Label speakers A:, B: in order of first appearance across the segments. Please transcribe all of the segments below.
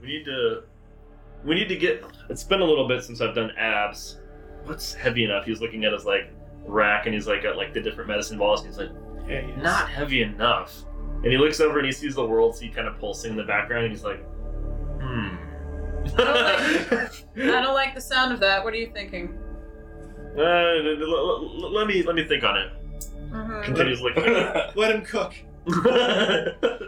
A: We need to. We need to get. It's been a little bit since I've done abs. What's heavy enough? He's looking at his like rack, and he's like at like the different medicine balls. And he's like,
B: Yeah, he is.
A: not heavy enough. And he looks over and he sees the world sea kind of pulsing in the background, and he's like, hmm.
C: I
D: Uh,
C: I don't like the sound of that. What are you thinking?
A: Uh, l- l- l- let me let me think on it.
D: Mm-hmm.
C: Mhm.
A: Continues looking. at
B: Let him cook.
A: it.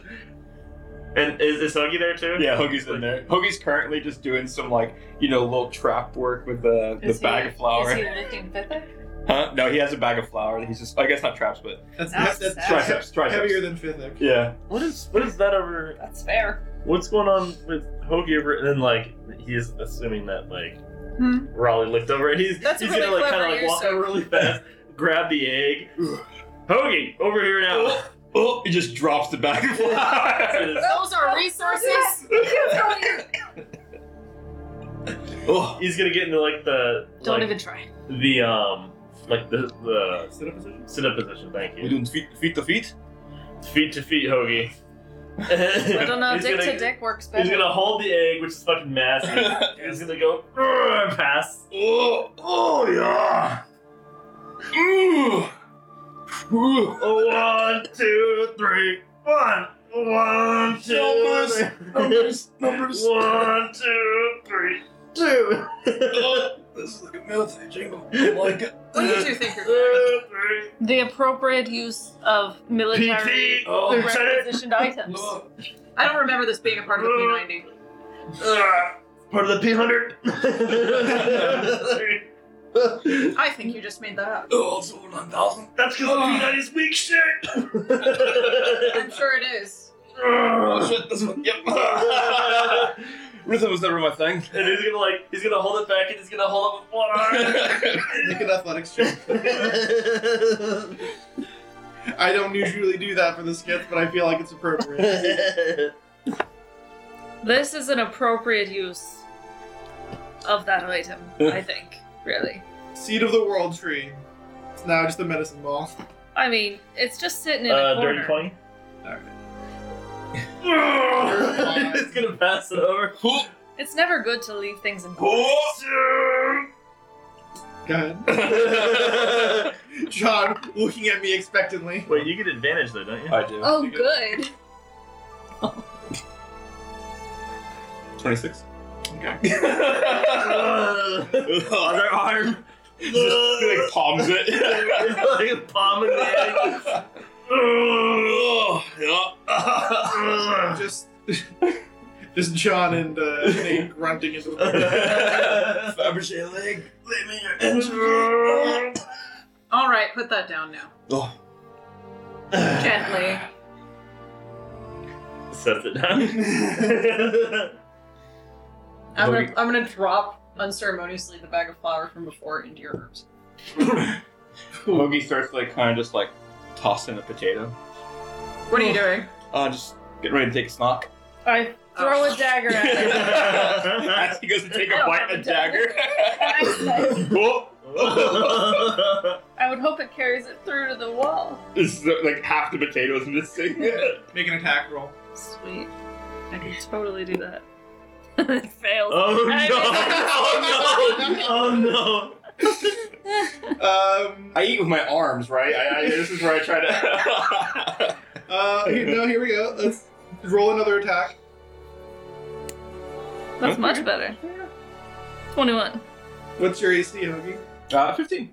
A: and is, is Huggy there too?
E: Yeah, Hoagie's in there. Hoagie's currently just doing some like you know little trap work with the the
D: Is he-
E: bag of flour.
D: Is he lifting Fithic?
E: Huh? No, he has a bag of flour. He's just I guess not traps, but
B: That's,
D: That's-
B: that's, that's,
D: that's-
E: triceps. Triceps.
B: heavier than Fithic.
E: Yeah.
A: What is what is that over?
D: That's fair.
A: What's going on with Hoagie over? And then like he's assuming that like
C: Hmm.
A: Raleigh looked over and he's
C: That's a
A: he's gonna
C: really
A: like
C: clever
A: kind of like walk
C: ear
A: over
C: soak.
A: really fast, grab the egg. Hoagie over here now.
E: Oh, oh, he just drops the bag of flour.
C: Those are resources.
E: oh,
A: he's gonna get into like the
D: Don't
A: like,
D: even try.
A: the um like the the
B: Sit up position.
A: sit up position. Thank
E: we
A: you.
E: doing feet, feet to feet.
A: Feet to feet, Hoagie.
D: I don't know.
A: He's
D: Dick
A: gonna-
D: to dick works better.
A: He's gonna hold the egg, which is fucking massive. he's gonna go "Urgh," pass.
E: Oh, oh yeah. Ooh. Ooh.
A: One, two, three, one. One, two,
E: Numbers,
A: three.
E: numbers, numbers.
A: One, two, three, two.
E: Oh, this is like a military jingle. I like uh, it.
C: What did you think? you're-
A: Two, three.
D: The appropriate use of military
A: PT,
E: Oh.
A: Lieutenant.
D: requisitioned items.
E: Oh,
C: I don't remember this being a part of the
A: Uh.
C: P90.
A: Urgh. Uh, Part of the P hundred.
C: I think you just made that up.
E: oh, it's over 9,000.
A: That's because the P nine is weak shit.
C: I'm sure it is.
E: Oh, shit, this one. Yep. Rhythm was never my thing.
A: and he's gonna like, he's gonna hold it back and he's gonna hold up with one arm.
B: Make an athletics check.
A: Uh,
B: I don't usually do that for the skits, but I feel like it's appropriate.
D: This is an appropriate use of that item, I think. Really.
B: Seed of the world tree. It's now just a medicine ball.
D: I mean, it's just sitting in a
A: uh,
D: corner.
A: dirty twenty.
B: Alright.
A: it's gonna pass it over.
D: It's never good to leave things in.
B: Go ahead. John looking at me expectantly.
A: Wait, you get advantage though, don't you?
E: I do.
D: Oh, good.
E: 26.
B: Okay.
E: Other arm. Just he, like palms it.
A: like palm in the egg.
E: oh,
B: Just just John and uh, Nate grunting into the
E: yeah. Fabergé leg. Lay me your
C: All right, put that down now.
E: Oh.
C: Gently.
A: Sets it down.
C: I'm
E: Logan-
C: gonna, I'm gonna drop unceremoniously the bag of flour from before into your herbs.
E: Hoagie starts like kind of just like tossing a potato.
C: What are you doing?
E: Uh, just getting ready to take a snack.
D: I throw
C: Oh.
D: a dagger at it.
E: As he goes to take
D: I
E: a
D: don't
E: bite,
D: have
E: a
D: a dagger.
E: dagger.
D: Nice.
E: Whoa.
D: I would hope it carries it through to the wall.
E: This is uh, like half the potatoes in this thing.
B: Make an attack roll.
D: Sweet. I could totally do that. it fails.
A: Oh no!
D: I
A: Oh no! Oh
B: Um
E: I eat with my arms, right? I, I, this is where I try to.
B: uh here, no, here we go. Let's roll another attack.
D: That's much better. 21.
B: What's your AC, Hoagie?
E: uh, 15.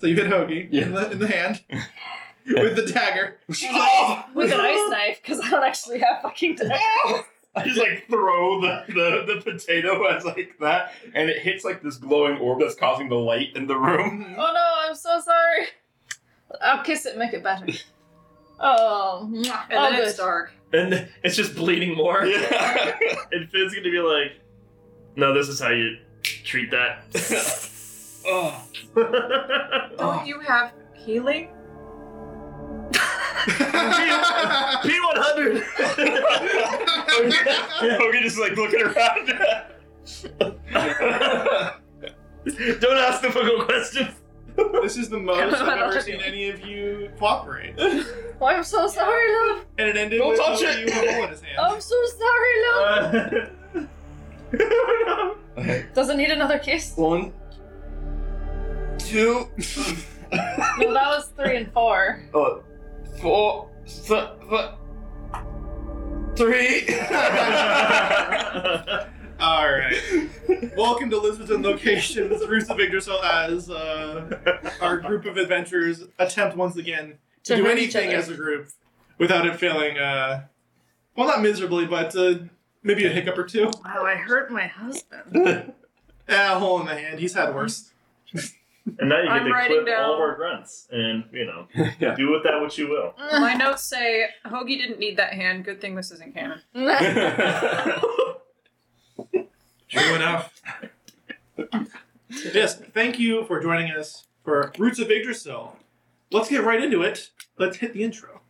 B: So you hit Hoagie
E: Yeah.
B: in, the, in the hand with the dagger.
E: Oh!
D: With an ice knife, because I don't actually have fucking daggers.
E: I just like throw the, the, the potato as like that, and it hits like this glowing orb that's causing the light in the room.
D: Oh no, I'm so sorry. I'll kiss it, make it better. Oh, mwah.
C: And
D: All
C: then it's
D: good.
C: dark.
A: And it's just bleeding more.
E: Yeah.
A: And Finn's gonna be like, "No, this is how you treat that."
E: oh.
C: Don't you have healing?
A: P one hundred.
E: Hogan just like looking around.
A: Don't ask difficult questions.
B: This is the most I've ever seen any of you cooperate.
D: Oh, I'm so sorry, love.
B: And it ended
E: Don't
B: with
E: touch
B: Hoagie
E: it.
C: Oh.
B: with a hole in his hand.
D: I'm so sorry, love.
A: Uh,
F: Okay.
C: Doesn't need another kiss.
F: One, two,
C: No, that was three and four.
F: uh, four, th- th- three.
B: All right. Welcome to Lizards and Locations. Roots of Yggdrasil as uh, our group of adventurers attempt once again to,
C: To
B: do
C: hurt each
B: anything
C: other.
B: as a group without it failing. Uh, well, not miserably, but uh, maybe a hiccup or two.
C: Wow, Oh, I hurt my husband.
B: Ah, a hole in the hand. He's had worse.
A: and now you
D: I'm
A: get to
D: writing
A: clip all
D: down-
A: of our grunts, and you know,
F: Yeah.
A: do with that what you will.
D: My notes say Hoagie didn't need that hand. Good thing this isn't canon.
B: True enough. yes, thank you for joining us for Roots of Yggdrasil. Let's get right into it. Let's hit the intro.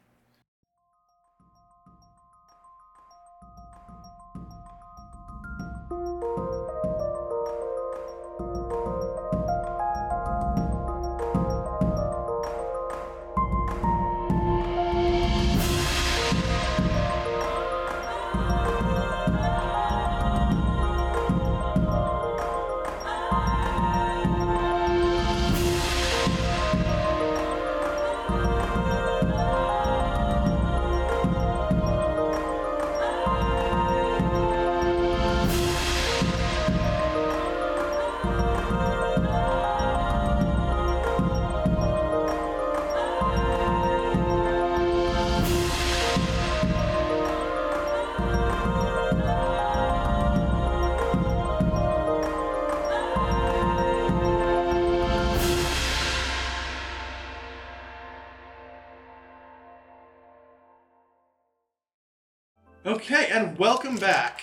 B: Okay, and welcome back.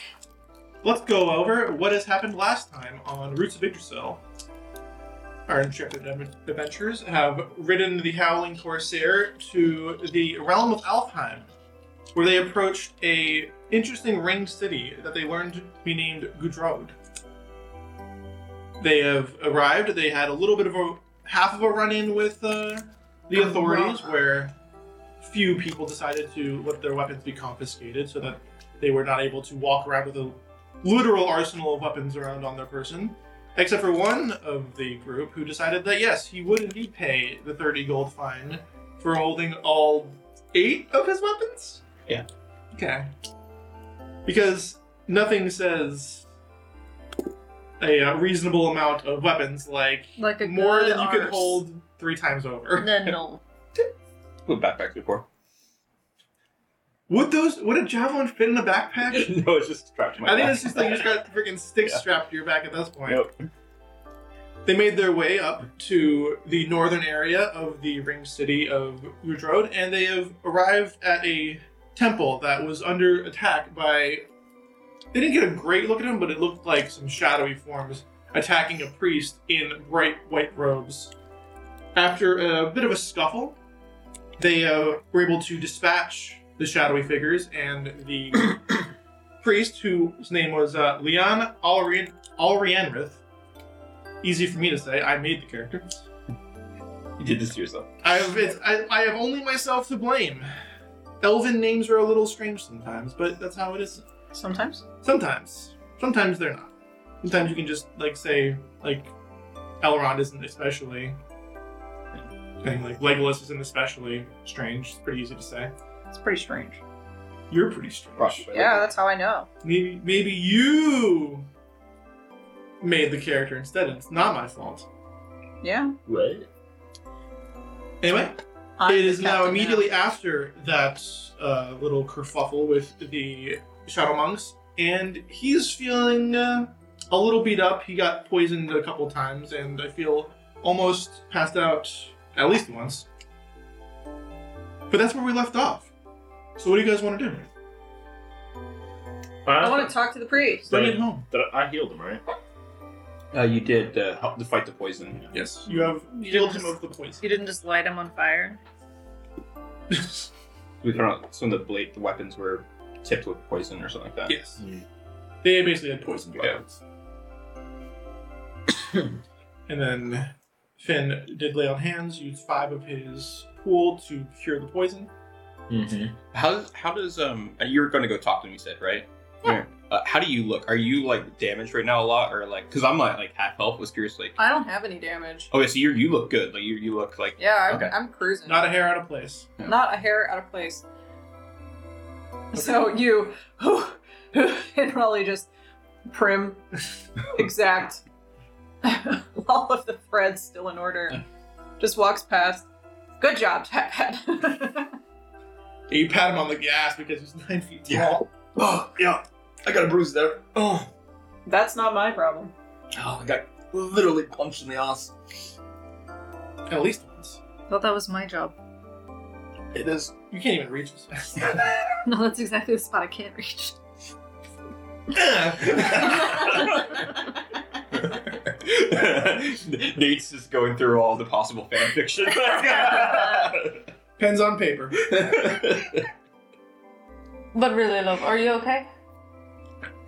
B: Let's go over what has happened last time on Roots of Yggdrasil. Our intrepid ad- adventurers have ridden the Howling Corsair to the realm of Alfheim, where they approached a interesting ringed city that they learned to be named Gudrod. They have arrived. They had a little bit of a half of a run-in with uh, the authorities, where few people decided to let their weapons be confiscated so that they were not able to walk around with a literal arsenal of weapons around on their person. Except for one of the group who decided that yes, he would indeed pay the 30 gold fine for holding all eight of his weapons?
F: Yeah.
B: Okay. Because nothing says a uh, reasonable amount of weapons like
D: Like a
B: more
D: good
B: than you can
D: arse.
B: hold three times over.
C: Then no.
F: Put backpack before.
B: Would those would a javelin fit in a backpack?
F: No, it's just strapped to my
B: I think
F: back.
B: it's just like you just got freaking sticks
F: Yeah.
B: strapped to your back at this point.
F: Yep.
B: They made their way up to the northern area of the ring city of Udrode, and they have arrived at a temple that was under attack by. They didn't get a great look at him, but it looked like some shadowy forms attacking a priest in bright white robes. After a bit of a scuffle, they uh, were able to dispatch the shadowy figures and the priest, whose name was uh, Leon Alrian- Alrianrith. Easy for me to say. I made the character.
F: You did this to yourself.
B: I've, it's, I, I have only myself to blame. Elven names are a little strange sometimes, but that's how it is.
D: Sometimes.
B: Sometimes. Sometimes they're not. Sometimes you can just, like, say, like, Elrond isn't especially. And, like, Legolas isn't especially strange. It's pretty easy to say.
D: It's pretty strange.
B: You're pretty strange.
F: Brought you by
D: Yeah, that's how I know.
B: Maybe, maybe you made the character instead, and it's not my fault.
D: Yeah.
A: What?
B: Anyway,
D: I'm
B: it
D: the
B: is now
D: captain
B: immediately after that uh, little kerfuffle with the shadow monks, and he's feeling uh, a little beat up. He got poisoned a couple times, and I feel almost passed out at least once. But that's where we left off. So, what do you guys want to do?
D: I want to talk to the priest.
B: Bring it home.
A: That I healed him, right?
F: Uh, you did uh, help to fight the poison. Yeah.
B: Yes, you have healed him of the poison.
C: You didn't just light him on fire.
F: We found out some of the blade, the weapons were tipped with poison or something like that.
B: Yes. They basically had poison
F: Yeah.
B: weapons. and then Finn did lay on hands, used five of his pool to cure the poison.
A: Mm-hmm.
F: How how does um you were going to go talk to him? You said right. Yeah.
E: Uh, how do you look? Are you like damaged right now a lot, or like? Because I'm not like half health. Was curious like.
D: I don't have any damage.
E: Okay, so you you look good. Like you you look like
D: Yeah, I'm,
E: Okay.
D: I'm cruising.
B: Not a hair out of place.
D: Not a hair out of place. So you and Raleigh just prim, exact, all of the threads still in order. Just walks past. Good job, Taphead.
B: You pat him on the gas because he's nine feet tall.
F: Yeah. Oh, yeah. I got a bruise there. Oh,
D: That's not my problem.
F: oh I got literally punched in the ass.
B: At least once.
C: Thought that was my job.
F: It is.
B: You can't even reach this fast.
C: No, that's exactly the spot I can't reach.
E: Nate's just going through all the possible fan fiction.
B: Pens on paper.
C: But really, love, are you okay?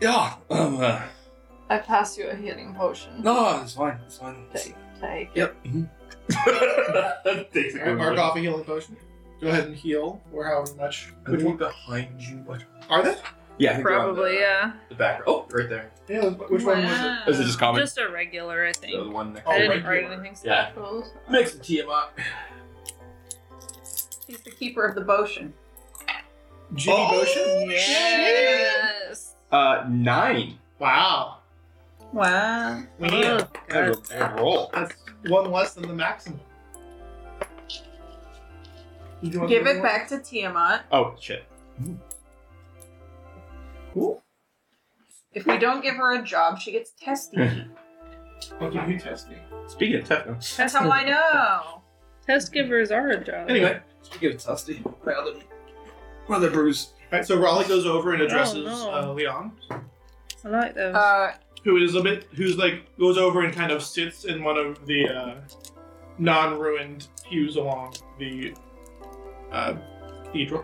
F: yeah. Um, uh,
C: I pass you a healing potion.
F: no, it's fine. It's fine.
C: Take, take.
F: Yep. mm-hmm. Takes a
B: All right,
F: good
B: mark
F: look.
B: off a healing potion. Go ahead and heal, or however much.
F: Are
B: Which
F: they
B: one?
F: behind you? What?
B: Are they?
E: yeah, I think they're on
C: Probably,
F: the-
C: yeah.
F: The back. Oh, right there.
B: Yeah, which one was it?
E: the- Is it just common?
C: Just a regular, I think.
F: The other one next
B: Oh,
C: I
F: to
C: didn't
F: right
C: write
F: here.
C: anything
F: Yeah.
C: special. so-
F: Mix the TMI.
D: He's the keeper of the potion.
B: Genie
E: Oh!
B: potion?
C: Yes.
E: Uh, nine.
B: Wow.
D: Wow.
B: We need it.
C: Ugh,
E: I have
C: Oh, God.
E: a bad roll.
B: That's one less than the maximum. You doing
D: Give
B: another
D: it back to Tiamat.
E: Oh shit.
D: If we don't give her a job, she gets testy.
B: one? I'll give you testing.
E: Speaking of techno.
D: That's how I know.
C: Test givers are a job.
B: Anyway,
F: Speaking of Tusty, my other, my other bruise.
B: all right, so Raleigh goes over and addresses
C: no.
B: uh, Leon,
C: I like those.
D: Uh,
B: who is a bit, who's like, goes over and kind of sits in one of the uh, non ruined pews along the uh, cathedral.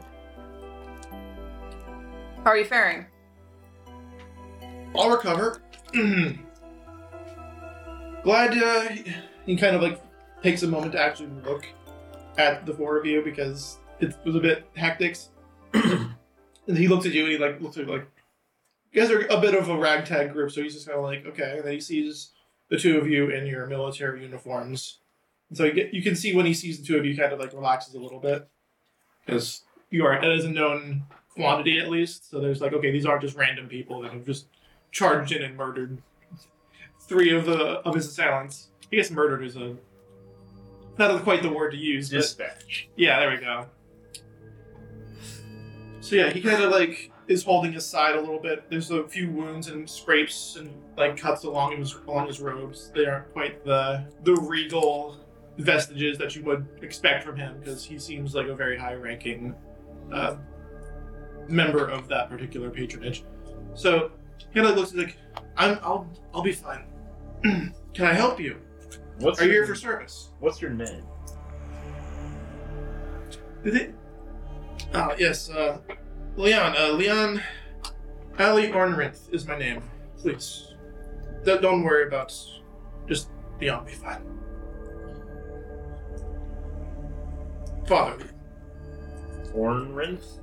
D: how are you faring?
B: I'll recover. Glad uh, he kind of like takes a moment to actually look at the four of you because it was a bit hectic. and he looks at you and he like looks at you like you guys are a bit of a ragtag group, so he's just kind of like okay. And then he sees the two of you in your military uniforms, and so you, get, you can see when he sees the two of you, kind of like relaxes a little bit because you are it is a known quantity at least. So there's like okay, these aren't just random people that have just charged in and murdered three of the of his assailants. I guess murdered is a not quite the word to use, but
A: Dispatch.
B: yeah, there we go. So yeah, he kind of like is holding his side a little bit. There's a few wounds and scrapes and like cuts along his along his robes. They aren't quite the the regal vestiges that you would expect from him because he seems like a very high ranking uh, member of that particular patronage. So he kind of looks like I'm I'll I'll be fine. Can I help you?
A: What's
B: Are you
A: your,
B: here for service?
A: What's your name?
B: Did it? Oh, yes, uh, Leon, uh, Leon Ali Ornrinth is my name. Please. Don't- don't worry about just Leon, be fine. Father,
A: Ornrinth?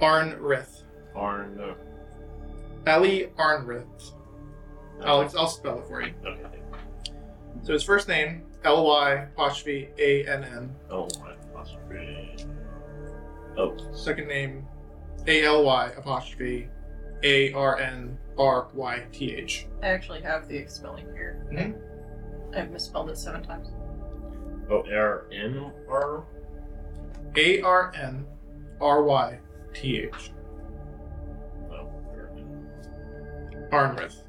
B: Arnrith.
A: Arn. uh,
B: Ali Arnrith. Alex, I'll spell it for you.
A: Okay.
B: So his first name, L Y apostrophe A N N.
A: Oh, my apostrophe. Oh,
B: Second name, A L Y apostrophe A R N R Y T H.
D: I actually have the expelling here. I've misspelled it seven times.
A: oh, R N R.
B: A R N R Y T H.
A: Oh, Arn.
B: Arnrith.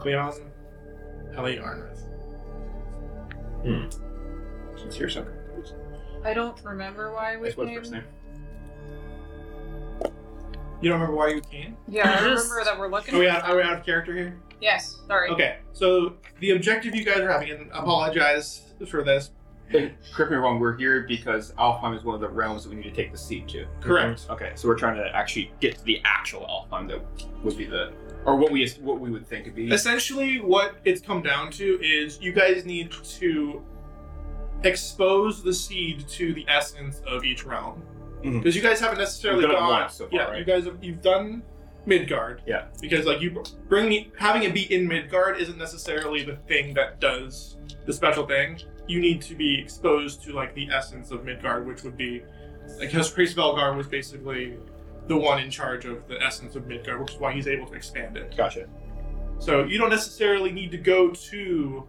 B: Cleon Ellie Arnrith.
F: It's your second.
D: I don't remember why we
F: That's what
D: came.
F: first name.
B: You don't remember why you came?
D: Yeah, I
C: Just-
D: remember that we're looking.
F: Oh,
B: Are we out, are we out of character here?
D: Yes, sorry.
B: Okay, so the objective you guys are having, and I apologize for this.
E: Hey, correct me if I'm wrong. We're here because Alfheim is one of the realms that we need to take the seed to.
B: Correct.
E: Okay, so we're trying to actually get to the actual Alfheim that would be the, or what we what we would think would be.
B: Essentially, what it's come down to is you guys need to expose the seed to the essence of each realm.
E: Mhm.
B: because you guys haven't necessarily
E: You've done it
B: gone.
E: once so far,
B: yeah,
E: right?
B: you guys have, you've done Midgard.
E: Yeah.
B: because like you bring having it be in Midgard isn't necessarily the thing that does the special thing. You need to be exposed to like the essence of Midgard, which would be like because Priest Belgar was basically the one in charge of the essence of Midgard, which is why he's able to expand it.
E: Gotcha.
B: So you don't necessarily need to go to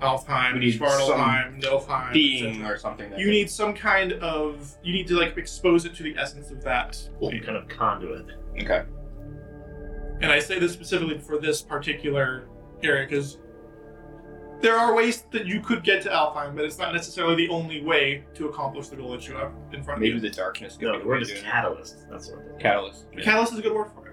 B: Alfheim,
E: We need
B: Svartalheim, Nilfheim,
E: Being
B: etc.
E: or something. that-
B: You need some kind of you need to like expose it to the essence of that.
A: Some kind of conduit.
E: Okay.
B: And I say this specifically for this particular area because there are ways that you could get to Alfheim, but it's not necessarily the only way to accomplish the goal that you have in front of
E: Maybe
B: you.
E: the darkness. could
A: No,
E: be
A: the
E: the way
A: word
E: of
A: is
E: doing it.
A: catalyst. That's what. it is.
E: Catalyst. Yeah.
B: Catalyst is a good word for it.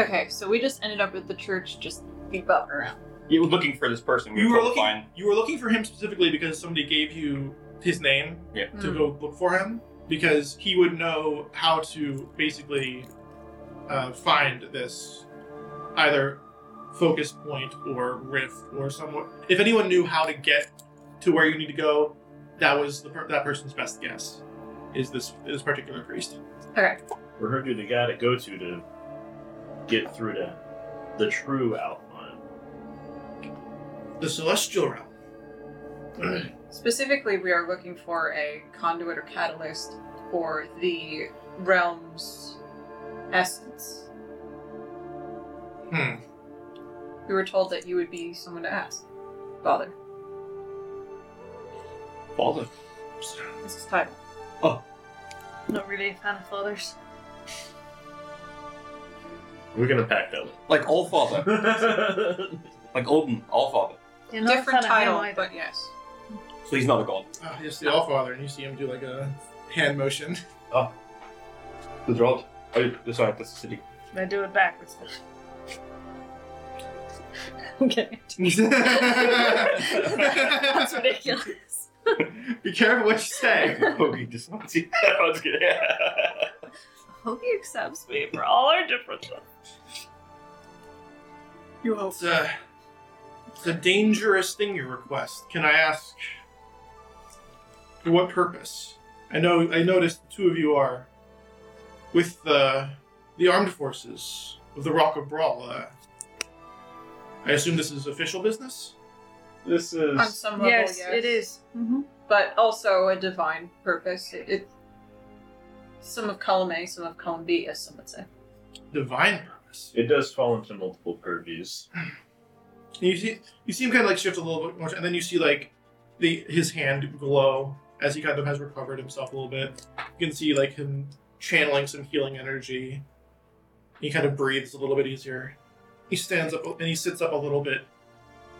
C: Okay, so we just ended up at the church, just bopping around.
E: You were looking for this person.
B: You were
E: told to
B: looking.
E: find-
B: You were looking for him specifically because somebody gave you his name
E: Yeah.
B: to go look for him because he would know how to basically uh, find this either focus point or rift or somewhat. If anyone knew how to get to where you need to go, that was the per- that person's best guess. Is this this particular priest?
A: We're heard you're the guy to go to to get through to the true outline.
B: The celestial realm.
D: Specifically, we are looking for a conduit or catalyst for the realm's essence.
B: Hmm.
D: We were told that you would be someone to ask. Father,
E: Father.
D: this is title.
C: Not really a fan of fathers.
A: We're gonna pack that
E: Like all father.
A: one.
E: like Odin, all father.
C: You're not
D: Different
C: a fan of him
D: title,
C: either.
D: but yes.
E: So he's not a god.
B: Ah, you see Allfather, and you see him do like a hand motion.
E: That's right. Oh, sorry, that's the city.
C: I do it backwards. I'm kidding. That's ridiculous.
B: Be careful what you say.
E: Hoagie dismounts.
A: Sounds good.
C: Hope he accepts me for all our differences.
D: You hope.
B: It's a, it's a dangerous thing you request. Can I ask for what purpose? I know I noticed the two of you are with the the armed forces of the Rock of Brawl. Uh, I assume this is official business.
A: This
D: On
A: is
D: some level, yes,
C: Mm-hmm.
D: But also a divine purpose. It, it, some of column A, some of column B, as some would say.
B: Divine purpose.
A: it does fall into multiple purviews.
B: And you see you see him kind of like shift a little bit more, and then you see like the his hand glow as he kind of has recovered himself a little bit. You can see like him channeling some healing energy. He kind of breathes a little bit easier. He stands up and he sits up a little bit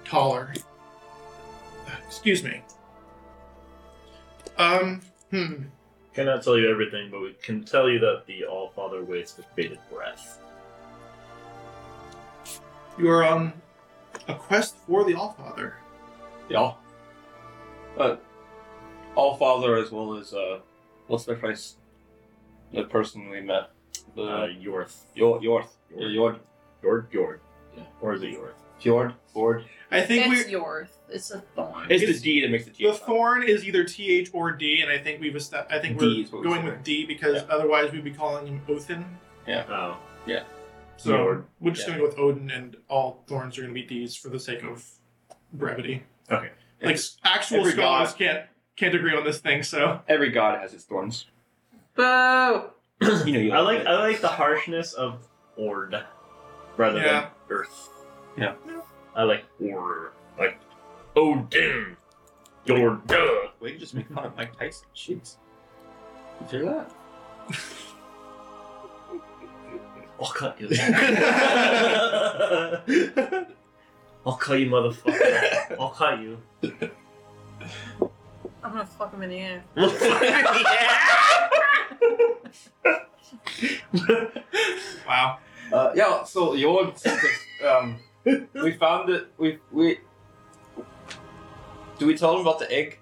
B: taller. Excuse me. Um. Hmm.
A: Cannot tell you everything, but we can tell you that the All Father waits with bated breath.
B: You are on a quest for the Allfather.
E: Yeah. Uh, all father as well as uh, what's their face? The person we met. The
A: Uh, Yorth.
E: Yor Yorth. Yeah, Yord.
A: Yord? Yord.
E: Yeah.
A: Or the Yorth.
E: Fjord. Fjord.
B: I think
D: It's
B: we
D: your. It's a thorn.
E: It's, the D that makes the T.
B: The thorn is either TH or D, and I think we've estab- I think
E: D
B: we're
E: is what we
B: going
E: said,
B: with
E: right?
B: D because
E: Yeah.
B: otherwise we'd be calling him Othin.
A: Oh.
B: So
A: Fjord.
B: we're just
A: Yeah.
B: going to go with Odin, and all thorns are going to be D's for the sake of brevity.
A: Okay.
B: Like s- actual
E: every
B: scholars
E: god-
B: can't can't agree on this thing, so
E: Every god has its thorns.
D: Boo!
E: You know. You
A: I like I like the harshness of Ord rather
B: Yeah.
A: than Earth.
E: Yeah.
A: I like Or like oh, Odin. Yord. duh.
E: We can just make fun of Mike Tyson. Jeez. You hear that?
A: I'll cut you. I'll cut you, motherfucker. I'll cut you.
D: I'm gonna fuck him in the air.
B: wow.
E: Uh, yeah, so Yord sent us. Um, we found it. We we. Do we tell him about the egg?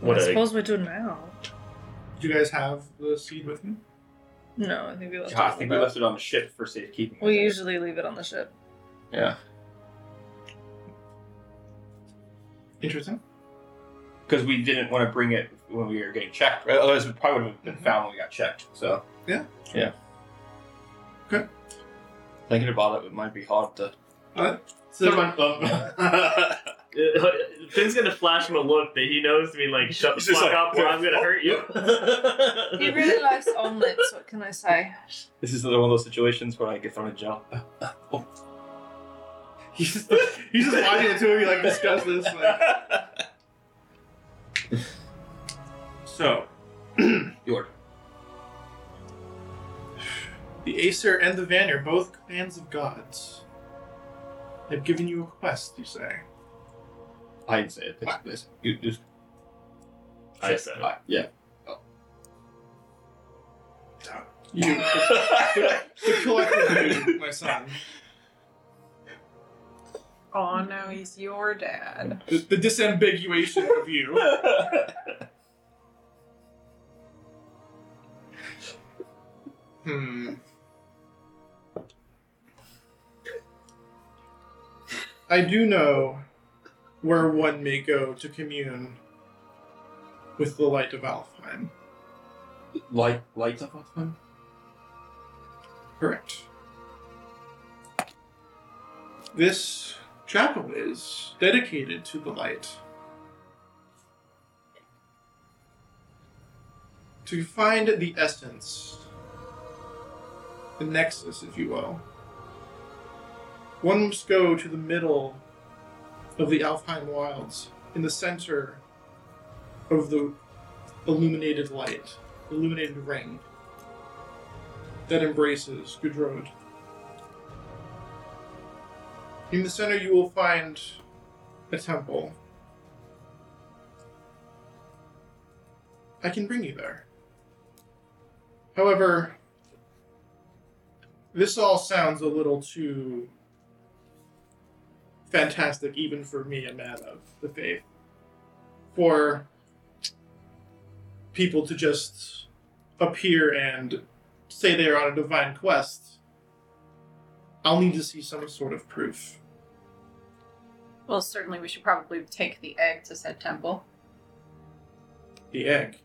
A: What
C: I
A: a
C: suppose we do now.
B: Do you guys have the seed with you?
C: No, I think we left.
E: God, I
C: it
E: think
C: on
E: we
C: the-
E: left it on the ship for safekeeping.
C: We usually leave it on the ship.
E: Yeah.
B: Interesting.
E: because we didn't want to bring it when we were getting checked. Right? Otherwise, we probably would have been found when we got checked. So
B: Mm-hmm. Yeah.
E: yeah.
B: Okay.
E: Thinking about it, it might be hard to.
B: So,
A: Uh, Finn's gonna flash him a look that he knows to mean like, shut the
F: He's just
A: fuck
F: like,
A: up or
F: "What
A: I'm gonna
F: the
A: hurt you.
C: He really likes omelets, what can I say?
E: This is another one of those situations where I get thrown in jail.
B: he's just, he's just watching the two of you like discuss this. Like. So,
E: Your
B: the Aesir and the Vanir, both clans of gods, have given you a quest. You say.
E: I didn't say it. It's, it's, you just.
A: I said it.
E: I- yeah.
B: You, the, collective you, my son.
D: Oh no, he's your dad.
B: The, the disambiguation of you. Hmm. I do know where one may go to commune with the light of Alfheim.
E: Light, light up on fun.
B: Correct. This chapel is dedicated to the light. To find the essence, the nexus, if you will, one must go to the middle of the Alfheim wilds, in the center of the illuminated light, illuminated ring that embraces Gudrod. In the center, you will find a temple. I can bring you there. However, this all sounds a little too fantastic, even for me, a man of the faith, for people to just appear and say they are on a divine quest, I'll need to see some sort of proof.
D: Well, certainly we should probably take the egg to said temple.
B: The egg.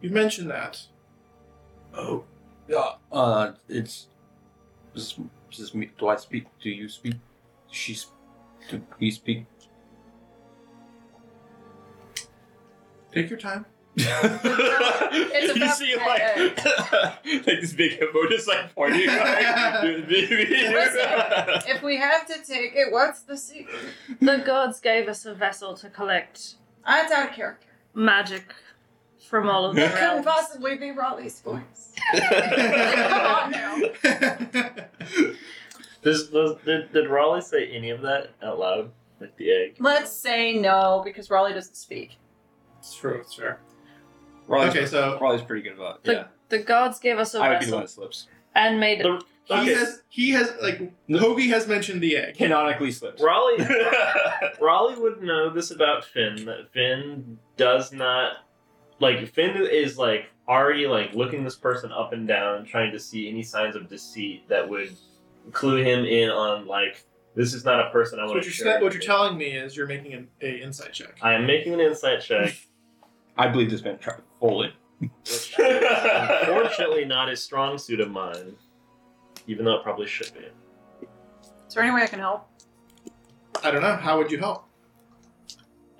B: You mentioned that.
E: Oh. Yeah. Uh, it's. Does, does me, do I speak? Do you speak? She. sp- Do we speak?
B: Take your time.
C: It's
F: you
C: about-
F: see like, like this big hippo just like pointing like,
C: Listen. If we have to take it, what's the secret? The gods gave us a vessel to collect
D: That's out of character.
C: magic from all of the
D: It couldn't
C: realms.
D: possibly be Raleigh's voice.
B: Come
D: on now.
A: Does, does, did, did Raleigh say any of that out loud? Like the egg?
D: Let's say no because Raleigh doesn't speak.
B: It's true, it's fair.
E: Raleigh's,
B: Okay, so
E: Raleigh's pretty good about. It.
C: The,
E: Yeah.
C: the gods gave us a
E: I would be the one
C: vessel
E: that slips.
C: and made
A: The-
B: he has he has like Hoagie has mentioned the egg.
E: Canonically slips.
A: Raleigh, Raleigh would know this about Finn. That Finn does not like Finn is like already like looking this person up and down, and trying to see any signs of deceit that would clue him in on like this is not a person I
B: So
A: want
B: what
A: to
B: you're
A: share.
B: sa- what you're
A: with.
B: telling me is you're making an a insight check.
A: I am making an insight check.
E: I believe this man tried fully.
A: which is Unfortunately, not a strong suit of mine, even though it probably should be.
D: Is there any way I can help?
B: I don't know. How would you help?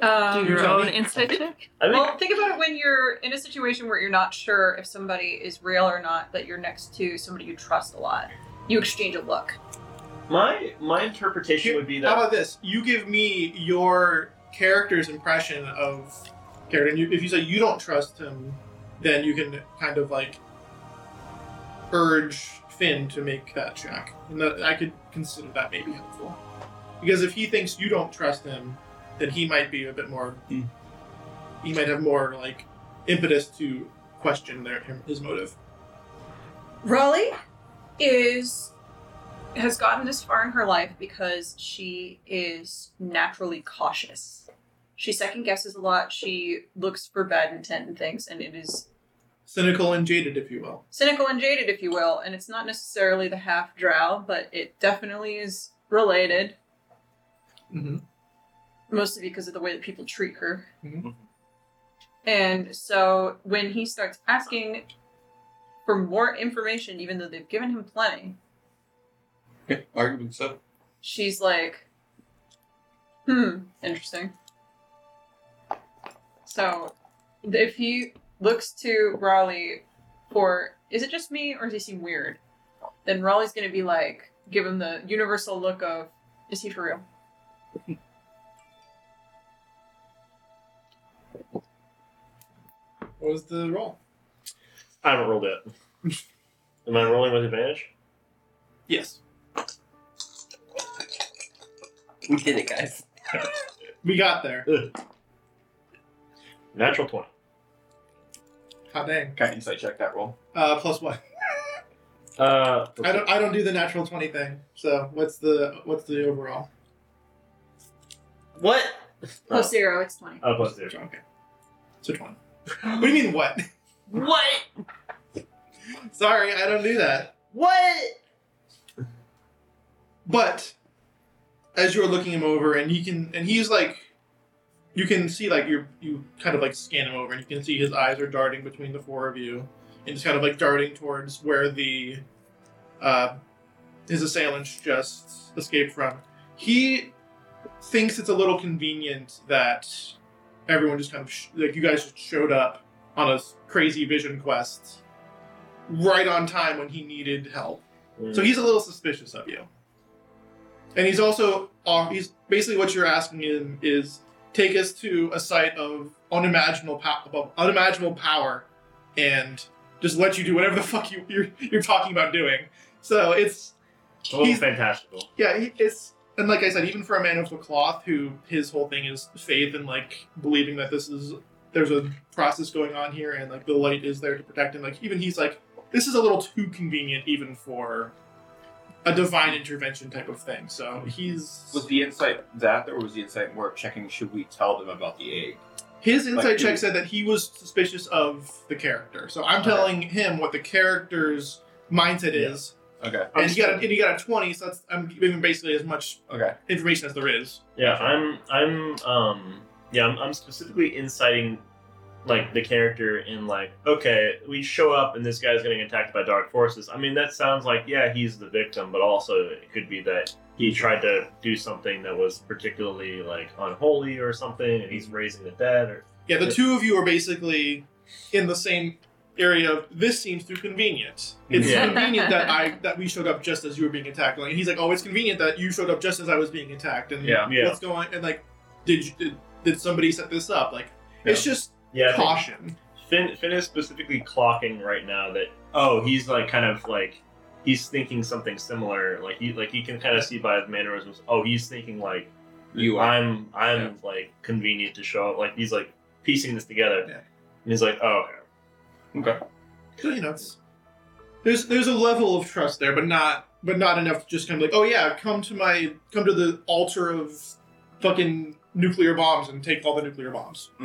C: do
D: Um,
C: your
B: tell
C: own
B: me.
C: insight check.
A: I think
D: well, think about it when you're in a situation where you're not sure if somebody is real or not, that you're next to somebody you trust a lot. You exchange a look.
A: my my interpretation would be
B: How
A: that
B: about this? You give me your character's impression of Garrett, and you, if you say you don't trust him, then you can kind of like urge Finn to make that check, and that, I could consider that maybe helpful. Because if he thinks you don't trust him, then he might be a bit more.
E: Hmm.
B: He might have more like impetus to question their him, his motive.
D: Raleigh is has gotten this far in her life because she is naturally cautious. She second guesses a lot. She looks for bad intent in things, and it is
B: Cynical and jaded, if you will.
D: cynical and jaded, if you will, and it's not necessarily the half drow, but it definitely is related,
B: Mm-hmm.
D: mostly because of the way that people treat her.
B: Mhm.
D: And so when he starts asking for more information, even though they've given him plenty,
E: Okay, argument so.
D: she's like, hmm, interesting. So if he looks to Raleigh for, is it just me or does he seem weird? Then Raleigh's going to be like, give him the universal look of, is he for real?
B: What was the roll?
A: I haven't rolled it. Am I rolling with advantage?
B: Yes.
G: We did it, guys.
B: We got there.
A: Natural 20.
B: Hot dang.
F: Can I insight check that roll?
B: Uh, plus one.
A: Uh,
B: I don't. I don't do the natural twenty thing. So what's the what's the overall?
A: What?
D: uh, Plus zero, it's 20.
A: Oh, plus zero.
B: Okay. So twenty. What do you mean what?
G: What?
B: Sorry, I don't do that.
G: What?
B: But as you're looking him over, and you can, and he's like, you can see like you you kind of like scan him over, and you can see his eyes are darting between the four of you, and just kind of like darting towards where the uh, his assailants just escaped from. He thinks it's a little convenient that everyone just kind of sh- like you guys just showed up on a s- crazy vision quest right on time when he needed help. So
A: Mm.
B: he's a little suspicious of you. And he's also off, he's basically what you're asking him is take us to a site of unimaginable pow- of unimaginable power and just let you do whatever the fuck you you're, you're talking about doing. So it's
A: Oh,
B: he's-
A: fantastical.
B: yeah, he- it's and like I said, even for a man of the cloth who his whole thing is faith and like believing that this is there's a process going on here and like the light is there to protect him. Like even he's like, this is a little too convenient even for a divine intervention type of thing. So
F: Was
B: he's
F: the insight that, or was the insight more checking? Should we tell them about the egg?
B: his insight
F: like,
B: check
F: dude.
B: said that he was suspicious of the character. So I'm telling him what the character's mindset is,
F: Okay.
B: and he got a, and he got a twenty. So that's I'm giving basically as much
F: Okay.
B: information as there is.
A: Yeah, I'm. I'm. Um. Yeah, I'm, I'm specifically inciting, like the character in like, okay, we show up and this guy's getting attacked by dark forces. I mean, that sounds like yeah, he's the victim, but also it could be that he tried to do something that was particularly like unholy or something, and he's raising the dead. Or
B: Yeah, the
A: Yeah.
B: two of you are basically in the same area of this seems too convenient. It's
A: Yeah.
B: convenient that I that we showed up just as you were being attacked. Like, and he's like, oh, it's convenient that you showed up just as I was being attacked. And
F: Yeah.
A: Yeah.
B: what's going? And like, did you, did, did somebody set this up? Like, it's just
A: yeah, I think
B: caution.
A: Finn, Finn is specifically clocking right now that oh he's like kind of like he's thinking something similar like he like he can kind of see by his mannerisms oh he's thinking like
E: You are.
A: I'm I'm like convenient to show up like he's like piecing this together
B: Yeah.
A: and he's like oh okay.
B: So, you know, it's, there's there's a level of trust there, but not but not enough. To just kind of like, oh yeah, come to my come to the altar of fucking nuclear bombs and take all the nuclear bombs.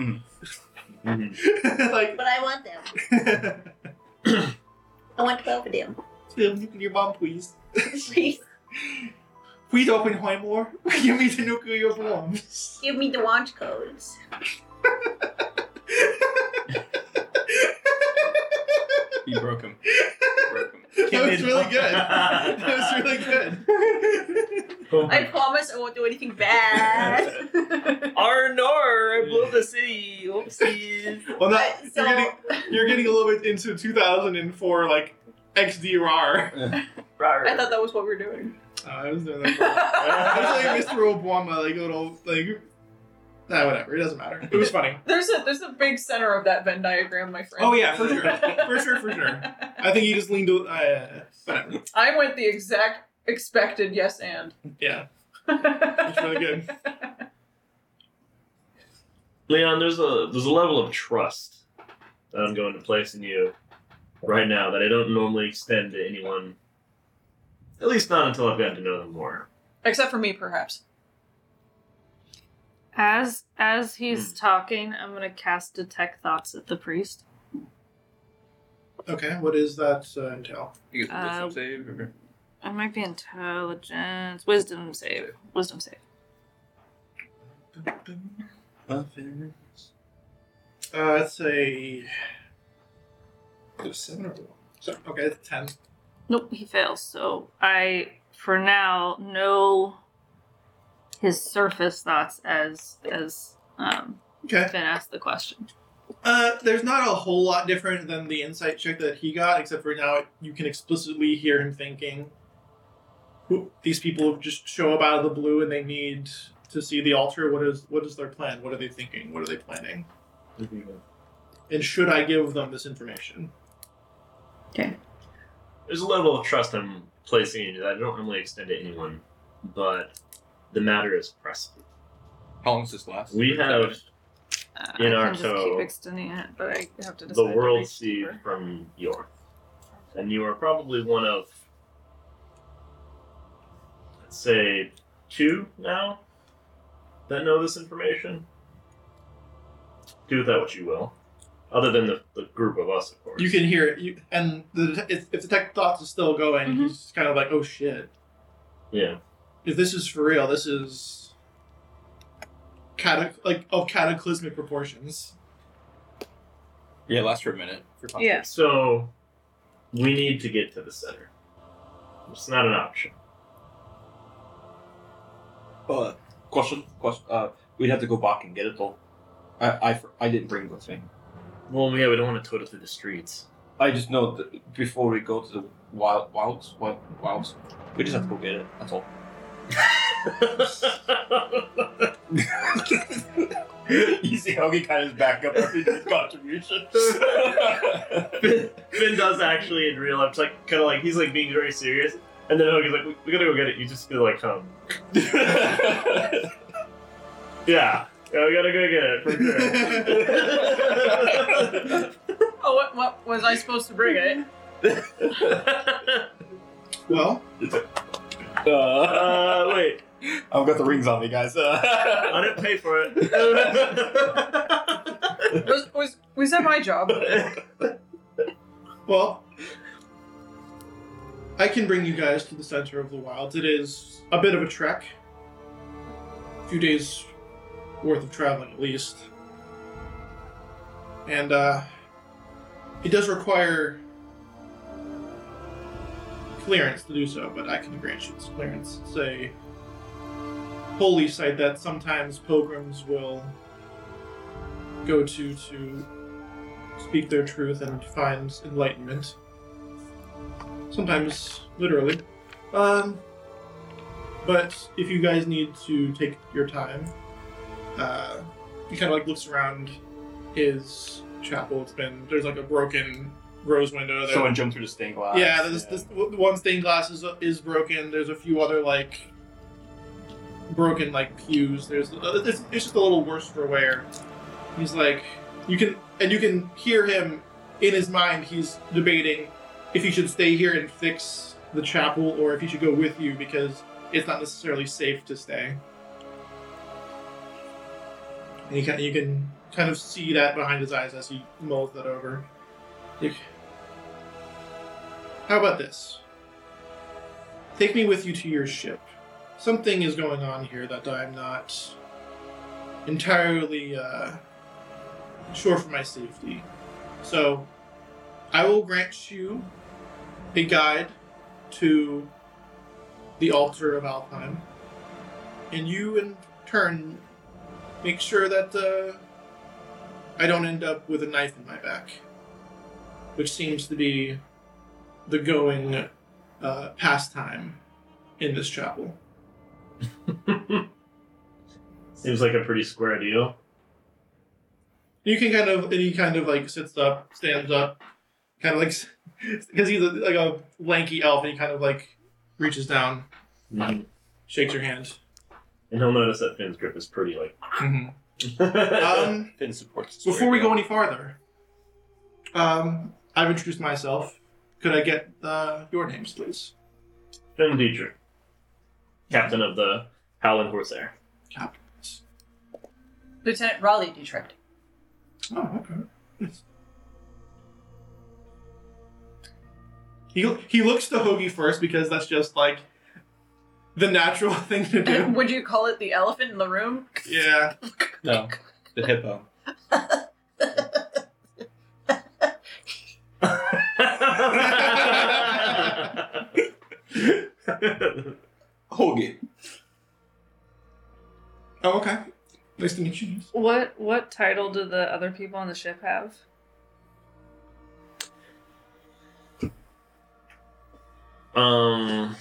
B: Mm-hmm. like.
C: But I want them. I want both of them.
B: Still, nuclear bomb, please.
C: Please
B: Please open Hoymore. Give me the nuclear bombs.
C: give me the launch codes.
F: He broke him. broke him.
B: That was really good. That was really good.
D: I promise I won't do anything bad.
G: Arnor, I blew up the city. Oopsies.
B: well, now
C: But, so
B: you're, getting, you're getting a little bit into 2004, like, XDR.
D: I thought that was what we were doing.
B: Oh, I was doing that. for- I was like Mr. Obama, like, little, like, nah, whatever. It doesn't matter. It was funny.
D: there's a there's a big center of that Venn diagram, my friend.
B: Oh, yeah, for sure. For sure, for sure. I think he just leaned, a- uh, whatever.
D: I went the exact expected yes and.
B: Yeah, it's
D: That's
B: really good.
A: Leon there's a there's a level of trust that I'm going to place in you right now that I don't normally extend to anyone at least not until I've gotten to know them more
D: Except for me, perhaps.
C: As as
E: Hmm.
C: he's talking, I'm gonna cast detect thoughts at the priest.
B: Okay, what is that uh, entail?
E: You get the wisdom
C: Uh,
E: save, or-
C: I might be intelligence, wisdom save, wisdom save.
B: Uh, it's a it was seven or one. So okay, it's ten.
C: Nope, he fails. So I, for now, know his surface thoughts as as um,
B: Okay.
C: Finn asked the question.
B: Uh, there's not a whole lot different than the insight check that he got, except for now you can explicitly hear him thinking, "Who- "These people just show up out of the blue, and they need to see the altar. What is what is their plan? What are they thinking? What are they planning? And should I give them this information?"
A: There's a level of trust I'm placing in it. that I don't normally extend to anyone, but the matter is pressing.
E: How long does this last?
A: We have
C: Uh,
A: In
C: I
A: our
C: can just
A: toe,
C: keep extending it, but I have to decide.
A: the
C: to
A: world
C: reach
A: seed
C: deeper.
A: from York, and you are probably one of, let's say, two now that know this information. Do with that what you will, other than the, the group of us, of course.
B: You can hear it, you, and the, if, if the tech thoughts is still going,
C: Mhm.
B: he's kind of like, "Oh shit!
A: yeah.
B: If this is for real, this is catac like of cataclysmic proportions."
E: Yeah, it lasts for a minute. For fun.
C: Yeah.
A: So we need to get to the center. It's not an option.
E: Uh, question. Question. Uh, we'd have to go back and get it though. I, I, I didn't bring the thing.
A: Well, yeah, we don't want to total through the streets.
E: I just know that before we go to the wild wilds, wild, wilds, we just have to go get it. That's all.
F: you see Helgi kind of back up after his contribution.
A: Finn does actually in real life, like kind of like he's like being very serious, and then Hogan's like, "We- "We gotta go get it." You just feel like, um, yeah, yeah, we gotta go get it for sure.
D: Oh, what, what was I supposed to bring it?
B: Well,
A: uh, wait,
F: I've got the rings on me, guys.
A: I
F: Uh,
A: didn't pay for it.
D: Was, was, was that my job?
B: Well, I can bring you guys to the center of the wilds. It is a bit of a trek, a few days worth of traveling at least, and uh, it does require clearance to do so. But I can grant you this clearance. It's a holy site that sometimes pilgrims will go to to speak their truth and find enlightenment. Sometimes, literally. Um, but if you guys need to take your time, uh, he kind of like looks around his chapel. It's been there's like a broken rose window. There.
F: Someone jumped through the stained glass.
B: yeah, there's this the one stained glass is, is broken. There's a few other like broken like pews. There's uh, it's, it's just a little worse for wear. He's like, you can and you can hear him in his mind. He's debating if he should stay here and fix the chapel or if he should go with you because it's not necessarily safe to stay. And you can you can kind of see that behind his eyes as he mulls that over. Like, How about this? Take me with you to your ship something is going on here that I'm not entirely uh, sure for my safety. So I will grant you a guide to the altar of Alpine, and you in turn make sure that uh, I don't end up with a knife in my back, which seems to be the going uh, pastime in this chapel.
A: Seems like a pretty square deal.
B: You can kind of, and he kind of like sits up, stands up, kind of like, because he's a, like a lanky elf, and he kind of like reaches down, shakes your hand.
A: And he'll notice that Finn's grip is pretty like.
B: Um,
E: Finn supports. the
B: before we
E: story.
B: go any farther, um, I've introduced myself. Could I get uh, your names, please?
A: Finn Dietrich, captain of the Howling Corsair.
B: Captain.
D: Lieutenant Raleigh Dietrich.
B: Oh, okay. Nice. He he looks to Hoagie first because that's just like the natural thing to do.
D: Would you call it the elephant in the room?
B: yeah.
E: no, the hippo. Hogan.
B: Oh, okay. Nice to meet you.
C: What what title do the other people on the ship have?
A: um,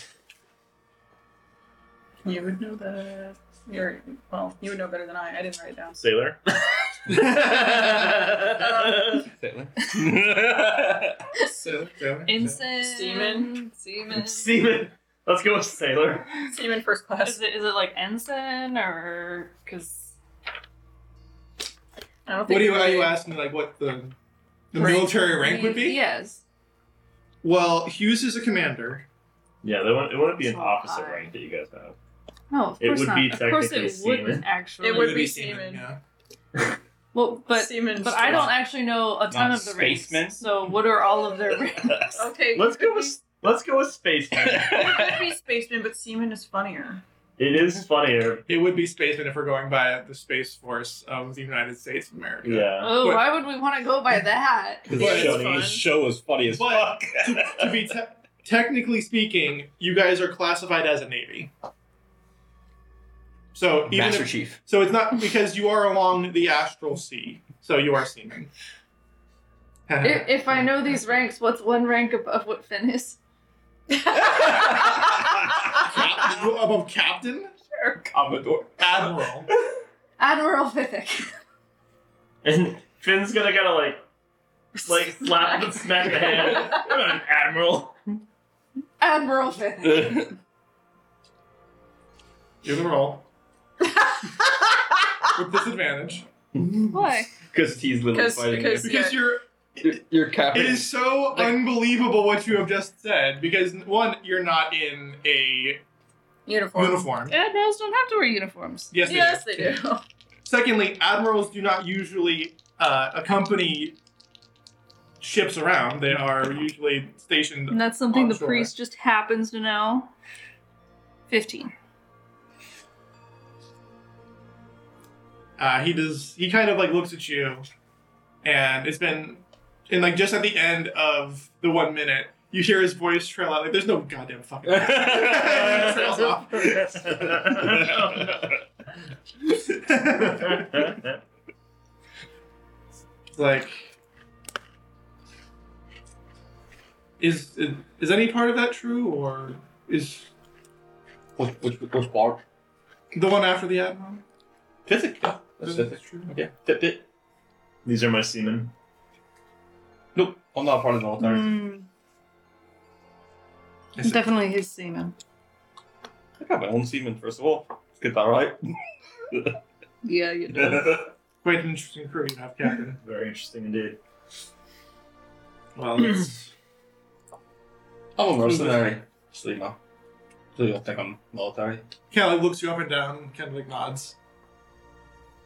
D: You would know that. You're well. You would know better than I. I didn't write it down.
A: sailor.
B: So, so, so.
C: Ensign.
D: Seaman.
C: Seaman.
A: Seaman. Let's go with sailor.
D: Seaman first
C: Is
D: class.
C: it is it like ensign or because
D: I don't
B: What
D: think
B: do you,
D: we-
B: are you asking, like, what the, the
D: Rank.
B: military rank would be?
C: Yes.
B: Well, Hughes is a commander.
A: Yeah, that won't, it wouldn't be an
C: So
A: officer
C: high.
A: rank that you guys have.
C: No, of
A: It
C: course
A: would
C: not.
A: be
C: of course
A: technically
C: it wouldn't
A: seaman.
C: actually.
D: It would be seaman.
B: Yeah.
C: Well, but
D: Seaman.
C: but I don't actually know a ton of the ranks.
E: spaceman?
C: So what are all of their ranks?
D: Okay.
A: Let's
D: it could
A: go with let's go with spaceman.
D: be- It could be spaceman, but seaman is funnier.
A: it is funnier.
B: It would be spaceman if we're going by the Space Force of the United States of America.
A: Yeah.
C: Oh,
B: But-
C: why would we want to go by that?
B: But-
D: Yeah,
E: show,
D: it's fun.
E: this show is funny as
B: But-
E: fuck.
B: to, to be te- technically speaking, you guys are classified as a navy. So even
E: Master
B: if-
E: Chief.
B: so it's not because you are along the astral sea, so you are seaman.
C: If, if I know these ranks, what's one rank above what Finn is?
B: Cap- you above captain,
E: Commodore.
B: admiral.
C: Admiral Vivek.
A: And Finn's gonna gotta like like slap and smack the hand. You're not an admiral.
C: Admiral Vivek.
B: You're the roll with disadvantage
C: Why?
E: Because he's literally
D: 'Cause-
E: fighting
D: because-
B: because you're.
E: you. Your, your
B: It
E: captain.
B: is so unbelievable what you have just said because one, you're not in a
D: Uniform.
B: uniform.
C: Admirals don't have to wear uniforms.
B: Yes, they do.
D: Yes, they do.
B: Secondly, admirals do not usually uh, accompany ships around. They are usually stationed.
C: And that's something
B: On
C: the
B: shore.
C: priest just happens to know. 15.
B: Uh, he does. He kind of like looks at you, and it's been, and like just at the end of the one minute, you hear his voice trail out. Like there's no goddamn fucking. He trails off. it's like, is is any part of that true, or is
E: Which, which, which bar?
B: the one after the admiral?
E: Physics. Yeah. That's
B: Is
E: physics.
B: that true?
E: Yeah. Fitbit.
A: These are my seamen.
E: Nope. I'm not part of the military.
C: Mm.
B: Is it-
C: Definitely his seaman.
E: I got my own seaman, first of all. Let's get that right.
C: Yeah, you
B: Quite an interesting crew you have, Captain.
A: Very interesting indeed.
B: Well, it's
E: I'm a mercenary. So, you know. So you don't think I'm military?
B: kind of like looks you up and down, and kind of like nods.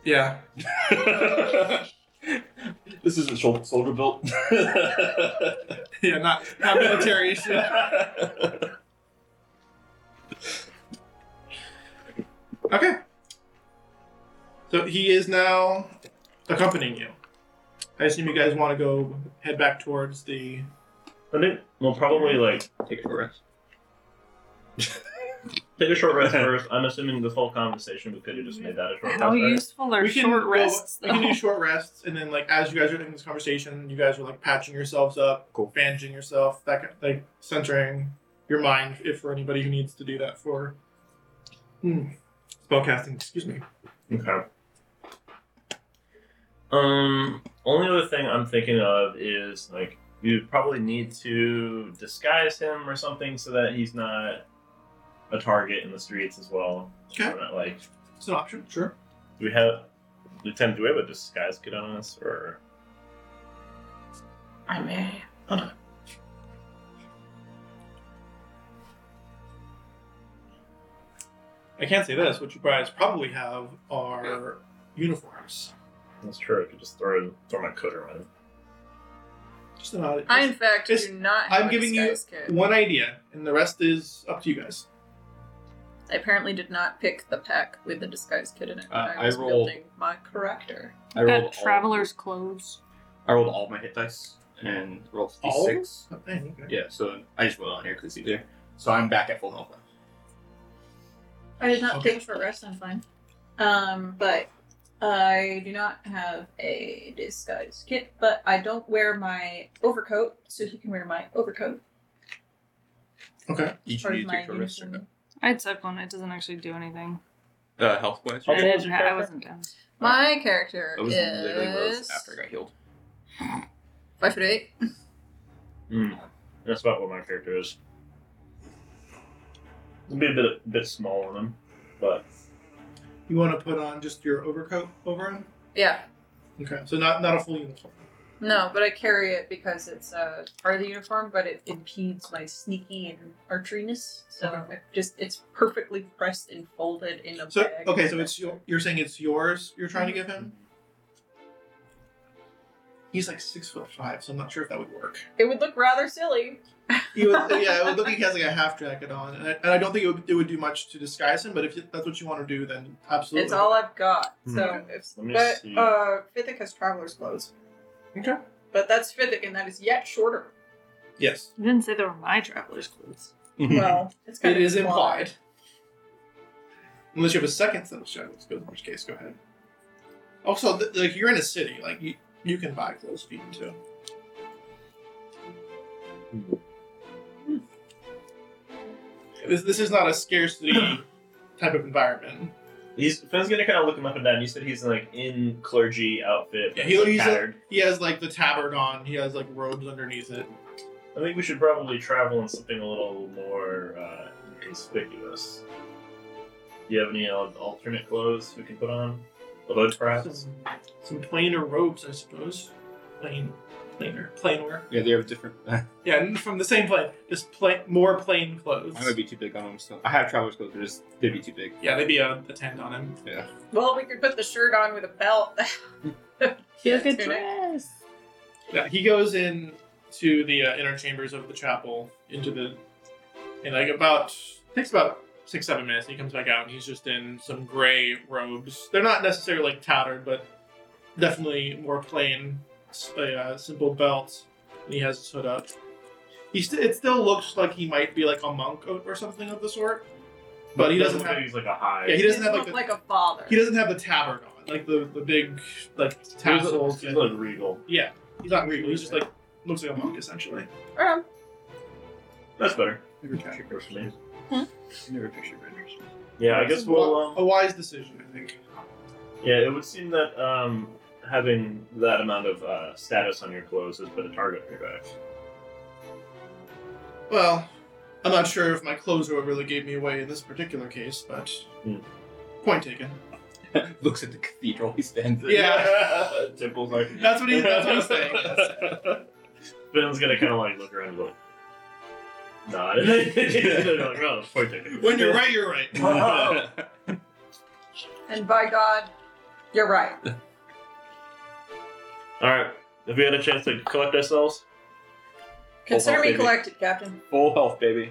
B: Yeah.
E: this isn't shol- soldier built.
B: Yeah, not, not military issue. Okay. So he is now accompanying you. I assume you guys want to go head back towards the.
A: I think we'll probably like
E: Take a rest.
A: take a short rest first. I'm assuming this whole conversation we could have just made that a short rest.
C: How
A: right?
C: useful are
B: We can
C: short
B: go-
C: rests?
B: We can
C: though?
B: do short rests, and then like as you guys are having this conversation, you guys are like patching yourselves up,
E: Cool.
B: bandaging yourself, that kind, like centering your mind if for anybody who needs to do that for hmm, spellcasting. Excuse me.
A: Okay. Um, only other thing I'm thinking of is like you probably need to disguise him or something so that he's not a target in the streets as well.
B: Okay.
A: We're not, like,
B: It's an option. Sure.
A: do we have Lieutenant? Do we have a disguise kit on us, or
D: I may.
B: I can't say this. What you guys probably have are uniforms.
A: that's true? I could just throw throw my coat around.
B: Just an odd.
D: I in fact
B: Just-
D: do not. Have
B: I'm
D: a
B: giving you
D: disguise kit.
B: one idea, and the rest is up to you guys.
D: I apparently did not pick the pack with the disguise kit in it. when
E: Uh,
D: I was
E: I rolled-
D: building my character.
E: I
C: Got
E: rolled all-
C: traveler's clothes.
E: I rolled all my hit dice.
F: and roll
B: All?
F: d6.
B: Oh, dang, okay.
F: Yeah, so I just went on here because it's easier. So I'm back at full health now.
D: I did not
B: Okay.
D: take a short rest. I'm fine. Um, but I do not have a disguise kit, but I don't wear my overcoat, so he can wear my overcoat.
B: Okay.
F: Each of
D: Part of
F: you
D: my
F: take a rest or no?
D: uniform.
C: I took one. It doesn't actually do anything.
E: Uh, health wise,
A: What
B: Oh.
C: I,
A: was
C: didn't
A: your
C: ha- I
A: character?
C: wasn't down.
D: My character
F: I was literally where I was
D: is
F: after I got healed.
D: five foot eight.
A: Hmm. That's about what my character is. It'd be a bit a bit small on him, but
B: You want to put on just your overcoat over him?
D: Yeah,
B: Okay. So not not a full uniform.
D: no, but I carry it because it's uh, part of the uniform, but it impedes my sneaky and archeriness. So it just it's perfectly pressed and folded in a
B: So
D: bag.
B: okay, so it's your, you're saying it's yours. You're trying to give him. Mm-hmm. He's like six foot five, so I'm not sure if that would work.
D: It would look rather silly.
B: He would, yeah, it would look like he has like a half jacket on, and I, and I don't think it would, it would do much to disguise him. But if you, that's what you want to do, then absolutely.
D: It's all I've got. So, it's,
A: Let me
D: but
A: see.
D: uh, Fithic has traveler's clothes.
B: Okay.
D: But that's Fithic, and that is yet shorter.
B: yes.
C: You didn't say they were my traveler's clothes.
B: Mm-hmm.
D: Well, it's kind
B: It
D: of
B: is implied. Unless you have a second set of shadows, in which case, go ahead. Also, th- like you're in a city, like you, you can buy clothes if you need to. This, this is not a scarcity type of environment.
A: he's Finn's gonna kind of look him up and down. You said he's like in clergy outfit.
B: Yeah, he- he's a-
A: tattered.
B: He has like the tabard on. He has like robes underneath it.
A: I think we should probably travel in something a little more uh, conspicuous. Do you have any al- alternate clothes we can put on? Although perhaps
B: Some, some plainer robes, I suppose. Plain, plainer, plainwear.
F: Yeah, they have different. I
B: Yeah, n- from the same plane, just plain, more plain clothes.
F: might be too big on them still. I have traveler's clothes, but just they'd be too big.
B: Yeah, they'd be a, a ten on him.
D: Well, we could put the shirt on with a belt.
C: Feel good
D: Tunic.
C: dress.
B: Yeah, he goes in to the uh, inner chambers of the chapel into the, and like about takes about six seven minutes. And he comes back out and he's just in some gray robes. They're not necessarily like tattered, but definitely more plain, s- uh, simple belt. And he has his hood up. He st- it still looks like he might be like a monk or, or something of the sort, but he doesn't
A: look
B: have
A: like he's like a high.
B: yeah he doesn't have
D: look
B: like the,
D: like a father.
B: he doesn't have the tabard on like the the big like
A: He's a-
B: tassels.
A: he's like regal.
B: Yeah, he's not regal. He's just like looks like a monk essentially.
D: Um,
A: That's better.
F: Never pictured
A: Works for me.
F: Never pictured Rangers.
A: Yeah, I guess we'll. Um,
B: a wise decision, I think.
A: Yeah, it would seem that um, having that amount of uh, status on your clothes has put a target on your back.
B: Well, I'm not sure if my clothes were what really gave me away in this particular case, but
A: Hmm.
B: point taken.
F: Looks at the cathedral he stands in.
B: Yeah.
F: Temple's like.
B: That's what he. That's what he's saying. That's-
A: Finn's gonna kind of like look around and be like, nah. He's gonna be like, oh, point taken.
B: when you're right, you're right.
D: and by God, you're right.
A: All right, have we had a chance to collect ourselves?
D: Consider me
F: baby.
D: collected, Captain.
F: Full health, baby.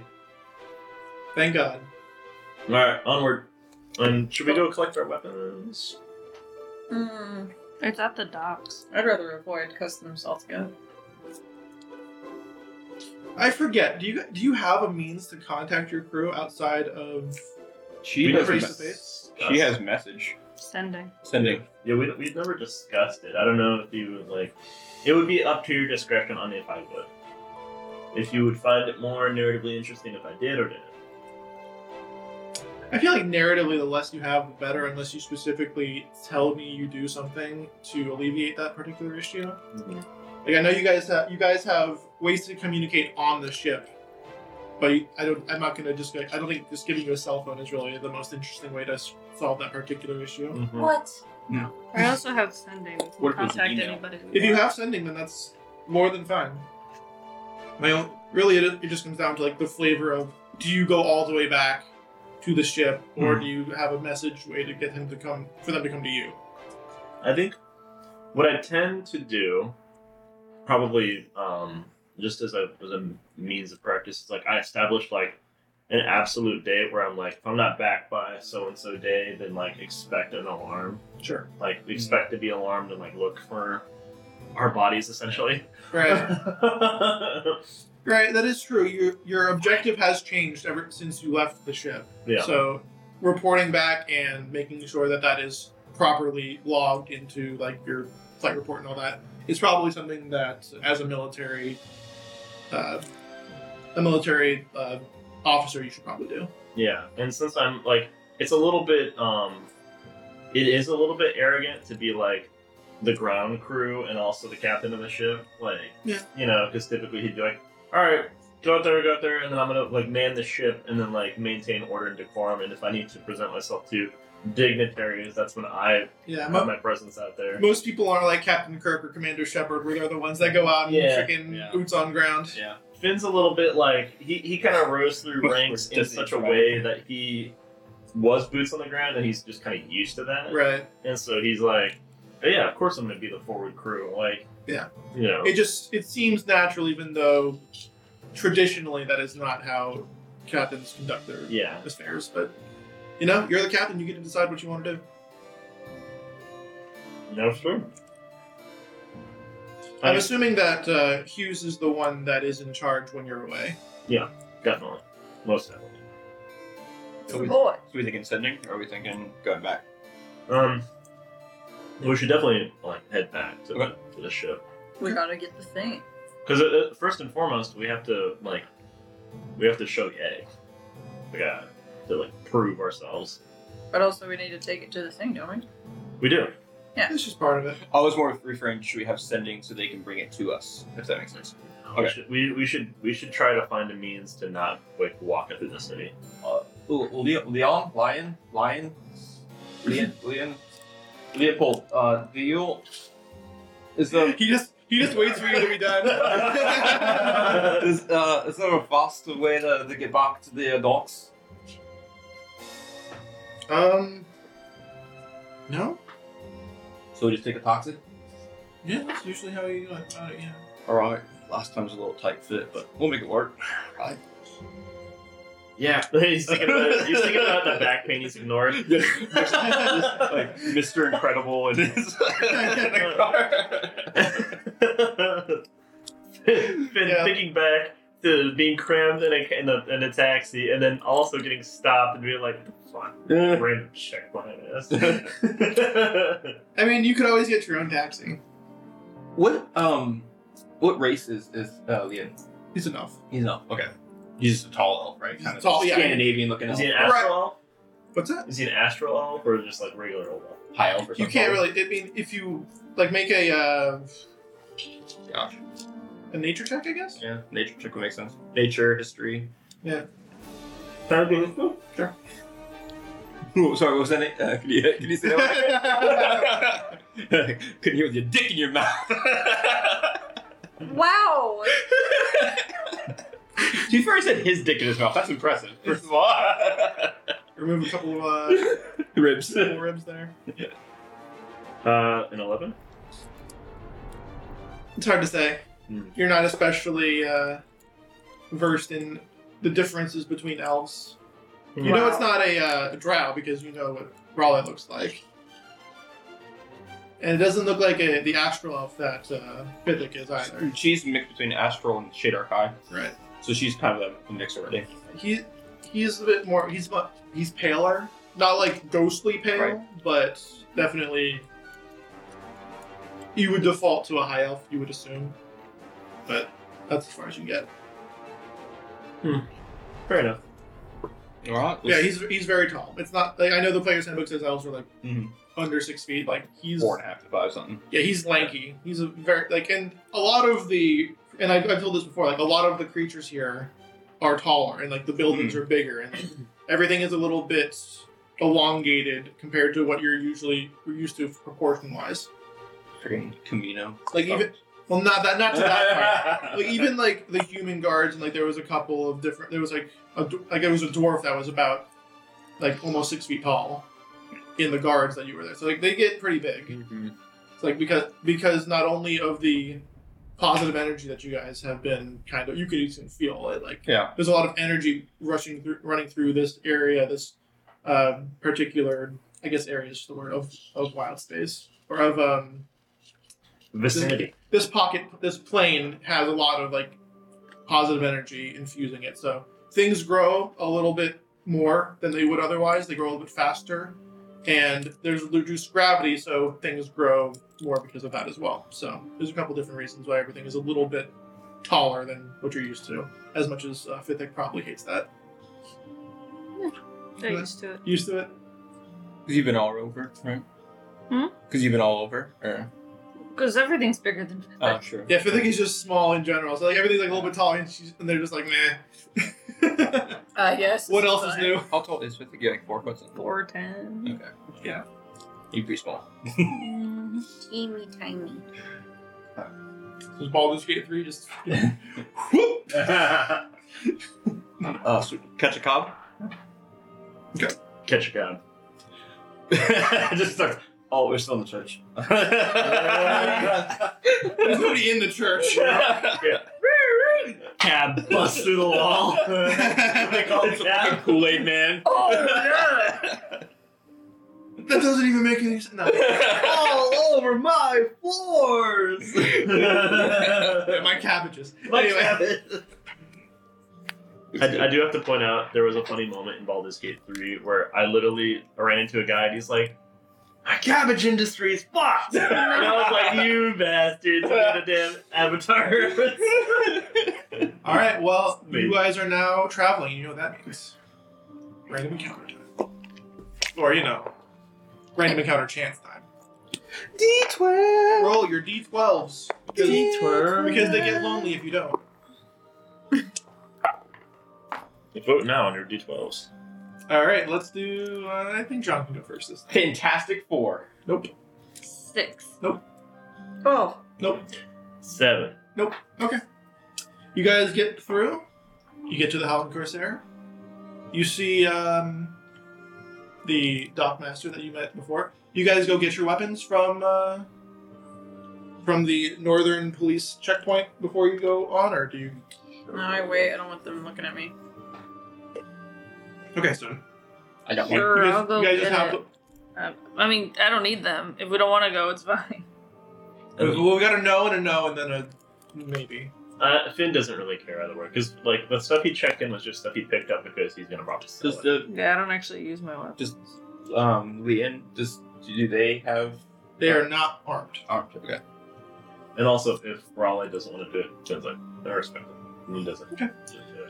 B: Thank God.
A: All right, onward. And should we go collect our weapons?
D: Mm,
C: It's at the docks.
D: I'd rather avoid customs altogether.
B: I forget. Do you do you have a means to contact your crew outside of?
F: She
A: We
F: has.
A: never
F: me-
B: used to
F: she has message
C: Sending.
F: sending.
A: Yeah, we, we've never discussed it. I don't know if you would like. It would be up to your discretion on if I would. If you would find it more narratively interesting if I did or didn't.
B: I feel like narratively, the less you have, the better. Unless you specifically tell me you do something to alleviate that particular issue. Like I know you guys have you guys have ways to communicate on the ship, but you- I don't. I'm not gonna just. go- I don't think just giving you a cell phone is really the most interesting way to s- solve that particular issue.
D: What?
C: I also have sending. We can
F: What if it was
C: contact
F: email?
C: anybody.
B: If you have sending, then that's more than fine. My own, really, it, it just comes down to like the flavor of: do you go all the way back to the ship, or do you have a message way to get him to come for them to come to you?
A: I think what I tend to do, probably um, just as a, as a means of practice, is like I establish like an absolute date where I'm like, if I'm not back by so and so day, then like expect an alarm.
B: Sure.
A: Like expect to be alarmed and like look for our bodies essentially.
B: Right. Right, that is true. Your your objective has changed ever since you left the ship.
A: Yeah.
B: So reporting back and making sure that that is properly logged into like your flight report and all that is probably something that as a military uh, a military uh, officer you should probably do.
A: Yeah, and since I'm like, it's a little bit, um, it is a little bit arrogant to be like the ground crew and also the captain of the ship, like,
B: Yeah.
A: you know, because typically he'd be like, all right, go out there, go out there, and then I'm gonna like man the ship and then like maintain order and decorum, and if I need to present myself to dignitaries, that's when I
B: Yeah.
A: have
B: mo-
A: my presence out there.
B: most people aren't like Captain Kirk or Commander Shepard, where they're the ones that go out and
A: Yeah.
B: freaking
E: Yeah.
B: boots on ground.
A: Finn's a little bit like he, he kind of rose through ranks in
E: Disney,
A: such a
E: right?
A: way that he was boots on the ground, and he's just kind of used to that.
B: Right.
A: And so he's like, "Oh, yeah, of course I'm going to be the forward crew. Like,
B: Yeah.
A: You know,
B: It just it seems natural, even though traditionally that is not how captains conduct their
A: yeah.
B: affairs. But you know, you're the captain; you get to decide what you want to do.
A: No, sure.
B: I'm
A: I-
B: assuming that uh, Hughes is the one that is in charge when you're away.
A: Definitely. Most definitely.
E: So Oh, we, so
C: Boy.
E: we thinking sending, or are we thinking going back?
A: Um, we should definitely, like, head back to,
E: Okay.
A: to the ship.
D: We gotta get the thing.
A: Because uh, first and foremost, we have to, like, we have to show Yay. We got to, like, prove ourselves.
D: But also, we need to take it to the thing, don't we?
A: We do.
D: Yeah.
B: It's just part of it.
E: I was more referring should we have sending so they can bring it to us, if that makes sense.
A: We,
E: Okay.
A: should, we, we should we should try to find a means to not like walk into the city.
E: Uh, ooh, Leo, Leon, Lion, Lion, Leon, Leon, Leopold. Uh, do you is the
B: He just he just waits for you to be done.
E: is uh is there a faster way to, to get back to the docks?
B: um, no.
E: So just take a taxi.
B: Yeah, that's usually how you go about it. Yeah.
E: All right. Last time was a little tight fit, but we'll make it work. Right.
A: Yeah, he's thinking about, he's thinking about the back pain he's ignored.
E: like Mr. Incredible and his
A: Finn
B: Yeah.
A: thinking back to being crammed in a, in, a, in a taxi and then also getting stopped and being like, fuck, random check behind us.
B: I mean, you could always get your own taxi.
E: What um, what race is is uh, Leon?
B: It's enough.
E: He's an elf. Okay. He's just a tall elf, right?
B: He's a tall- yeah.
E: Scandinavian looking
A: Is
E: elf.
A: he an astral elf?
B: What's that?
A: Is he an astral elf or just like regular old elf?
E: High elf or
B: You
E: something.
B: can't really. I mean, if you like make a uh,
E: Gosh.
B: a nature check, I guess.
E: Yeah. Nature check would make sense. Nature, history.
A: Can I do this?
E: Ooh, sorry, what was that? name? Uh, can you can you say that? one? Couldn't hear with your dick in your mouth.
C: Wow.
E: she first said his dick in his mouth. That's impressive. First of all,
B: Remove a couple of uh,
E: ribs.
B: couple ribs there.
A: Uh, an 11?
B: It's hard to say.
A: Hmm.
B: You're not especially uh, versed in the differences between elves. You know,
C: Wow.
B: it's not a uh, drow because you know what Raleigh looks like, and it doesn't look like a, the astral elf that uh, Bithik is either.
E: She's mixed between astral and Shadar Kai,
B: Right.
E: so she's kind of a mix already.
B: he he's a bit more he's mu- he's paler not like ghostly pale but definitely you would default to a high elf you would assume but that's as far as you get
A: Fair enough.
E: All right.
B: yeah he's he's very tall it's not like i know the player's handbook says elves are like
E: Mhm.
B: under six feet like he's
E: four and a half to five something.
B: yeah he's lanky he's a very like and a lot of the and I've, I've told this before like a lot of the creatures here are taller and like the buildings are bigger and like, everything is a little bit elongated compared to what you're usually you're used to proportion wise
E: Freaking Camino.
B: like even well not that not to that part like even like the human guards and like there was a couple of different there was like a d- like it was a dwarf that was about like almost six feet tall in the guards that you were there so like they get pretty big it's like because because not only of the positive energy that you guys have been kind of you can even feel it like
E: Yeah.
B: there's a lot of energy rushing through running through this area this uh, um, particular I guess area is just the word of of wild space or of um
A: vicinity.
B: This pocket, this plane has a lot of like positive energy infusing it. So things grow a little bit more than they would otherwise. They grow a little bit faster, and there's reduced gravity, so things grow more because of that as well. So there's a couple different reasons why everything is a little bit taller than what you're used to. As much as uh, Fithik probably hates that.
C: They're used to it.
B: Used to it.
E: Because you've been all over, right?
C: Hmm?
E: Because you've been all over. Or,
C: Because everything's bigger than Finn.
F: Uh.
E: oh, sure.
B: Yeah, Fithik is just small in general. So like everything's like a little bit taller, and, she's, and they're just like meh.
D: Uh, yes.
B: what else is new?
E: How tall is with you? Like four foot. something?
C: Four ten.
E: Okay.
B: Yeah.
E: You'd be small.
C: Mm, Teeny tiny.
B: Is Baldur's Gate three just?
E: Uh, so catch a cob.
A: Catch a god.
F: Just starts. Oh, we're still in the church.
B: There's nobody in the church.
F: Cab busts through the wall. they call the cab Kool Aid Man.
G: Oh yeah!
B: That doesn't even make any sense. No.
G: All over my floors.
B: My cabbages.
A: Anyway.
B: anyway,
A: I, I do have to point out there was a funny moment in Baldur's Gate 3 where I literally ran into a guy and he's like, My cabbage industry is fucked! And I was like, You bastards, I got a damn avatar.
B: all right. Well,
A: Maybe.
B: you guys are now traveling. You know what that means. Random encounter time, or you know, random encounter chance time. D12. Roll your D12s. Because, because they get lonely if you don't.
A: Vote now on your d12s.
B: All right. Let's do. Uh, I think John can go first this. Time.
F: Fantastic Four.
B: Nope.
C: Six.
D: Oh,
B: Nope.
A: Seven.
B: You guys get through. You get to the Howling Corsair. You see um, the dockmaster that you met before. You guys go get your weapons from uh, from the northern police checkpoint before you go on, or do you?
D: no, I wait. I don't want them looking at me.
B: Okay, so
F: I got one.
C: Sure,
B: you guys,
C: I'll go
B: you guys
C: get
B: just have
C: it. Uh, I mean, I don't need them. If we don't want to go, it's fine.
B: to. Well, we got a no and a no, and then a maybe.
A: Uh, Finn doesn't really care either way because like the stuff he checked in was just stuff he picked up because he's gonna probably sell
E: Does
A: it.
E: the
C: Yeah, I don't actually use my weapon.
E: uh, just um Leanne? Does do they have?
B: They are not armed.
E: Oh, okay.
A: And also, if Raleigh doesn't want to do it, Finn's like, I respect him. He doesn't.
B: Okay.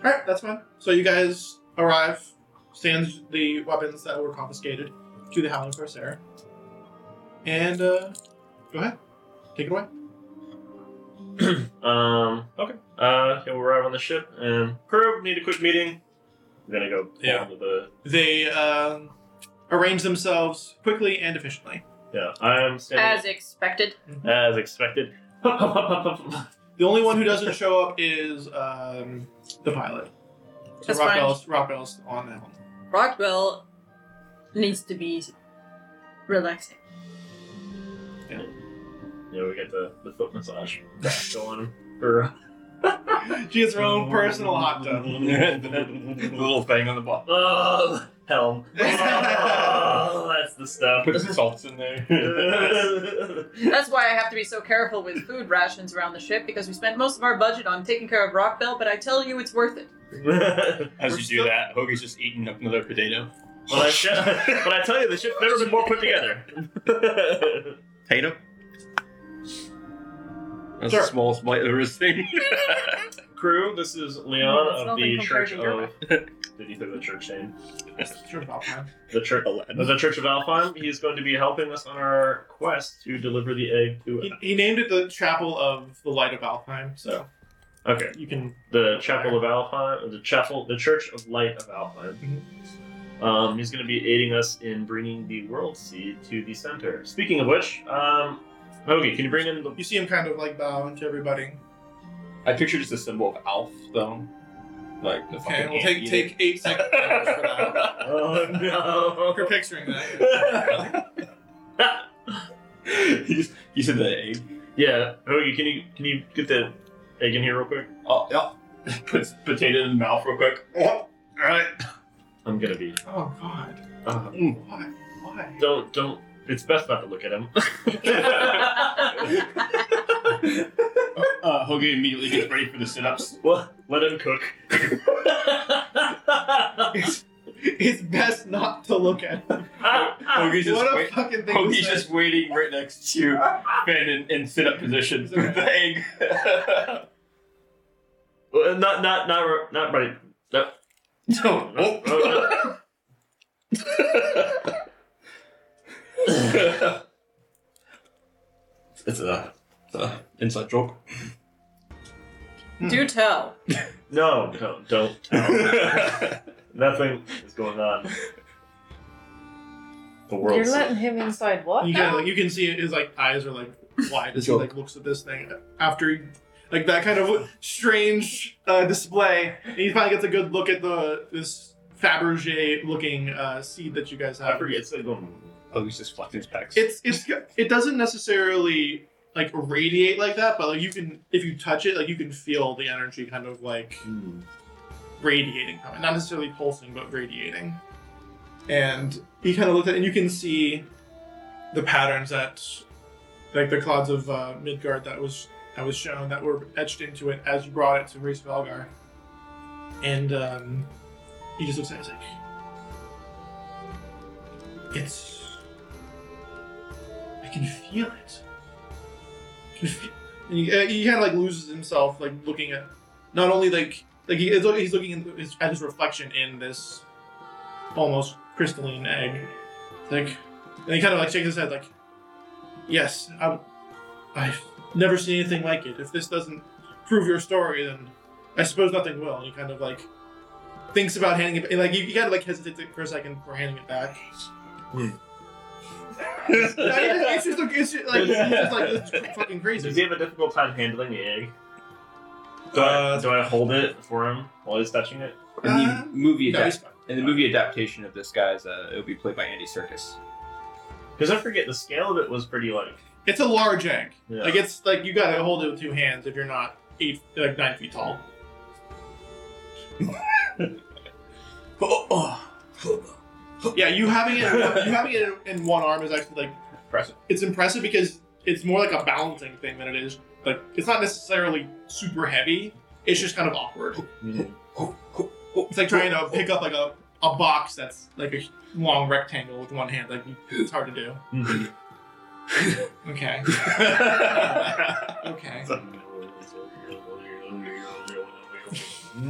B: All right, that's fine. So you guys arrive, stands the weapons that were confiscated to the Howling Corsair, and uh, go ahead, take it away.
A: Um. Okay. Uh, yeah, we'll arrive on the ship and crew need a quick meeting. I'm gonna go. pull
B: Yeah.
A: into the
B: They um, arrange themselves quickly and efficiently.
A: yeah. I am
D: As
A: standing
D: expected.
A: as, expected. All
B: The only one who doesn't show up is um, the pilot. So
D: That's fine.
B: Rockwell's, Rockwell's on that one.
D: Rockwell needs to be relaxing.
A: yeah, we get the, the foot massage going for
B: She gets her own personal hot tub.
E: the little thing on the bottom.
A: oh helm. Oh, that's the stuff.
E: Put some salts in there.
D: That's why I have to be so careful with food rations around the ship because we spent most of our budget on taking care of Rockwell, but I tell you it's worth it.
E: As
B: We're
E: you
B: still-
E: do that, Hoagie's just eating up another potato.
A: But I, sh- but I tell you, the ship's never been more put together.
E: Potato. That's
B: Sure.
E: the smallest bite I've ever seen.
A: Crew, this is
C: No, it's
A: Leon of the
C: nothing compared
A: Church
C: to your
A: of. Did you think the church name?
B: Sure, about time.
A: The Church of the Church of Alfheim. He's going to be helping us on our quest to deliver the egg to.
B: He, he named it the Chapel of the Light of Alfheim, so
A: Okay,
B: you can
A: the Chapel of Alfheim, the Chapel, the Church of Light of Alfheim.
B: Mm-hmm.
A: Um, he's going to be aiding us in bringing the World Seed to the center. Speaking of which, um, Hoagie, can you bring in the
B: you see him kind of like bowing to everybody.
E: I picture just a symbol of Alf, though. Like the
B: Okay,
E: fucking
B: we'll
E: ant
B: take
E: eating.
B: take eight seconds for that.
A: Oh
B: For
A: no!
B: picturing that.
E: you, just- you said the
F: eh?
E: egg.
A: yeah, Hoagie, can you can you get the egg in here real quick?
E: Oh, yeah. Puts potato in the mouth real quick. All right.
A: I'm gonna be.
B: Oh God!
A: Uh,
F: Mm.
B: Why? Why?
A: don't don't It's best not to look at him.
F: Uh, Hogan immediately gets ready for the sit-ups.
A: well, let him cook.
B: It's best not to look at. It.
F: Hogan's just,
B: Ah, What a
F: wait-
B: fucking thing. to
F: Hogan's
B: say.
F: just waiting right next to Finn in, in sit-up position with the egg.
A: Well, not not not r- not right. No.
B: No.
A: no, no, no.
E: It's a, it's a inside joke.
D: Do tell.
A: No, no, don't tell. Nothing is going on. The world.
C: You're letting him inside what?
B: You
C: now?
B: can like you can see his like eyes are like wide as he
E: Joke.
B: like looks at this thing after he- like that kind of strange uh, display. And he finally gets a good look at the this Fabergé looking uh, seed that you guys
A: I
B: have.
A: forget. It's like going.
E: Hogan's just flexing his pecs.
B: It's it's it doesn't necessarily like radiate like that, but like you can if you touch it, like you can feel the energy kind of like
A: hmm.
B: radiating from it. Not necessarily pulsing, but radiating. And he kind of looked at it, and you can see the patterns that, like the clouds of uh, Midgard that was that was shown that were etched into it as you brought it to Reese Valgar. And um, he just looks at it he's like, it's. I can feel it. I can feel. And he, uh, he kind of like loses himself, like looking at not only like like he, it's like he's looking in his, at his reflection in this almost crystalline egg. It's Like, and he kind of like shakes his head, like, "Yes, i I've never seen anything like it. If this doesn't prove your story, then I suppose nothing will." And he kind of like thinks about handing it, and like you, you kind of like hesitates for a second before handing it back. it's, just, it's just like it's just like it's fucking crazy.
A: Does he have a difficult time handling the egg? Do, I,
E: Uh,
A: do I hold it for him while he's touching it?
E: in the movie
B: No, he's
E: adap-
B: fine.
E: in the movie adaptation of this guy's, uh, it'll be played by Andy Serkis.
A: Because I forget the scale of it was pretty like.
B: It's a large egg.
A: Yeah.
B: Like it's like you gotta hold it with two hands if you're not eight like nine feet tall. Yeah, you having it you having it in, in one arm is actually like impressive. It's impressive because it's more like a balancing thing than it is like it's not necessarily super heavy. It's just kind of awkward.
A: Mm-hmm.
B: It's like trying to pick up like a, a box that's like a long rectangle with one hand. Like it's hard to do.
A: Mhm.
B: Okay. Okay.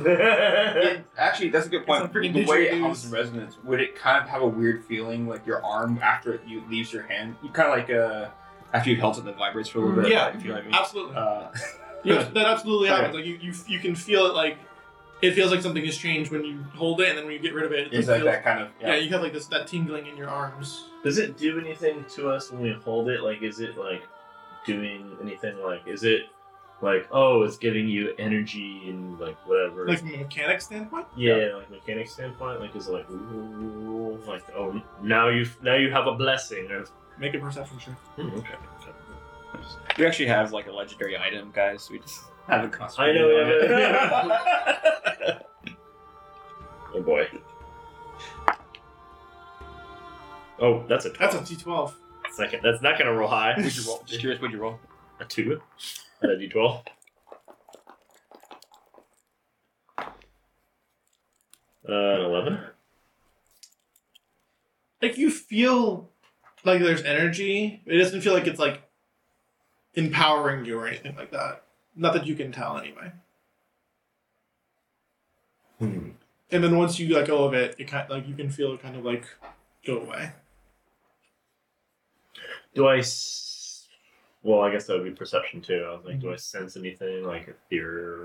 E: It- actually, that's a good point.
B: It's a freaking
E: the way it
B: didgeridoo.
E: hums in resonance, would it kind of have a weird feeling like your arm after it you leaves your hand? You kind of like uh, after you've held it, it vibrates for a little bit.
B: Yeah.
E: if you know what I mean.
B: Absolutely.
E: Uh,
B: Yeah, that absolutely
E: Okay.
B: happens. Like you, you, you can feel it. Like it feels like something has changed when you hold it, and then when you get rid of it, it
E: it's
B: like
E: like
B: feels-
E: that kind of
B: Yeah.
E: yeah.
B: you have like this that tingling in your arms.
A: Does it do anything to us when we hold it? Like, is it like doing anything? Like, is it like oh, it's giving you energy and like whatever?
B: Like from a mechanic standpoint,
A: yeah, like mechanic standpoint. Like, is it like ooh, like oh, now you now you have a blessing or
B: make a perception check.
A: hmm, okay.
E: We actually have like a legendary item, guys. We just haven't
A: I
E: concentrated
A: know.
E: on it.
A: yeah, but- oh boy. Oh, that's a
B: That's a T twelve.
A: second. That's not gonna roll high.
E: What'd you roll? Just curious, what'd you roll?
A: A two. And a D twelve. Uh, an eleven.
B: Like you feel like there's energy. It doesn't feel like it's like empowering you or anything like that. Not that you can tell anyway. And then once you let go of it, it kind like you can feel it kind of like go away.
A: Do I? S- well, I guess that would be perception too. I was like, do I sense anything like a fear?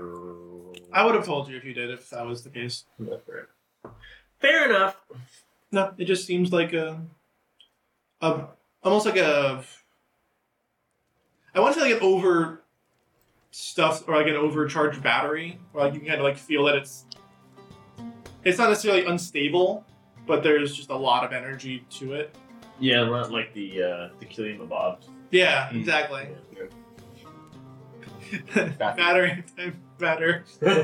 B: I would have told you if you did if that was the case.
A: Fair enough.
B: No, it just seems like a, a almost like a. I want to say like an over stuffed or like an overcharged battery, where like you can kind of like feel that it's. It's not necessarily unstable, but there's just a lot of energy to it.
A: Yeah, not like the uh, the Killian Bob.
B: Yeah,
F: Hmm.
E: Mm.
B: exactly. battery
E: Battery.
B: type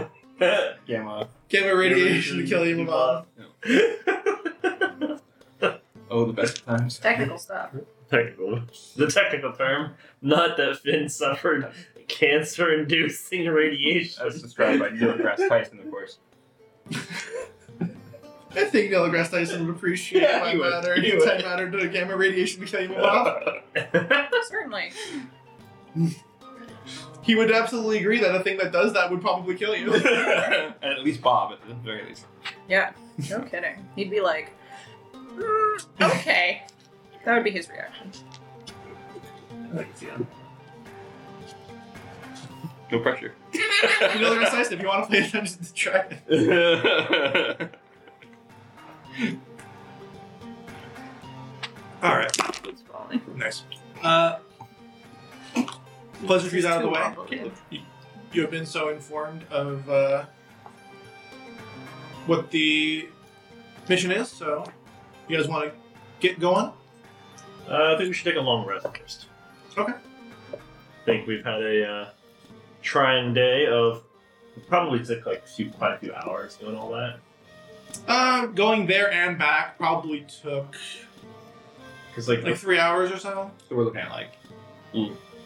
B: batter.
E: Gamma.
B: Gamma radiation to kill you, Mom.
E: Oh, the best of times.
C: Technical stuff.
A: technical, the technical term. Not that Finn suffered cancer-inducing radiation.
F: As described by Neil deGrasse Tyson, of course.
B: I think Neil deGrasse Tyson would appreciate
F: Yeah,
B: my
F: he would.
B: matter.
F: He
B: He
F: would.
B: matter to gamma radiation became a
A: Uh,
B: bomb.
D: Certainly.
B: He would absolutely agree that a thing that does that would probably kill you.
F: at least Bob, at the very least.
D: Yeah. No kidding. He'd be like, "Mm, okay. That would be his reaction.
F: No pressure.
B: Neil deGrasse Tyson, if you want to play Dungeons and Dragons.
F: That's
B: All right,
C: It's falling.
B: nice. Uh, pleasantries out of the
C: Too
B: way.
C: complicated.
B: you have been so informed of uh, what the mission is, so you guys want to get going?
A: Uh, I think we should take a long rest first.
B: Okay.
A: I think we've had a uh, trying day of probably took like a few, quite a few hours doing all that
B: Uh, going there and back probably took
A: because like,
B: like three hours or so.
F: So we're looking at like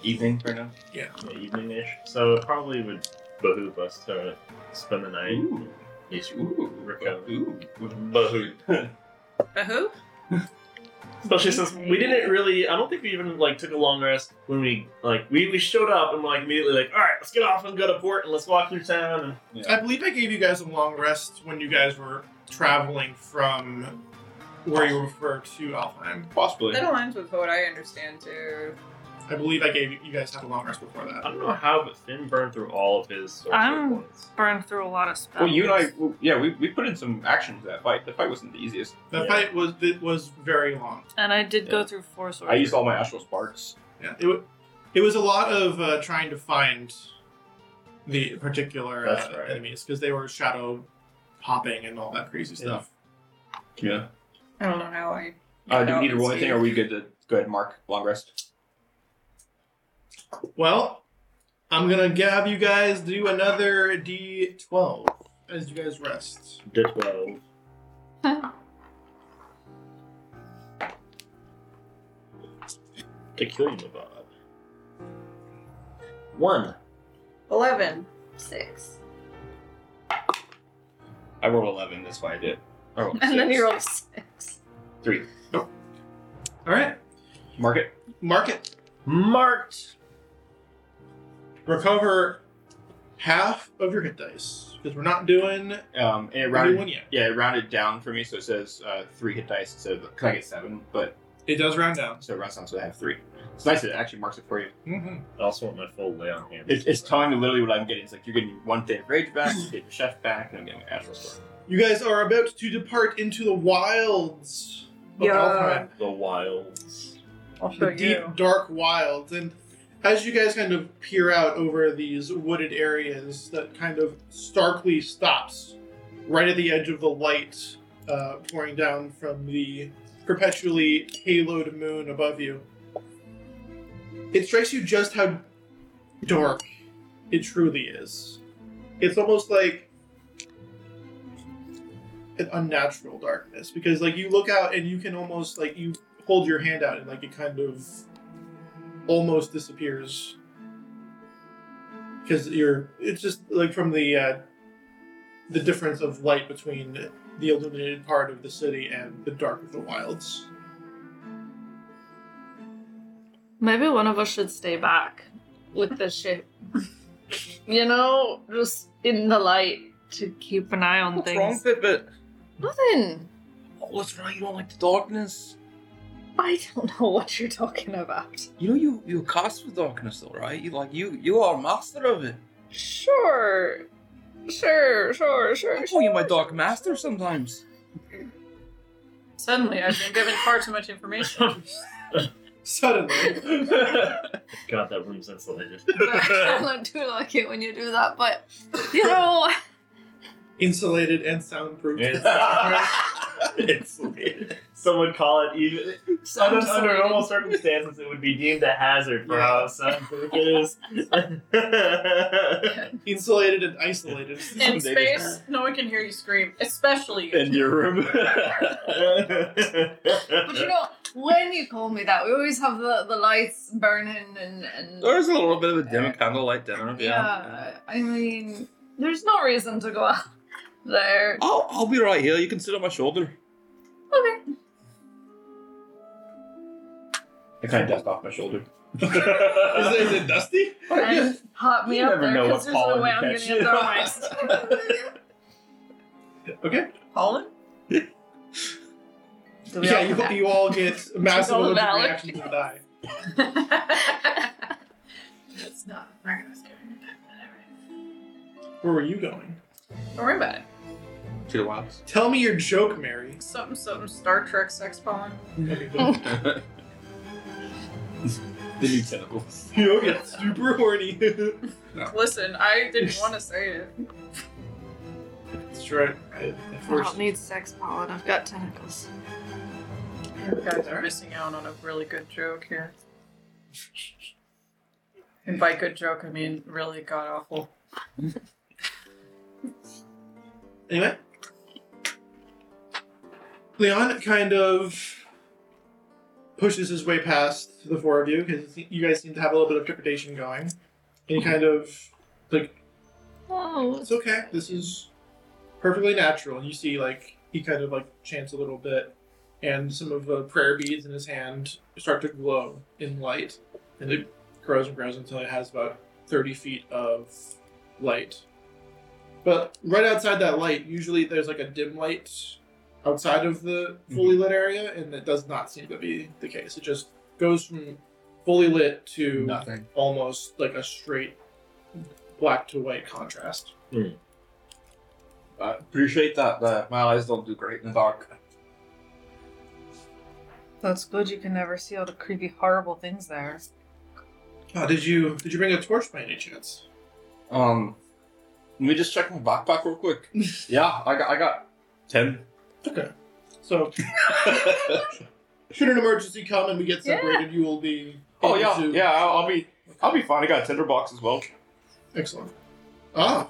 F: evening right now.
A: the evening ish. So it probably would behoove us to spend the night.
F: Ooh.
A: at least
F: Ooh.
A: Recover.
F: Ooh.
A: Behoove.
D: A Uh, who?
A: Especially since we didn't really, I don't think we even like took a long rest when we like we, we showed up and we're like immediately like, all right, let's get off and go to port and let's walk through town. And
B: I believe I gave you guys a long rest when you guys were traveling from where you were to Alfheim.
F: Possibly.
D: That aligns with what I understand too.
B: I believe I gave you guys had a long rest before that.
A: I don't know how, but Finn burned through all of his sorcery
C: I'm-
A: points.
C: Burned through a lot of spells.
F: Well, you and I, well, yeah, we, we put in some action to that fight. The fight wasn't the easiest.
B: The
A: Yeah.
B: fight was it was very long.
C: And I did
F: Yeah.
C: go through four swords.
F: I used all my astral sparks.
B: Yeah, it, wa- it was a lot of uh, trying to find the particular uh,
A: That's right.
B: enemies because they were shadow hopping and all that crazy stuff.
F: Yeah.
D: I don't know how I.
F: Uh, do we
D: how
F: need to roll
D: it's
F: anything? Or are we good to go ahead and mark long rest?
B: Well, I'm gonna have you guys do another D12 as you guys rest.
A: Did twelve. to kill you, Bob. One.
D: Eleven. Six.
F: I rolled 11, that's why I did. I rolled
C: and then
F: Oh, six.
C: you roll a six.
F: Three.
B: All right,
F: Mark it.
B: mark it.
A: Marked.
B: Recover half of your hit dice because we're not doing
F: Um, and it
B: a
F: rounded,
B: new one yet.
F: yeah, it rounded down for me, so it says uh, three hit dice instead of, because I get seven, but
B: It does round down.
F: so it rounds down, so I have three. It's nice that it actually marks it for you.
B: Mm-hmm.
A: I also want my full lay on hand.
F: It's, it's telling me literally what I'm getting. It's like, you're getting one day of rage back, you get your chef back, and I'm getting my astral spark.
B: You guys are about to depart into the wilds. of
D: Yeah.
B: Alfheim.
A: the wilds.
D: I'll
B: the deep dark wilds and as you guys kind of peer out over these wooded areas that kind of starkly stops right at the edge of the light uh, pouring down from the perpetually haloed moon above you it strikes you just how dark it truly is it's almost like an unnatural darkness because like you look out and you can almost like you hold your hand out and like it kind of almost disappears because you're it's just like from the uh, the difference of light between the illuminated part of the city and the dark of the wilds
C: Maybe one of us should stay back with the ship. you know, just in the light to keep an eye on things.
F: Fitbit?
C: Nothing.
F: What's wrong? You don't like the darkness?
C: I don't know what you're talking about.
E: You know you you cast with darkness though, right? You like you you are master of it.
C: Sure. Sure, sure,
E: I
C: sure.
E: call you my dark master sometimes.
D: Suddenly, I've been given far too much information.
B: suddenly
A: God, that room's insulated.
C: I don't do like it when you do that, but you know,
B: insulated and soundproof
A: insulated. Some would call it even under, under normal circumstances it would be deemed a hazard for how soundproof it is.
B: insulated and isolated
D: In
F: They just-
D: space, no one can hear you scream, especially you.
F: In your room.
C: but you know,
H: when you call me that, we always have the, the lights burning and, and
E: There's a little bit of a dim candlelight dinner. Yeah.
H: yeah. I mean, there's no reason to go out there.
E: I'll, I'll be right here. You can sit on my shoulder.
H: Okay.
F: I kind of dust off my shoulder.
B: Is it, is it dusty?
H: And pop me
F: You
H: up
F: never
H: there
F: know
H: because
F: what
H: there's no
F: pollen
H: way
F: you
H: I'm
F: catch.
H: getting authorized.
B: Okay.
G: Holland?
C: Do we
B: Yeah,
C: all-
B: you, you all get massive
C: all
B: allergic
C: valid.
B: reactions and die.
H: it's not. We're gonna scare you.
B: Where were you going?
D: Don't worry about it.
E: To the wives.
B: Tell me your joke, Mary.
D: Something, something Star Trek sex pollen.
B: Okay, go.
E: the new tentacles.
B: You'll get super horny.
D: Listen, I didn't want to say it.
B: That's right. I, at
C: I
B: first,
C: don't need sex pollen. I've got tentacles.
D: You guys are missing out on a really good joke here. And by good joke, I mean really god awful.
B: Anyway. Leon kind of pushes his way past the four of you because you guys seem to have a little bit of trepidation going. And he kind of, like,
C: Oh,
B: it's okay. This is perfectly natural. And you see, like, he kind of, like, chants a little bit. And some of the prayer beads in his hand start to glow in light. And it grows and grows until it has about 30 feet of light. But right outside that light, usually there's like a dim light outside of the fully lit area, and that does not seem to be the case. It just goes from fully lit to
F: Nothing.
B: almost like a straight black to white contrast.
E: I appreciate that. Uh, my eyes don't do great in the dark.
C: that's good. You can never see all the creepy, horrible things there.
B: Oh, did you did you bring a torch by any chance?
E: Um, let me just check my backpack real quick. yeah, I got, I got ten.
B: Okay. So should an emergency come and we get separated, you will be.
E: oh
B: able
E: yeah,
B: to-
E: yeah. I'll, I'll be, I'll be fine. I got a tinder box as well.
B: Excellent. Ah,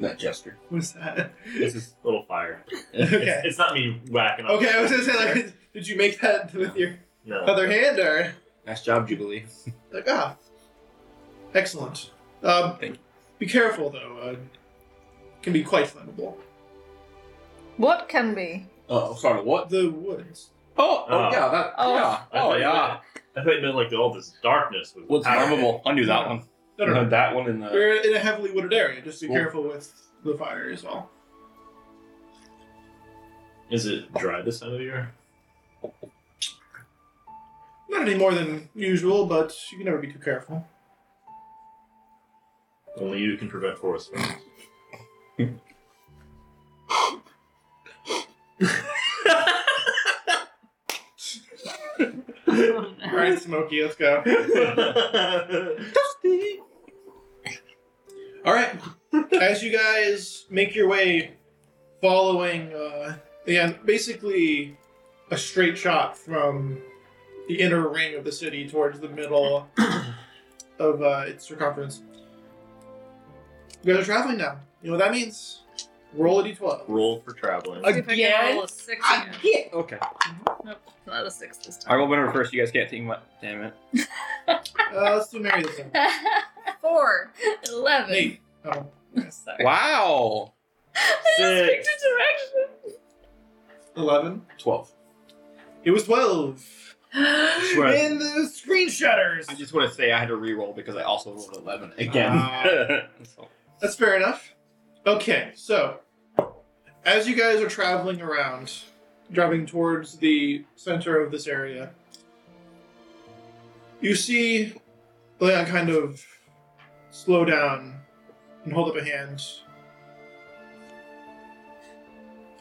E: That gesture.
B: what's that?
A: It's just a little fire.
B: Okay.
A: It's, it's not me whacking up.
B: Okay, Oh, I was gonna say like, did you make that with your
A: No.
B: other hand or?
E: Nice job, Jubilee.
B: Like, ah, excellent. Um,
E: Thank
B: Be careful, though. Uh, can be quite flammable.
C: What can be?
E: Oh, sorry. What?
B: The woods.
E: Oh, oh
A: Oh.
E: yeah, that.
C: Oh.
E: yeah.
A: I
E: Oh
A: thought you
E: yeah.
A: meant- I thought you meant like all this darkness was
E: What's
A: power.
E: flammable? I knew that
B: No.
E: one.
B: No, no, no.
E: that one in the.
B: We're in a heavily wooded area. Just be
E: Uh, Cool.
B: careful with the fire as well.
A: Is it dry this time of year?
B: Not any more than usual, but you can never be too careful.
A: Only you can prevent forest fires.
B: All right, Smokey, let's go. All right. As you guys make your way following, uh, and basically a straight shot from the inner ring of the city towards the middle of uh, its circumference, you guys are traveling now. You know what that means? Roll a d12.
A: Roll for traveling.
C: See if I can roll a six again.
E: Okay.
C: Not a six this
E: I rolled winner first. You guys can't take my. Damn it.
B: Uh, let's do Mary this time.
H: Four. Eleven.
B: Nate. Oh,
H: Sorry.
E: Wow.
H: I
A: Six.
H: just picked a
B: 11.
E: Twelve.
B: It was 12.
E: swear.
B: In the screen shutters.
E: I just want to say I had to re-roll because I also rolled eleven again.
B: Ah.
E: So-
B: That's fair enough. Okay, so as you guys are traveling around, driving towards the center of this area, you see Leon kind of slow down and hold up a hand.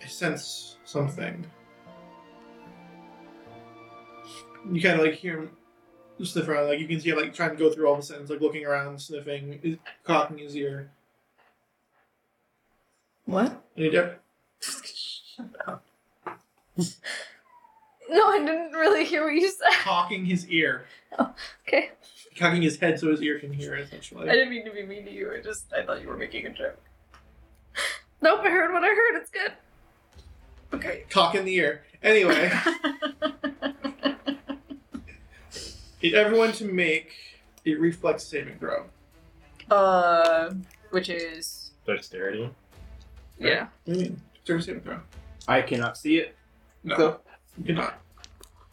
B: I sense something. You kind of like hear him sniff around, like you can see him like trying to go through all the sentence, like looking around, sniffing, cocking his ear.
D: What?
B: And he de-
H: direction. No, I didn't really hear what you said.
B: cocking his ear.
H: Okay.
B: Cocking his head so his ear can hear, essentially.
D: I didn't mean to be mean to you. I just I thought you were making a joke.
H: Nope, I heard what I heard. It's good. Okay.
B: cock in the ear. Anyway, need everyone to make a reflex saving throw.
D: Uh, which is
A: Dexterity.
C: Yeah.
B: What do you mean? Throw a saving throw.
E: I cannot see it.
B: No,
E: So-
B: you cannot.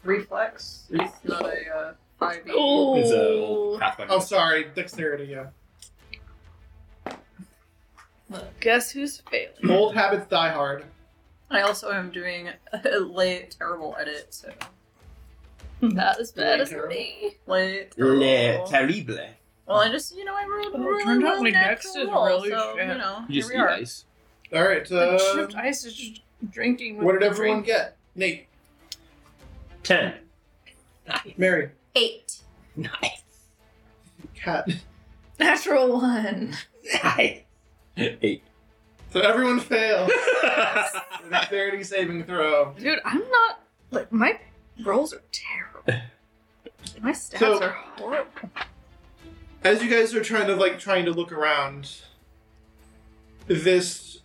D: reflex. It's not a uh, five.
H: Oh.
F: It's a old Catholic.
B: Oh, sorry, dexterity. Yeah,
C: Guess who's failing?
B: old habits die hard.
D: I also am doing a late terrible edit, so
C: That is
B: bad as
C: me.
D: late.
E: Le
D: terrible.
E: terrible.
D: oh. Well, I just you know I rolled
C: Oh, it
D: really
C: turned out
D: well
C: my
D: nat
C: next is
D: roll,
C: really
D: so,
C: shit.
D: You know,
E: You just eat
D: here we are.
E: ice.
B: All right.
C: I
B: Uh,
C: chipped ice is just drinking. With
B: what did
C: the
B: everyone
C: drink.
B: get? Nate,
A: Ten.
B: Mary,
H: Eight.
E: Nice.
B: Cat.
H: Natural one.
E: Nice. Eight.
B: So everyone failed. with a dexterity saving throw.
C: Dude, I'm not. Like, my rolls are terrible. My stats
B: So-
C: are horrible.
B: as you guys are trying to like trying to look around this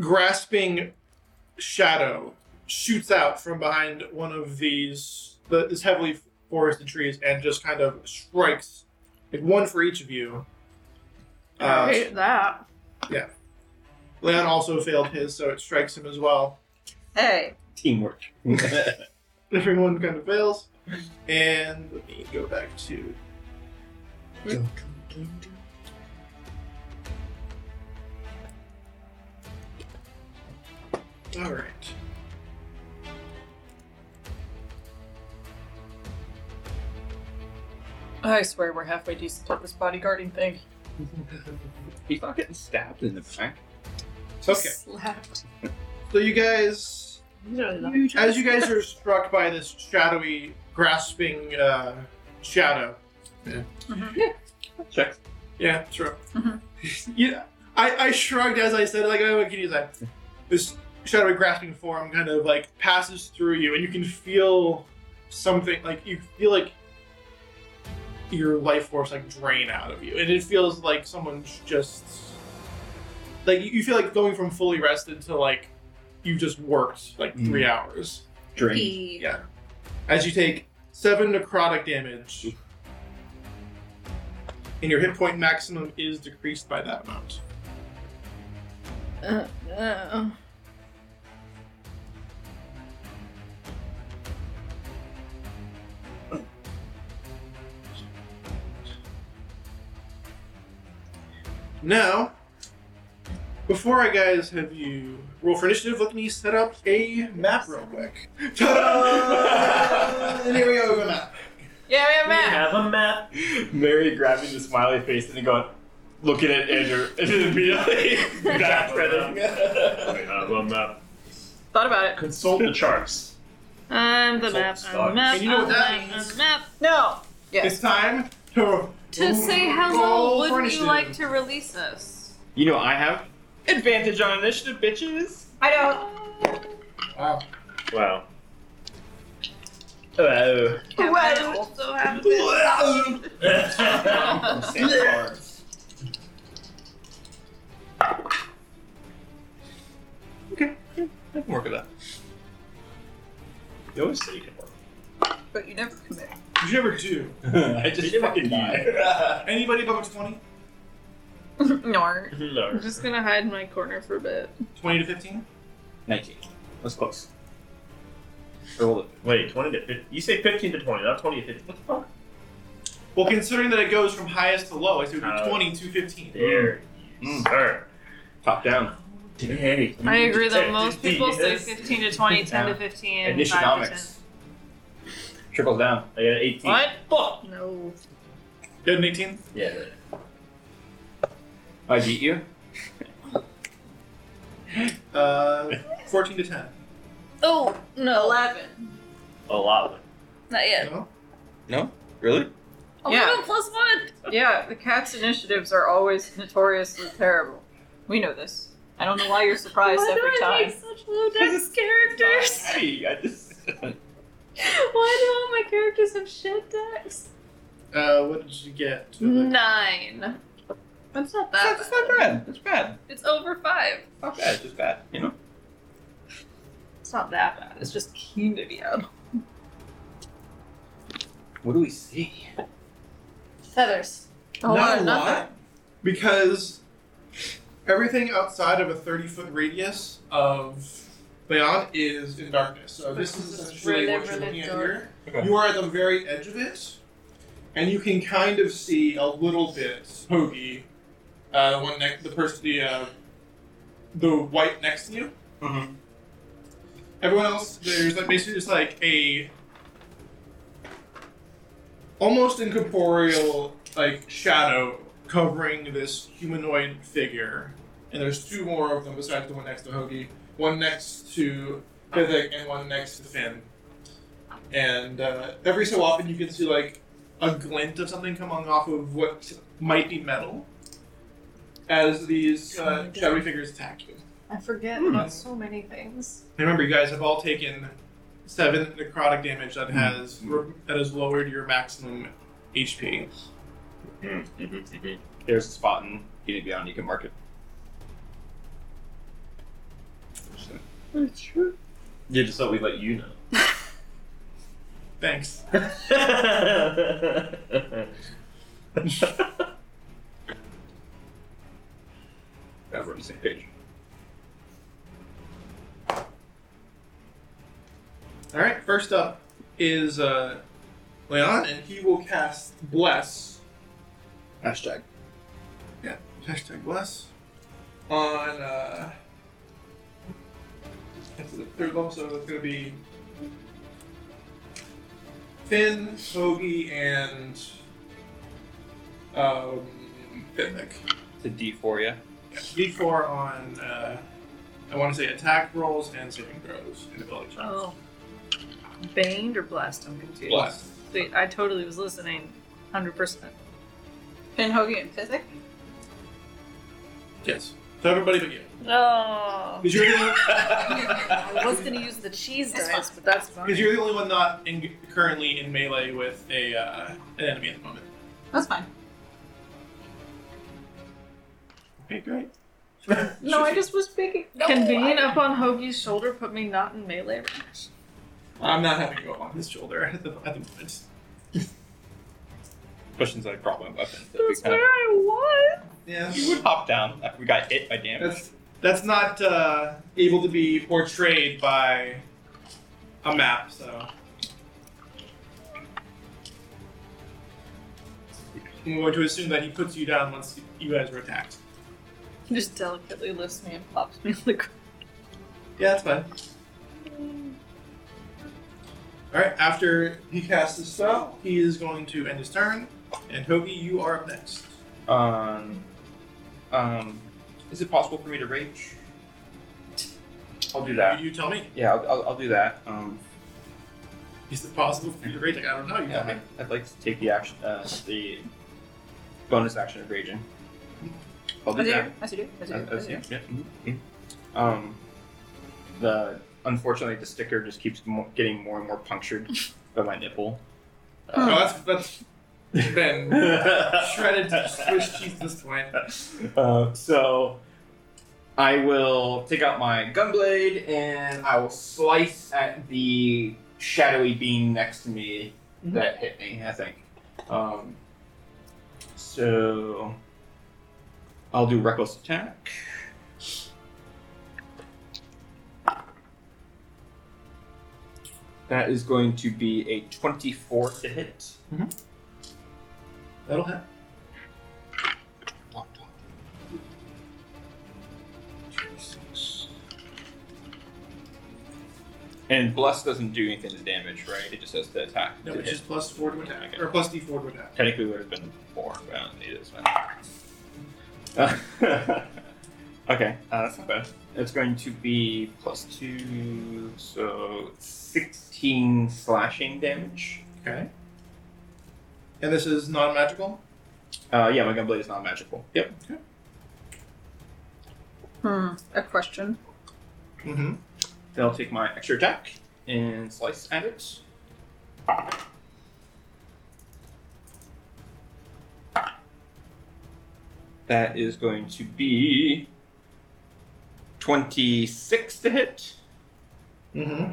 B: grasping shadow shoots out from behind one of these the, this heavily forested trees and just kind of strikes like one for each of you
C: I
B: uh,
C: hate that.
B: leon also failed his so it strikes him as well
D: Hey,
E: Teamwork.
B: everyone kind of fails and let me go back to All right.
D: I swear we're halfway decent at this bodyguarding thing.
E: He's not getting stabbed in the back.
B: Okay.
H: Slapped.
B: So you guys As you guys are struck by this shadowy, grasping uh, shadow. Yeah.
D: Mhm.
E: Check.
B: Yeah, sure.
D: Mhm.
B: yeah, Mm-hmm. I, I shrugged as I said, it, like, oh, what can you say? This shadowy, grasping form kind of like passes through you, and you can feel something like you feel like your life force like drain out of you, and it feels like someone's just like you you feel like going from fully rested to like you just worked like three hours
E: Drink.
H: E.
B: Yeah. as you take seven necrotic damage, and your hit point maximum is decreased by that amount.
C: Uh, uh,
B: Now, before I guys have you roll for initiative, let me set up a map real quick. Ta-da! and here we go with a map.
D: Yeah, we have a
A: We
D: map.
A: have a map.
F: Mary grabbing the smiley face and going, looking at Andrew, and then immediately back
A: We have a map.
D: Thought about it.
A: Consult the charts.
C: I'm the
E: Salt
C: map. I'm
E: stars.
C: the map.
B: And you know
C: I'm
B: what
C: the
B: that
C: map. I'm
B: means.
C: the map.
D: No.
B: It's
D: Yes.
B: time to
C: To say
B: roll
C: hello,
B: for
C: would you
B: initiative.
C: like to release us?
E: You know what I have?
G: Advantage on initiative, bitches.
D: I don't.
B: Wow.
A: Wow.
E: Hello.
C: Kevin
D: Well-
C: also have it.
E: I can work with that.
F: You always say you can work.
D: But you never commit.
B: Did you ever do?
F: I just fucking die.
B: Anybody above a 20?
D: Nor.
C: I'm just gonna hide in my corner for a bit.
B: 20 to 15?
E: 19. That's close. Roll it.
A: Wait, 20 to 15. You say 15 to 20, not 20 to 15. What the fuck?
B: Well, considering that it goes from highest to lowest, it would be
A: Uh,
B: 20 to 15.
A: There you
E: Mm.
A: are.
E: Top down.
A: Hey.
C: I agree that
A: detective
C: most people say
A: Yes.
C: 15 to 20, 10 to 15, 5 to 10.
E: Initionomics. Trickles down.
A: I got an 18.
C: What? Fuck. No.
B: You had an 18?
A: Yeah.
E: I beat you.
B: Uh, 14 to 10.
C: Oh, no.
D: Eleven.
A: A lot.
C: Not yet.
B: No?
E: No? Really?
D: Yeah.
C: 11 plus 1.
D: Yeah, the cat's initiatives are always notoriously terrible. We know this. I don't know why you're surprised
C: Why
D: every
C: do I
D: time.
C: make such low dex characters?
E: Hey, I just.
C: Why do all my characters have shit decks?
B: Uh, what did you get?
C: Nine. That's not that.
E: That's not bad. That's bad.
C: It's over five.
E: Not bad, just bad, you know?
C: not that bad. It's just keen to be out.
E: What do we see?
H: Feathers.
D: Oh,
B: Not a
D: nothing.
B: lot, because everything outside of a 30 foot radius of Leon is in darkness. So this is
H: This is
B: essentially
H: really,
B: what you're
H: really
B: looking at
H: dark.
B: here.
F: Okay.
B: You are at the very edge of it, and you can kind of see a little bit Hoagie, uh, the one next, the person, the uh, the white next to you.
F: Mhm.
B: Everyone else, there's like basically just like a almost incorporeal like shadow covering this humanoid figure, and there's two more of them besides the one next to Hoagie, one next to Vivek, and one next to Finn. And uh, every so often, you can see like a glint of something coming off of what might be metal as these uh, shadowy figures attack you.
H: I forget
B: Hmm.
H: about so many things.
B: And remember, you guys have all taken seven necrotic damage that has that has lowered your maximum HP.
A: Mm.
E: There's a spot in Eating Beyond. You can mark it.
A: Yeah, just thought we'd let you
B: Thanks.
A: know.
E: Everyone on the same page.
B: All right. First up is uh, Leon, and he will cast Bless.
E: Hashtag.
B: Hashtag Bless on. Uh, that's the third level, so it's gonna be Finn, Hoagie, and um, Fitnik.
E: It's a D4, yeah?
B: D4 on, uh, I want to say attack rolls and saving throws and ability checks.
C: Oh. Baned or blessed? I'm confused.
B: Bless.
C: Wait, I totally was listening. 100%.
D: Finn, Hoagie, and Physic?
B: Yes. So everybody but you.
C: No.
B: Because you're, the only-
C: I was going to use the cheese
D: It's
C: dice, but that's fine.
B: 'cause you're the only one not in, currently in melee with a uh, an enemy at the moment.
D: That's fine.
B: Okay, great.
D: No, I just was thinking.
C: Can being up on Hoagie's shoulder put me not in melee range?
B: I'm not having to go on his shoulder at the, at the moment.
E: Questions that I brought my weapon. That'd be
C: That's
E: kind
C: where
E: of-
C: I was.
B: Yeah.
E: You would hop down after we got hit by damage.
B: That's, that's not uh, able to be portrayed by a map, so. I'm going to assume that he puts you down once you guys are attacked.
C: He just delicately lifts me and plops me on the ground.
B: Yeah, that's fine. Alright, after he casts his spell, he is going to end his turn. And Hoagie, you are up next.
E: Um, um, is it possible for me to rage? I'll do that.
B: You, you tell me.
E: Yeah, I'll, I'll, I'll do that. Um,
B: Is it possible for you to rage? Like, I don't know. You tell
E: yeah, I'd like to take the action, uh, the bonus action of raging. I'll do
D: As you
E: that.
D: do, as you do, as you
E: As-
D: do, as
E: as-
D: you do.
E: yeah, mhm, mhm. Um, the unfortunately the sticker just keeps mo- getting more and more punctured by my nipple.
B: me. No, that's, that's been shredded to Swiss cheese at this point.
E: Uh, so I will take out my gunblade and I will slice at the shadowy being next to me that hit me, I think. Um, so I'll do reckless attack. That is going to be a 24 to hit.
B: That'll happen.
E: And bless doesn't do anything to damage, right? It just has to attack.
B: No,
E: to
B: it's
E: hit.
B: just plus four to attack. Or plus d4 to attack.
E: Technically, would have been four, but I don't need it. it's fine. okay, uh, that's not bad. It's going to be plus two, so 16 slashing damage.
B: Okay. And this is non magical?
E: Uh, yeah, my gunblade is not magical. Yep.
D: Hmm, a question.
B: Mm hmm.
E: Then I'll take my extra attack and slice at it. That is going to be 26 to hit.
B: Mm-hmm.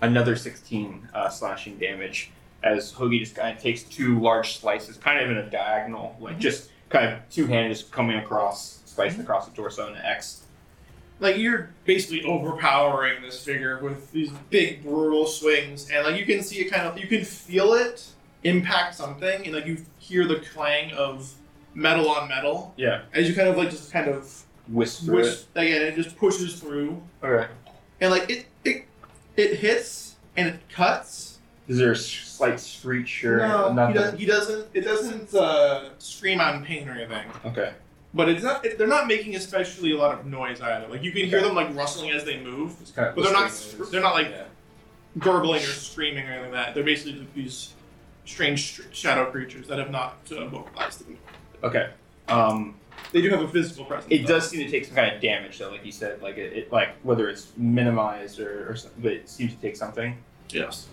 E: Another 16 uh, slashing damage as Hoagie just kind of takes two large slices, kind of in a diagonal, like
B: Mm-hmm.
E: just kind of two handed just coming across, slicing across the torso in an X.
B: Like you're basically overpowering this figure with these big brutal swings, and like you can see it kind of, you can feel it impact something, and like you hear the clang of metal on metal
E: Yeah.
B: as you kind of like just kind of
E: Whisk through
B: whisk, again, it just pushes through,
E: it. Alright.
B: and like it it it hits and it cuts.
E: Is there a s- slight screech or
B: no, he
E: nothing?
B: doesn't, he doesn't. It doesn't uh, scream on pain or anything.
E: Okay.
B: But it's not. It, they're not making especially a lot of noise either. Like you can hear them like rustling as they move,
E: It's kind of
B: but they're not.
E: whistling noise.
B: They're not like
E: Yeah.
B: gurgling or screaming or anything like that. They're basically just these strange sh- shadow creatures that have not uh, vocalized. Them.
E: Okay. Um,
B: They do have a physical presence.
E: it
B: though.
E: does seem to take some kind of damage though, like you said, like it, it like whether it's minimized or, or something, but it seems to take something.
B: Yes.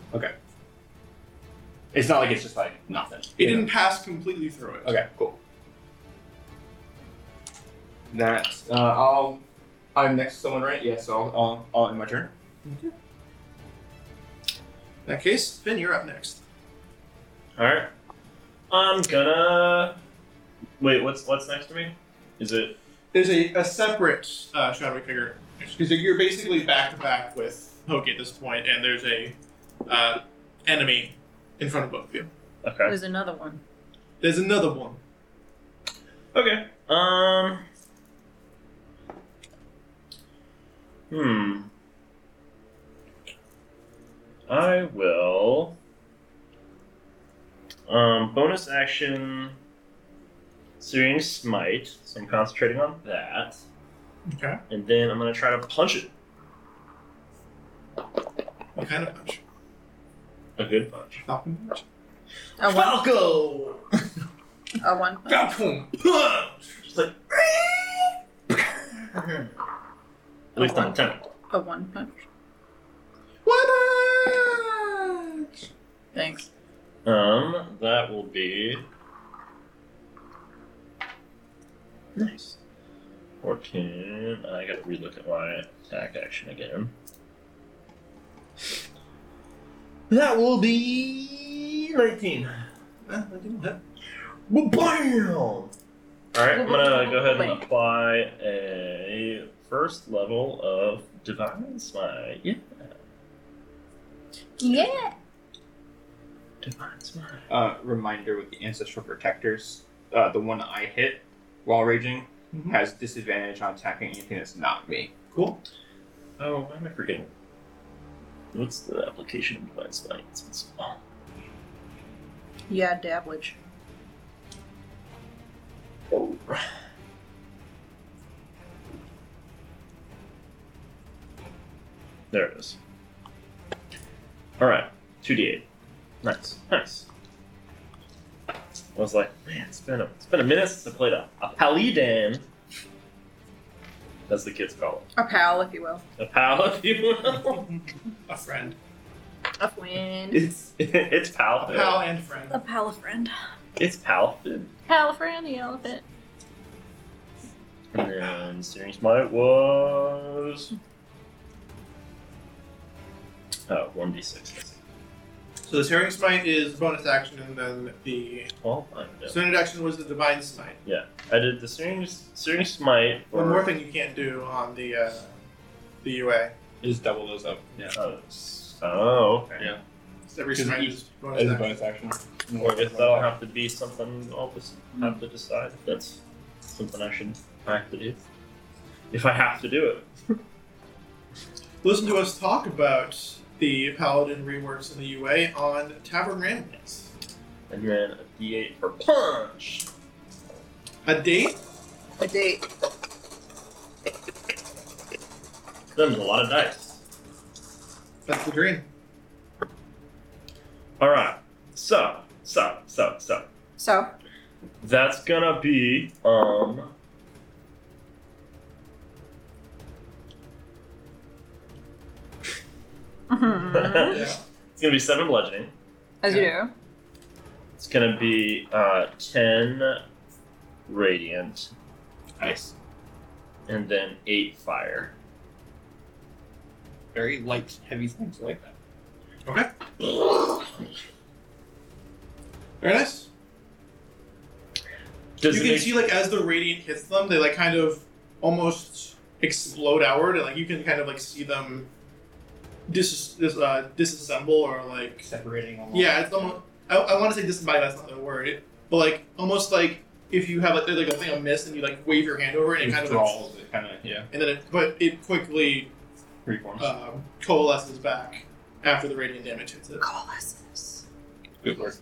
E: It's not like it's just like nothing.
B: It
E: you know?
B: didn't pass completely through it.
E: Okay, cool. That uh, I'll I'm next to someone, right? Yes, I'll I'll, I'll in my turn.
B: In that case, Finn, you're up next.
A: All right. I'm gonna wait. What's what's next to me? Is it
B: There's a, a separate uh, shadowy figure because you're basically back to back with Hoki at this point, and there's a uh, enemy in front of both of you.
A: okay?
H: There's another one.
B: There's another one.
A: Okay. Um. Hmm. I will. Um, bonus action. Searing smite. So I'm concentrating on that,
B: Okay.
A: and then I'm gonna try to punch it.
B: What kind of punch?
A: A good punch.
B: Falcon punch.
H: A one,
B: Falco.
H: a one.
B: Falcon.
A: Just like. At least on ten.
H: A one punch.
B: What?
H: Thanks.
A: Um, that will be. Nice. 14. I gotta relook at my attack action again. That will be 19. Bam! Alright, I'm gonna go ahead and apply a first level of Divine Smite. Yeah,
H: Yeah.
A: Divine Smite.
E: Uh, reminder with the ancestral protectors, uh, the one I hit while raging
B: Mhm.
E: has disadvantage on attacking anything that's not me.
B: Cool.
A: Oh, why am I forgetting? What's the application of Divine Smite? It's been so long.
H: Yeah, dabblage.
A: There it is. All right, two d eight. Nice, nice. I was like, man, it's been a it's been a minute since I played a, a paladin. That's the kids call
H: A pal, if you will.
A: it. A pal, if you will.
B: A friend.
H: A friend.
A: It's it's pal.
B: A pal and friend.
H: A pal, a friend.
A: It's pal.
C: Pal friend, the elephant.
A: And then Searing Smite was. Oh, 1d6.
B: So the tearing smite is bonus action, and then the
A: Well, I don't know.
B: standard action was the divine smite.
A: I did the Searing, Searing Smite.
B: One
A: for-
B: more thing you can't do on the uh, the UA.
E: Just double those up. Yeah.
A: Oh, s- oh, okay.
E: Yeah.
B: It's every
E: Because
B: smite
E: each
B: is
E: As
B: bonus
E: a
B: action.
E: bonus action.
A: Or I guess that'll have to be something I'll just have to decide if that's something I should have to do. If I have to do it.
B: Listen to us talk about the paladin reworks in the UA on Tavern Ramblings.
A: And then a d8 for punch.
B: A date?
H: A date.
A: Then a lot of dice.
B: That's the dream.
A: Alright. So, so, so, so.
H: So,
A: That's gonna be, um.
H: mhm.
A: it's gonna be seven bludgeoning.
H: as you do.
A: It's gonna be uh, ten radiant,
F: Nice.
A: and then eight fire.
E: Very light, heavy things like that.
B: Very nice.
A: Does
B: you
A: it
B: can
A: make-
B: see like as the radiant hits them, they like kind of almost explode outward, and like you can kind of like see them dis, dis- uh, disassemble or like
E: Separating almost.
B: yeah, it's almost I, I want to say disembodied. That's not the word, but like almost like if you have like, like a thing amiss and you like wave your hand over it, and it kind of
E: Withdrawals, it kind of yeah
B: and then it but it quickly
E: reforms.
B: um, coalesces back after the radiant damage hits it.
D: Coalescence.
E: Good word.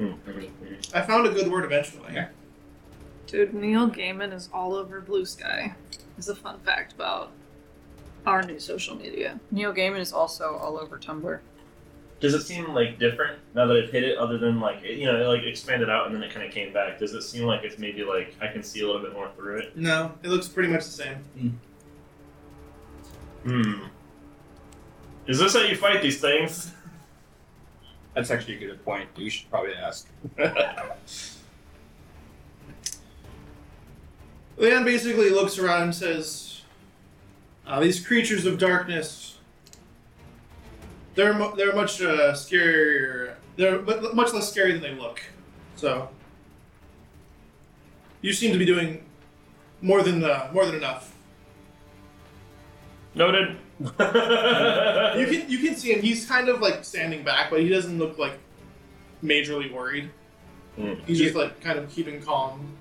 A: Mm, mm, mm.
B: I found a good word eventually.
E: Okay.
C: Dude, Neil Gaiman is all over Blue Sky. Is a fun fact about our new social media.
D: Neil Gaiman is also all over Tumblr.
A: Does it seem like different now that I've hit it? Other than like it, you know, it like expanded out and then it kind of came back. Does it seem like it's maybe like I can see a little bit more through it?
B: No, it looks pretty much the same.
A: Hmm. Is this how you fight these things?
E: That's actually a good point. You should probably ask.
B: Leon basically looks around and says, uh, "These creatures of darkness. They're mu- they're much uh, scarier. They're mu- much less scary than they look. So you seem to be doing more than uh, more than enough.
A: Noted.
B: You can you can see him. He's kind of like standing back, but he doesn't look like majorly worried.
A: Hmm.
B: He's just like kind of keeping calm,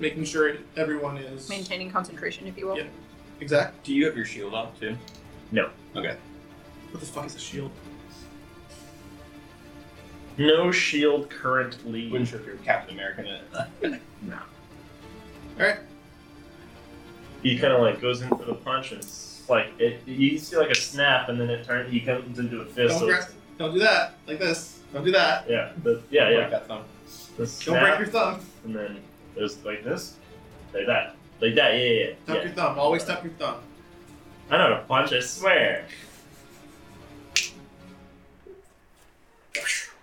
B: making sure everyone is
D: Maintaining concentration, if you will.
B: Yeah. exact.
E: Do you have your shield up too?
B: What the fuck is a shield?
A: no shield currently.
E: Wouldn't sure if you're Captain American. in it.
B: All right."
A: he kind of like goes in for the punch and it's like it. You see like a snap and then it turns. He comes into a fist.
B: Don't,
A: So
B: grab,
A: it's-
B: don't do that. Like this. Don't do that.
A: yeah, the, yeah,
E: Like
A: yeah.
E: that thumb.
A: The
B: Don't
A: snap,
B: break your thumb.
A: and then there's like this, like that, like that. Yeah, yeah, yeah.
B: Tuck
A: yeah.
B: your thumb. Always tuck your thumb.
A: I know how to punch. I swear.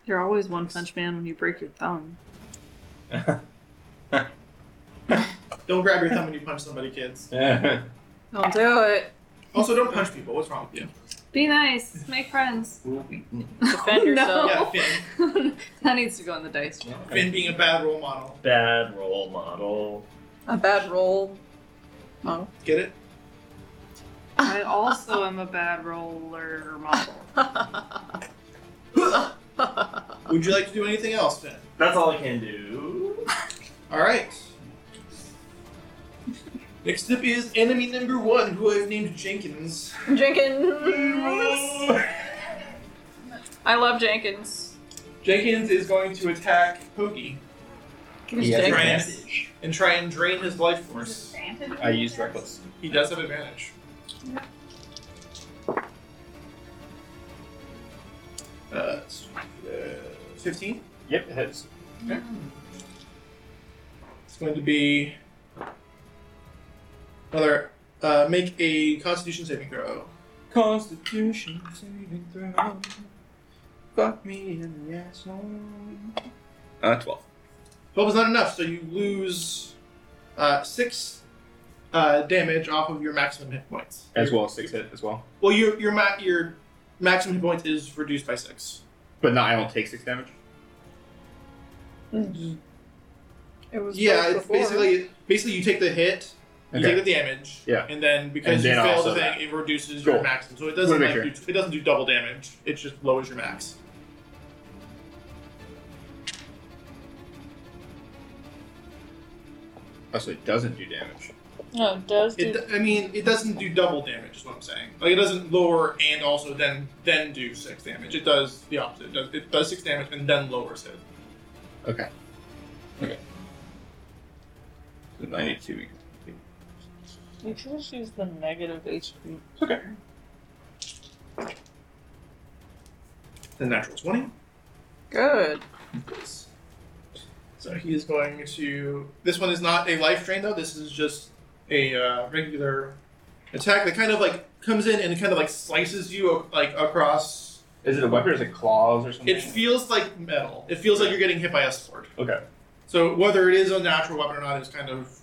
C: You're always one punch man when you break your thumb.
B: Don't grab your thumb when you punch somebody, kids.
C: Oh,
D: Don't do it.
B: Also, don't punch people. What's wrong with you?
C: Be nice. Make friends. Oh,
D: Defend
C: No.
D: yourself.
B: Yeah, Finn.
C: that needs to go on the dice.
B: Finn being a bad role model.
A: Bad role model.
D: A bad roll. No.
B: Get it?
C: I also am a bad roller model.
B: Would you like to do anything else, Finn?
A: That's all I can do.
B: All right. Next up is enemy number one, who I've named Jenkins.
D: Jenkins. I love Jenkins.
B: Jenkins is going to attack Pokey
D: Give us
E: Yeah.
B: Try
D: Jenkins.
B: and- and try and drain his life force.
E: I used reckless.
B: He does have advantage. Uh, it's, uh, 15.
E: Yep, it hits.
B: It's going to be another. Uh, make a Constitution saving throw.
E: Constitution saving throw. Fuck me in the asshole. Uh, 12.
B: Twelve is not enough, so you lose uh, six uh, damage off of your maximum hit points.
E: As well as 6 hit as well.
B: Well, your your ma- your maximum hit points is reduced by six.
E: But no, I don't take 6 damage.
D: It was
B: yeah,
D: both
B: it's
D: before.
B: basically basically you take the hit, you
E: Okay.
B: take the damage,
E: Yeah.
B: and then because
E: And
B: you
E: then
B: fail
E: also
B: the thing,
E: that.
B: it reduces
E: Cool.
B: your maximum. So it doesn't
E: Wanna
B: like,
E: make
B: do, it doesn't do double damage. It just lowers your max.
E: Oh, so it doesn't do damage.
D: Oh,
C: No, it does
B: It, do- I mean, it doesn't do double damage. Is what I'm saying. Like it doesn't lower and also then then do six damage. It does the opposite. It does, it does six damage and then lowers it.
E: Okay. Okay. So 92.
C: You should just use the negative HP.
B: The natural twenty.
D: good.
B: So he is going to. This one is not a life drain though. This is just a uh, regular attack that kind of like comes in and kind of like slices you like uh, across
E: Is it a weapon or is it claws or something?
B: It feels like metal. It feels like you're getting hit by a sword.
E: Okay.
B: So whether it is a natural weapon or not is kind of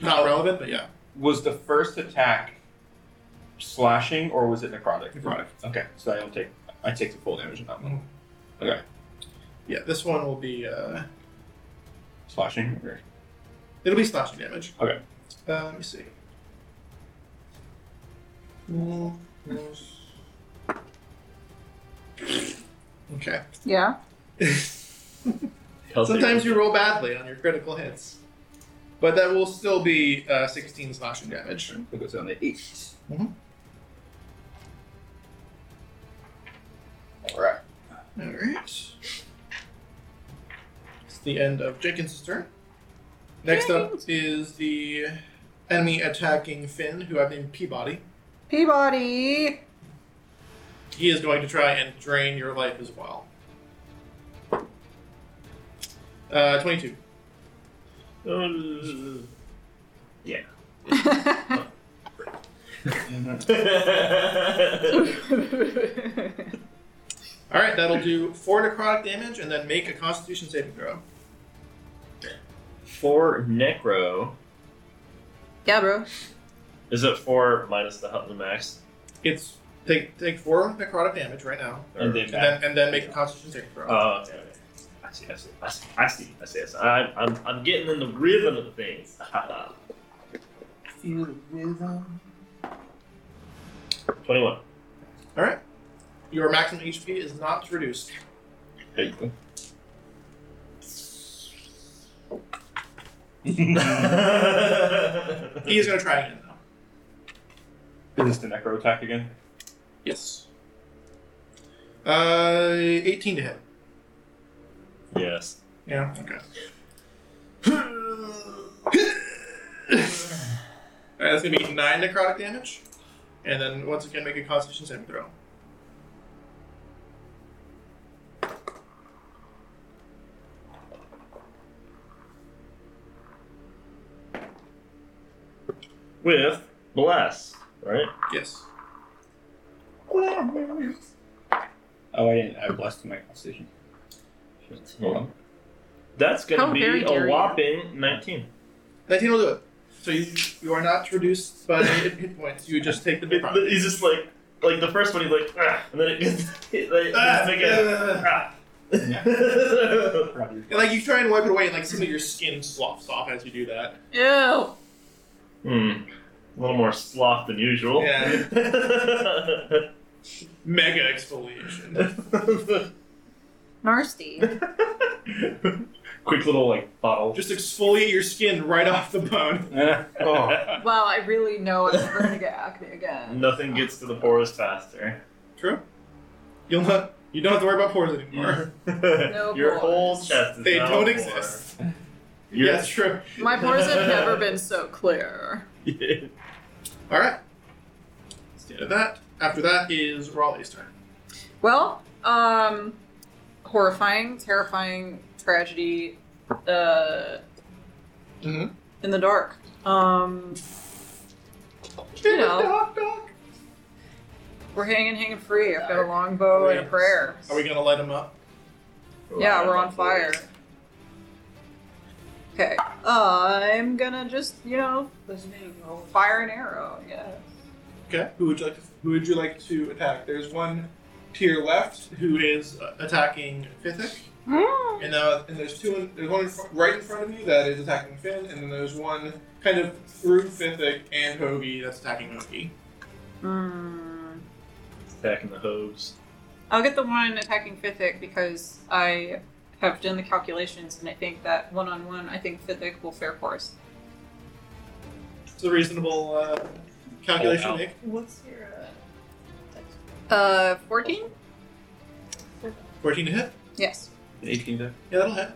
B: not relevant, but yeah.
E: was the first attack slashing or was it necrotic?
B: Necrotic.
E: Okay, so I don't take I take the full damage in that one.
B: Yeah, this one will be uh
E: Slashing. Okay.
B: it'll be slashing damage.
E: Okay.
B: Uh, let me see. Mm, yes. Okay.
D: Yeah.
B: Sometimes you roll badly on your critical hits. But that will still be uh, 16 slashing damage.
E: It goes down to eight.
B: Mhm.
E: All right.
B: Alright. It's the end of Jenkins' turn. Next up is the enemy attacking Finn, who I've named Peabody.
D: Peabody.
B: He is going to try and drain your life as well. Uh, 22. Alright, that'll do 4 necrotic damage and then make a constitution saving throw.
A: for necro,
D: yeah, bro.
A: is it four minus the the max?
B: It's take take 4 necrotic damage right now.
A: And then
B: And
A: back.
B: then, and then make a constitution saving throw.
A: Oh, okay, okay. I see, I see, I see, I see, I see. I see. I'm, I'm, I'm getting in the rhythm of things. Twenty-one.
B: Alright. Your maximum HP is not reduced.
E: There you go.
B: He is going to try again, though.
E: Is this the necro attack again?
B: Yes. Uh, 18 to hit.
A: yes.
B: Yeah. Okay. Alright, that's gonna be 9 necrotic damage. And then once again, make a constitution saving throw.
A: With bless, right?
B: Yes.
E: Oh, I didn't. I blessed my constitution. Hold on.
A: That's gonna
C: How
A: be
C: very dare
A: a
C: you.
A: whopping nineteen.
B: 19 will do it. So you, you are not reduced by hit hit points. You just take the
A: It-
B: necrotic.
A: he's just like, like the first one, he's like, ah, and then it gets, it, like,
B: Ah,
A: it's like a, ah.
B: And, like you try and wipe it away, and like some of your skin sloughs off as you do that.
D: Ew.
A: Hmm. A little more sloth than usual.
B: Yeah.
A: Yeah.
B: Mega exfoliation.
D: Nasty.
A: Quick little like bottle.
B: just exfoliate your skin right off the bone.
E: oh.
D: wow, I really know I'm never gonna get acne again.
A: Nothing gets to the pores faster.
B: True. You'll not. You don't have to worry about pores anymore.
A: no Your
D: pores.
A: whole chest is
B: They
A: now
B: don't
A: a pore.
B: exist.
A: Your-
B: Yes, true.
D: My pores have never been so clear.
B: All right. That's the end of that. After that is Raleigh's turn.
D: Well, um, horrifying, terrifying tragedy, uh,
B: Mhm.
D: in the dark. Um, you know,
B: Doc, doc.
D: we're hanging, hanging free. I've got a long bow and a prayer.
B: Are we gonna light him up?
D: Yeah, we're on fire. Okay, I'm gonna just, you know, fire an arrow, I guess.
B: Okay. Who would you like? To, who would you like to attack? There's one to your left who is uh, attacking Fithic,
C: Mm.
B: and now and there's two. In, there's one in front, right in front of you that is attacking Finn, and then there's one kind of through Fithic and Hoagie that's attacking Hoagie.
D: Mm.
A: Attacking the hose.
D: I'll get the one attacking Fithic because I have done the calculations and I think that one on one, I think Fithic will fare course.
B: It's a reasonable uh, calculation. to make.
D: What's your. Uh, uh 14?
B: Fourteen to hit.
D: Yes.
E: 18 to.
B: Yeah, that'll hit.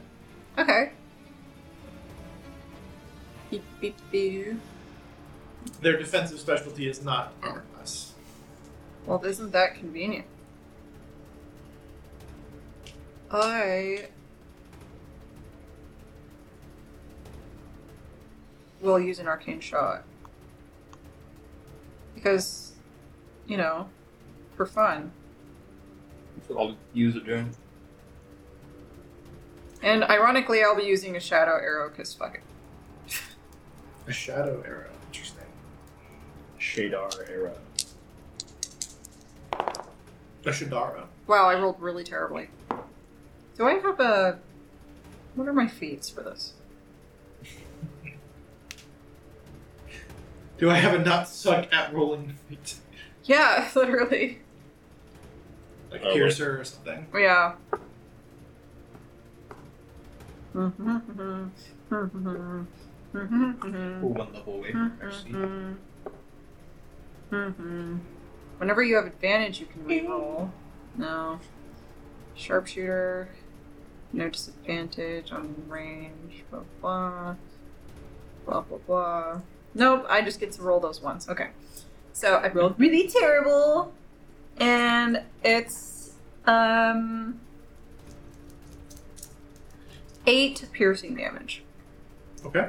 D: Okay. Beep, beep, beep.
B: Their defensive specialty is not armor class.
D: Well, isn't that convenient? I. will use an arcane shot. Because, you know, for fun.
E: what I'll use it doing.
D: And ironically, I'll be using a shadow arrow because fuck it.
B: A shadow arrow. Interesting.
F: Shadar arrow.
B: A Shadara.
D: Wow, I rolled really terribly. Do I have a? What are my feats for this?
B: Do I have a not suck at rolling feet?
D: Yeah, literally.
B: Like
A: Oh,
B: piercer or something.
D: Yeah. Whenever
E: one level away
D: Mm-hmm. you have advantage, you can reroll. No. Sharpshooter. No disadvantage on range. Blah blah. Blah blah blah. Nope, I just get to roll those ones. Okay. So I rolled really terrible. And it's um eight piercing damage.
B: Okay.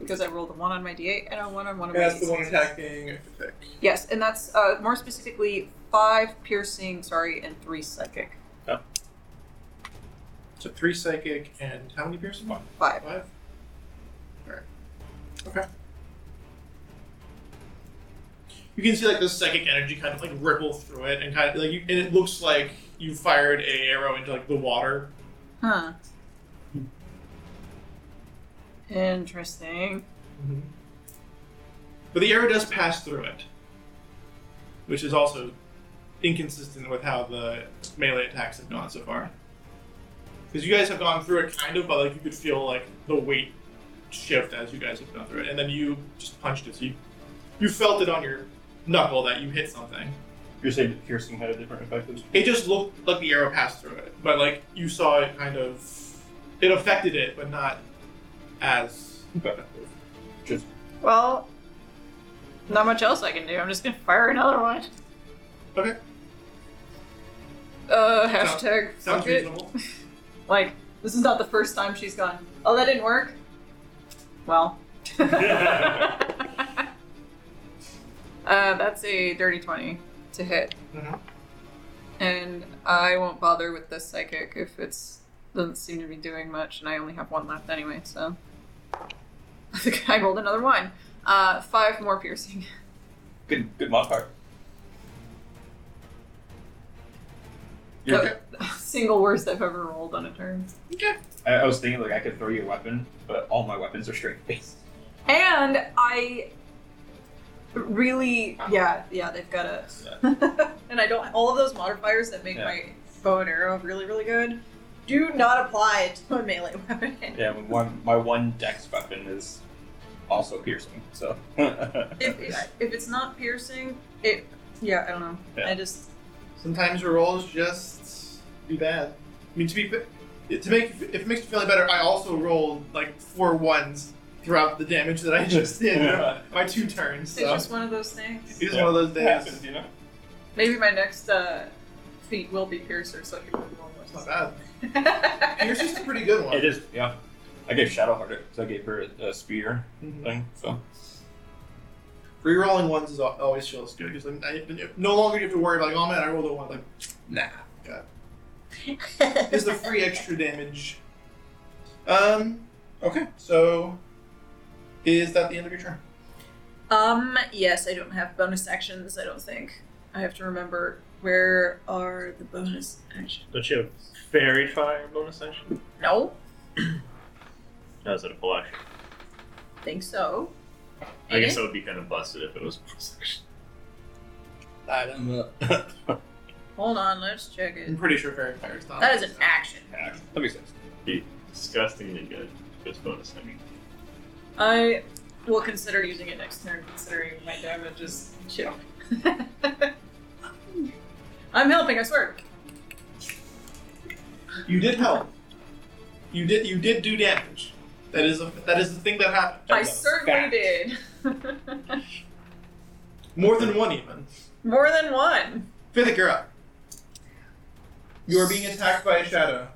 D: Because I rolled a one on my D8 and a one on one of
B: And
D: my
B: that's the one
D: D6s.
B: attacking Thick.
D: Yes, and that's uh, more specifically five piercing, sorry, and three psychic.
B: So three psychic and how many piercing? One.
D: Five.
B: Five. Alright. Okay. You can see like the psychic energy kind of like ripple through it and kind of like you, and it looks like you fired a arrow into like the water.
D: Huh. Interesting.
B: Mm-hmm. But the arrow does pass through it, which is also inconsistent with how the melee attacks have gone so far. Because you guys have gone through it kind of, but like you could feel like the weight shift as you guys have gone through it, and then you just punched it. So you, you felt it on your knuckle that you hit something.
E: You're saying that piercing had a different effect than
B: It just looked like the arrow passed through it, but like you saw it kind of, it affected it, but not as.
D: Well, not much else I can do. I'm just gonna fire another one.
B: Okay,
D: Uh, hashtag
B: sounds
D: fuck it.
B: reasonable.
D: Like, this is not the first time she's gone, oh, that didn't work? Well. uh, that's a dirty 20 to hit.
B: Mhm.
D: And I won't bother with this psychic if it's doesn't seem to be doing much, and I only have one left anyway, so. I think I rolled another one. Uh, five more piercing.
E: Good, good modifier. You're
D: Okay. Single worst I've ever rolled on a turn.
E: I, I was thinking like I could throw you a weapon, but all my weapons are strength based.
D: And I really, yeah, yeah, they've got a. and I don't. All of those modifiers that make
E: Yeah.
D: my bow and arrow really, really good do not apply to a melee weapon.
E: Yeah, my one my one dex weapon is also piercing. So
D: If, if, if it's not piercing, it. Yeah, I don't know.
E: Yeah.
D: I just.
B: Sometimes your rolls just be bad. I mean, to be fa- to make if it makes you feel any better, I also rolled like four ones throughout the damage that I just did
E: Yeah.
B: my two turns.
D: It's
B: So it's
D: just one of those things.
B: just one of those
E: It happens,
B: days.
E: you know.
D: Maybe my next uh, feat will be piercer, so I can roll
B: It's
D: more.
B: not bad. Yours is a pretty good one.
E: It is, yeah. I gave Shadowheart it, so I gave her a, a spear thing. So
B: Mm-hmm. Rerolling ones is al- always feels good because like, I, no longer you have to worry about like, oh man, I rolled a one. Like, nah, God. is the free extra damage. Um. Okay, so is that the end of your turn?
D: Um, yes, I don't have bonus actions, I don't think. I have to remember where are the bonus actions.
A: Don't you have fairy fire bonus action?
D: No,
A: No, is it a full action?
D: think so.
A: I guess that would be kind of busted if it was bonus action.
E: I don't know.
D: Hold on, let's check
B: I'm
D: it.
B: pretty sure fairy fire is not.
D: That is an action.
E: that makes sense.
A: Disgustingly good. It's bonus action.
D: I will consider using it next turn, considering my damage is shit. I'm helping, I swear.
B: You did help. You did you did do damage. That is a that is the thing that happened.
D: I
E: That's a
D: certainly
E: fact.
D: did.
B: More than one even.
D: More than one.
B: Fithic, you're up. You are being attacked by a shadow.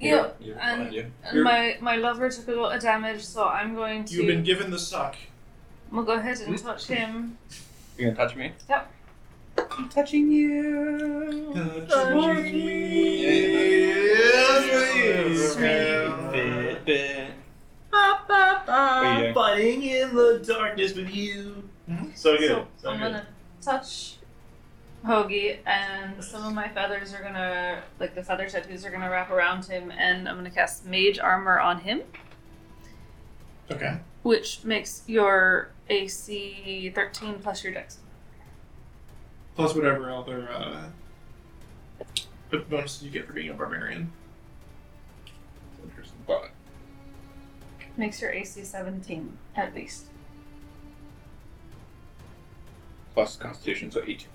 C: Yeah,
E: You're
C: and-
E: fine, you.
C: and
B: You're-
C: my my lover took a lot of damage, so I'm going to.
B: You've been given the suck.
C: I'm gonna go ahead and touch him.
E: You gonna touch me?
C: Yep.
G: keep touching you.
E: Yes, please.
G: Ba, ba,
E: Oh,
G: ba,
E: yeah.
G: Fighting in the darkness with you.
A: Mm-hmm. So good.
C: So,
A: so
C: I'm
A: good.
C: gonna touch Hoagie, and some of my feathers are gonna, like the feather tattoos, are gonna wrap around him, and I'm gonna cast Mage Armor on him,
B: Okay.
C: which makes your AC 13 plus your dex.
B: Plus whatever other uh, bonuses you get for being a barbarian.
E: But
C: Makes your AC 17 at least.
E: plus Constitution, so eight.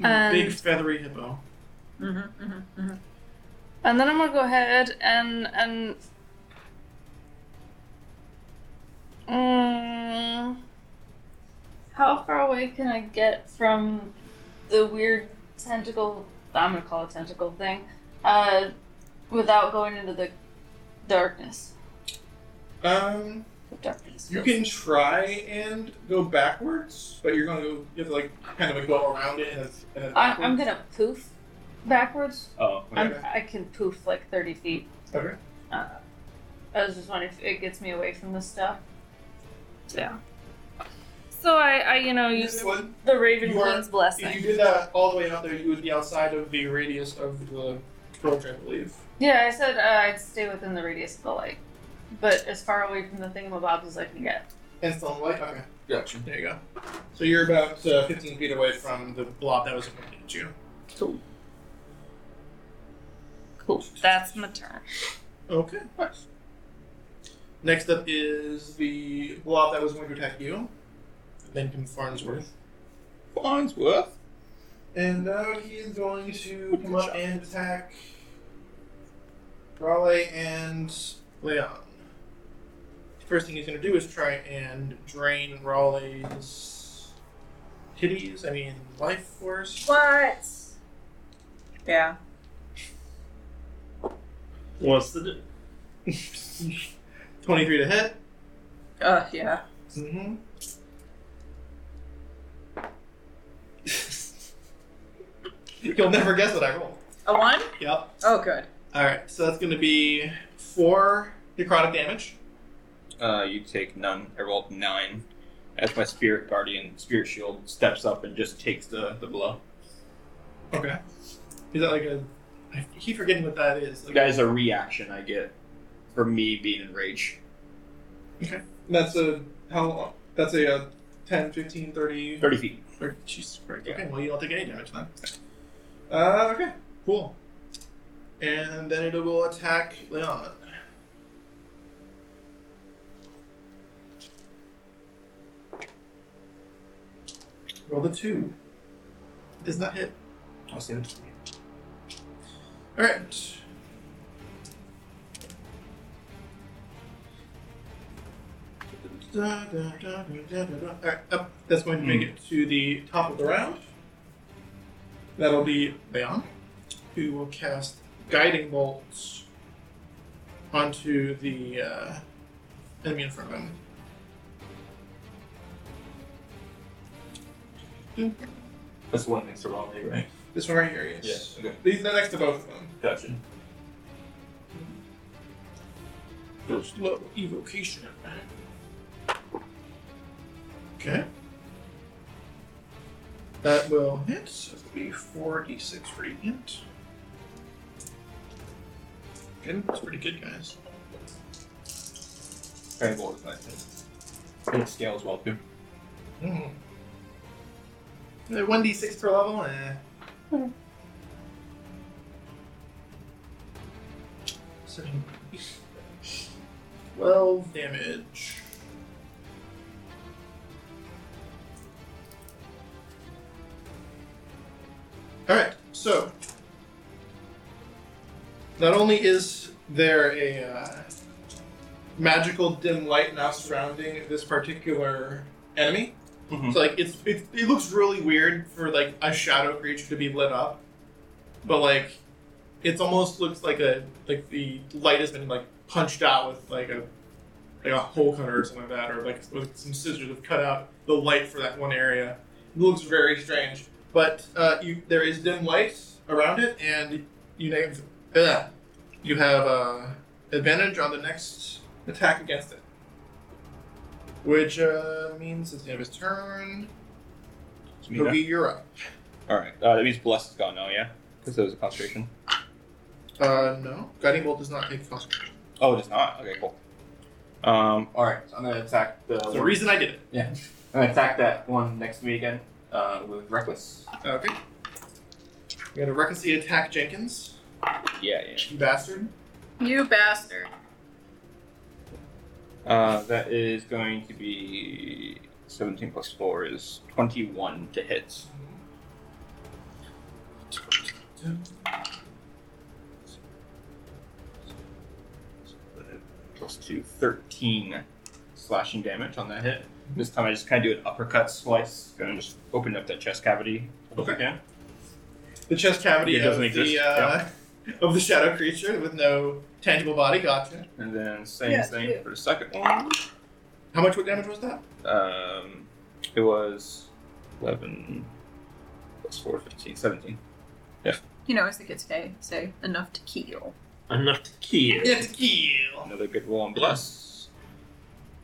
C: And-
B: Big feathery hippo.
C: Mm-hmm, mm-hmm, mm-hmm. And then I'm gonna go ahead and and. Mm, how far away can I get from the weird tentacle? I'm gonna call it tentacle thing, uh, without going into the darkness.
B: Um.
C: The darkness.
B: You can try and go backwards, but you're going to go, you have to like kind of like go around it and, then- and then
C: I, I'm
B: backwards.
C: gonna poof backwards.
E: Oh,
C: I'm,
B: Okay.
C: I can poof like 30 feet.
B: Okay.
C: Uh, I was just wondering if it gets me away from this stuff. Yeah. So I, I you know,
B: This
C: use
B: one,
C: the Raven
B: You are-
C: Queen's
B: if you
C: blessing.
B: did that all the way out there, you would be outside of the radius of the approach, I believe.
C: Yeah, I said uh, I'd stay within the radius of the light, but as far away from the thingamabobs as I can get.
B: And still in light? Okay.
E: gotcha.
B: There you go. So you're about uh, 15 feet away from the blob that was pointing at you.
C: Cool. Cool. That's my turn.
B: Okay. Nice. Next up is the blob that was going to attack you. Then come Farnsworth.
E: Farnsworth.
B: And now he is going to come up and attack Raleigh and Leon. First thing he's going to do is try and drain Raleigh's titties, I mean, life force.
G: What?
D: Yeah.
A: What's the
B: 23 to hit.
D: Uh, yeah.
B: Mm-hmm. You'll never guess what I rolled.
D: A one?
B: Yep.
D: Oh, good.
B: Alright, so that's going to be 4 necrotic damage.
E: Uh, you take none. I rolled nine. As my spirit guardian, spirit shield steps up and just takes the, the blow.
B: Okay. Is that like a. I keep forgetting what that is. Like,
E: That is a reaction I get for me being enraged.
B: That's a how long? That's a uh, 10, 15, 30.
E: Thirty feet.
B: or- Jesus Christ.
E: Yeah.
B: Okay, well, you don't take any damage then. Uh, okay, cool. And then it will attack Leon. Roll the two. Does not hit. I'll see it. Alright. Da, da, da, da, da, da, da. All right, up. That's going to make it to the top of the round. That'll be Leon, who will cast Guiding Bolts onto the uh, enemy in front of him.
F: That's one next to Raleigh, right?
B: This one right here, yes.
F: Yeah, okay.
B: These are next to both of them.
F: Gotcha.
B: First level evocation. Okay. That will hit. So it'll be 4d6 radiant. Good. That's pretty good, guys.
E: Okay, roll it. And it scales well too.
B: Mm. Uh, 1d6 per level? Eh. Seven. Twelve damage. Alright, so. Not only is there a uh, magical dim light now surrounding this particular enemy, so like it's, it's it looks really weird for like a shadow creature to be lit up, but like it's almost looks like a like the light has been like punched out with like a like a hole cutter or something like that, or like with some scissors have cut out the light for that one area. It looks very strange, but uh, you there is dim light around it, and you neg- ugh. you have uh, advantage on the next attack against it, which uh, means it's the end of his turn. Kogi, you're up.
E: All right. Uh, that means blessed is gone now, yeah, because there was a concentration.
B: Uh, no, guiding bolt does not take concentration.
E: Oh, it is not. Okay, cool. Um,
I: All right, so I'm gonna attack the.
B: The reason I did it.
I: I'm gonna attack that one next to me again uh, with reckless.
B: Okay. You got to recklessly attack Jenkins,
E: yeah, yeah.
B: you bastard.
D: You bastard.
E: Uh, that is going to be 17 plus 4 is 21 to hit. Plus 2, 13 slashing damage on that hit. This time I just kind of do an uppercut slice. Gonna just open up that chest cavity.
B: Okay.
E: Again.
B: The chest cavity
E: It
B: of
E: doesn't
B: the
E: exist,
B: uh, of the shadow creature with no tangible body. Gotcha.
E: And then same
D: Yeah,
E: thing
D: yeah.
E: for the second one.
B: How much what damage was that?
E: Um, it was 11 plus 4, 15, 17.
D: You know, as the kids say, say enough to kill.
A: Enough to kill.
B: It's kill.
E: Another good roll on bless.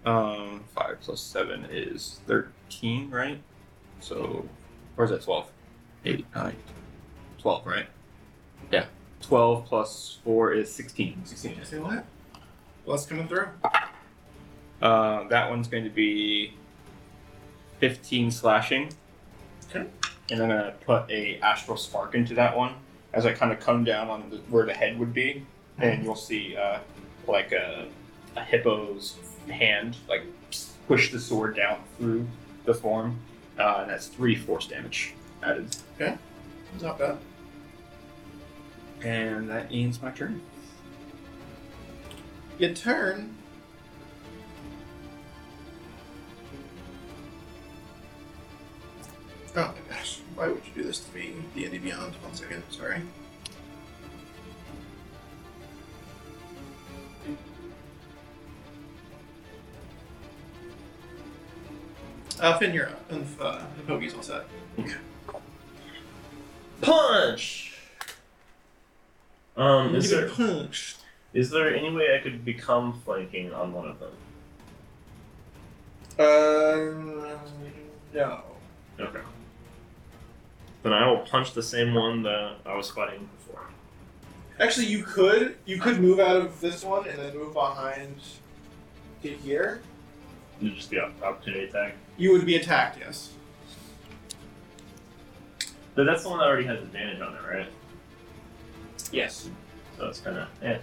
E: Um, five plus seven is thirteen, right? So, or is that twelve? Eight, nine, twelve, right? Yeah, twelve plus four is sixteen. Sixteen.
B: See what? Bless coming through.
E: Uh, that one's going to be fifteen slashing.
B: Okay.
E: And I'm gonna put a astral spark into that one as I kind of come down on the, where the head would be, and you'll see uh, like a, a hippo's hand like push the sword down through the form, uh, and that's three force damage added.
B: Not bad.
E: And that ends my turn.
B: You turn. Oh my gosh! Why would you do this to me? D and D Beyond. One second. Sorry. Uh, Finn, you're up. And uh, the Pokey's all set.
A: Punch. Um, is
B: You get
A: there
B: punched.
A: is there any way I could become flanking on one of them?
B: Uh, no.
A: Okay. Then I will punch the same one that I was fighting before.
B: Actually, you could you could move out of this one and then move behind to here.
A: It'd just be an opportunity attack.
B: You would be attacked. Yes.
A: But that's the one that already has advantage on it, right?
B: Yes.
A: So it's kind of eh.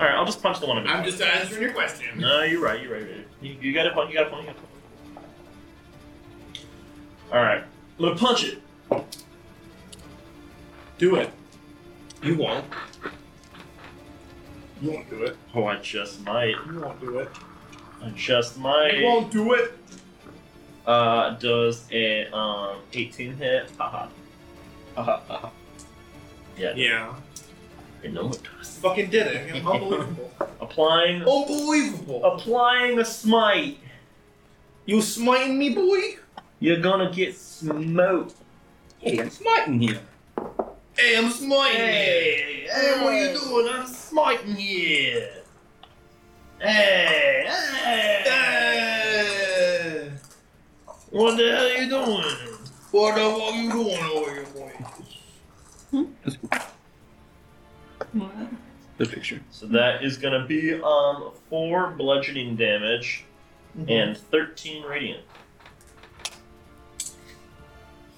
A: All right, I'll just punch the one. in between.
B: answering your question.
A: No, you're right. You're right. You're right. You, you got a point. You got a point. You got a point. All right, I'm gonna punch it.
B: Do it.
A: You won't.
B: You won't do it.
A: Oh, I just might.
B: You won't do it.
A: I just might.
B: You won't do it.
A: Uh, does a um 18 hit? Haha.
E: Uh-huh, uh-huh.
A: Yeah,
B: Yeah.
A: I know it does.
B: Fucking did it. Unbelievable.
A: Applying,
B: Unbelievable.
A: applying a smite.
B: You smiting me, boy?
A: You're gonna get smoked.
E: Hey, I'm smiting here.
B: Hey, I'm smiting.
A: Hey, hey, what are you doing? I'm smiting you. Hey, hey,
B: you. Hey.
A: What the hell are you doing?
B: What the fuck you doing over here, boy?
E: The picture.
A: So that is gonna be um four bludgeoning damage and thirteen radiant.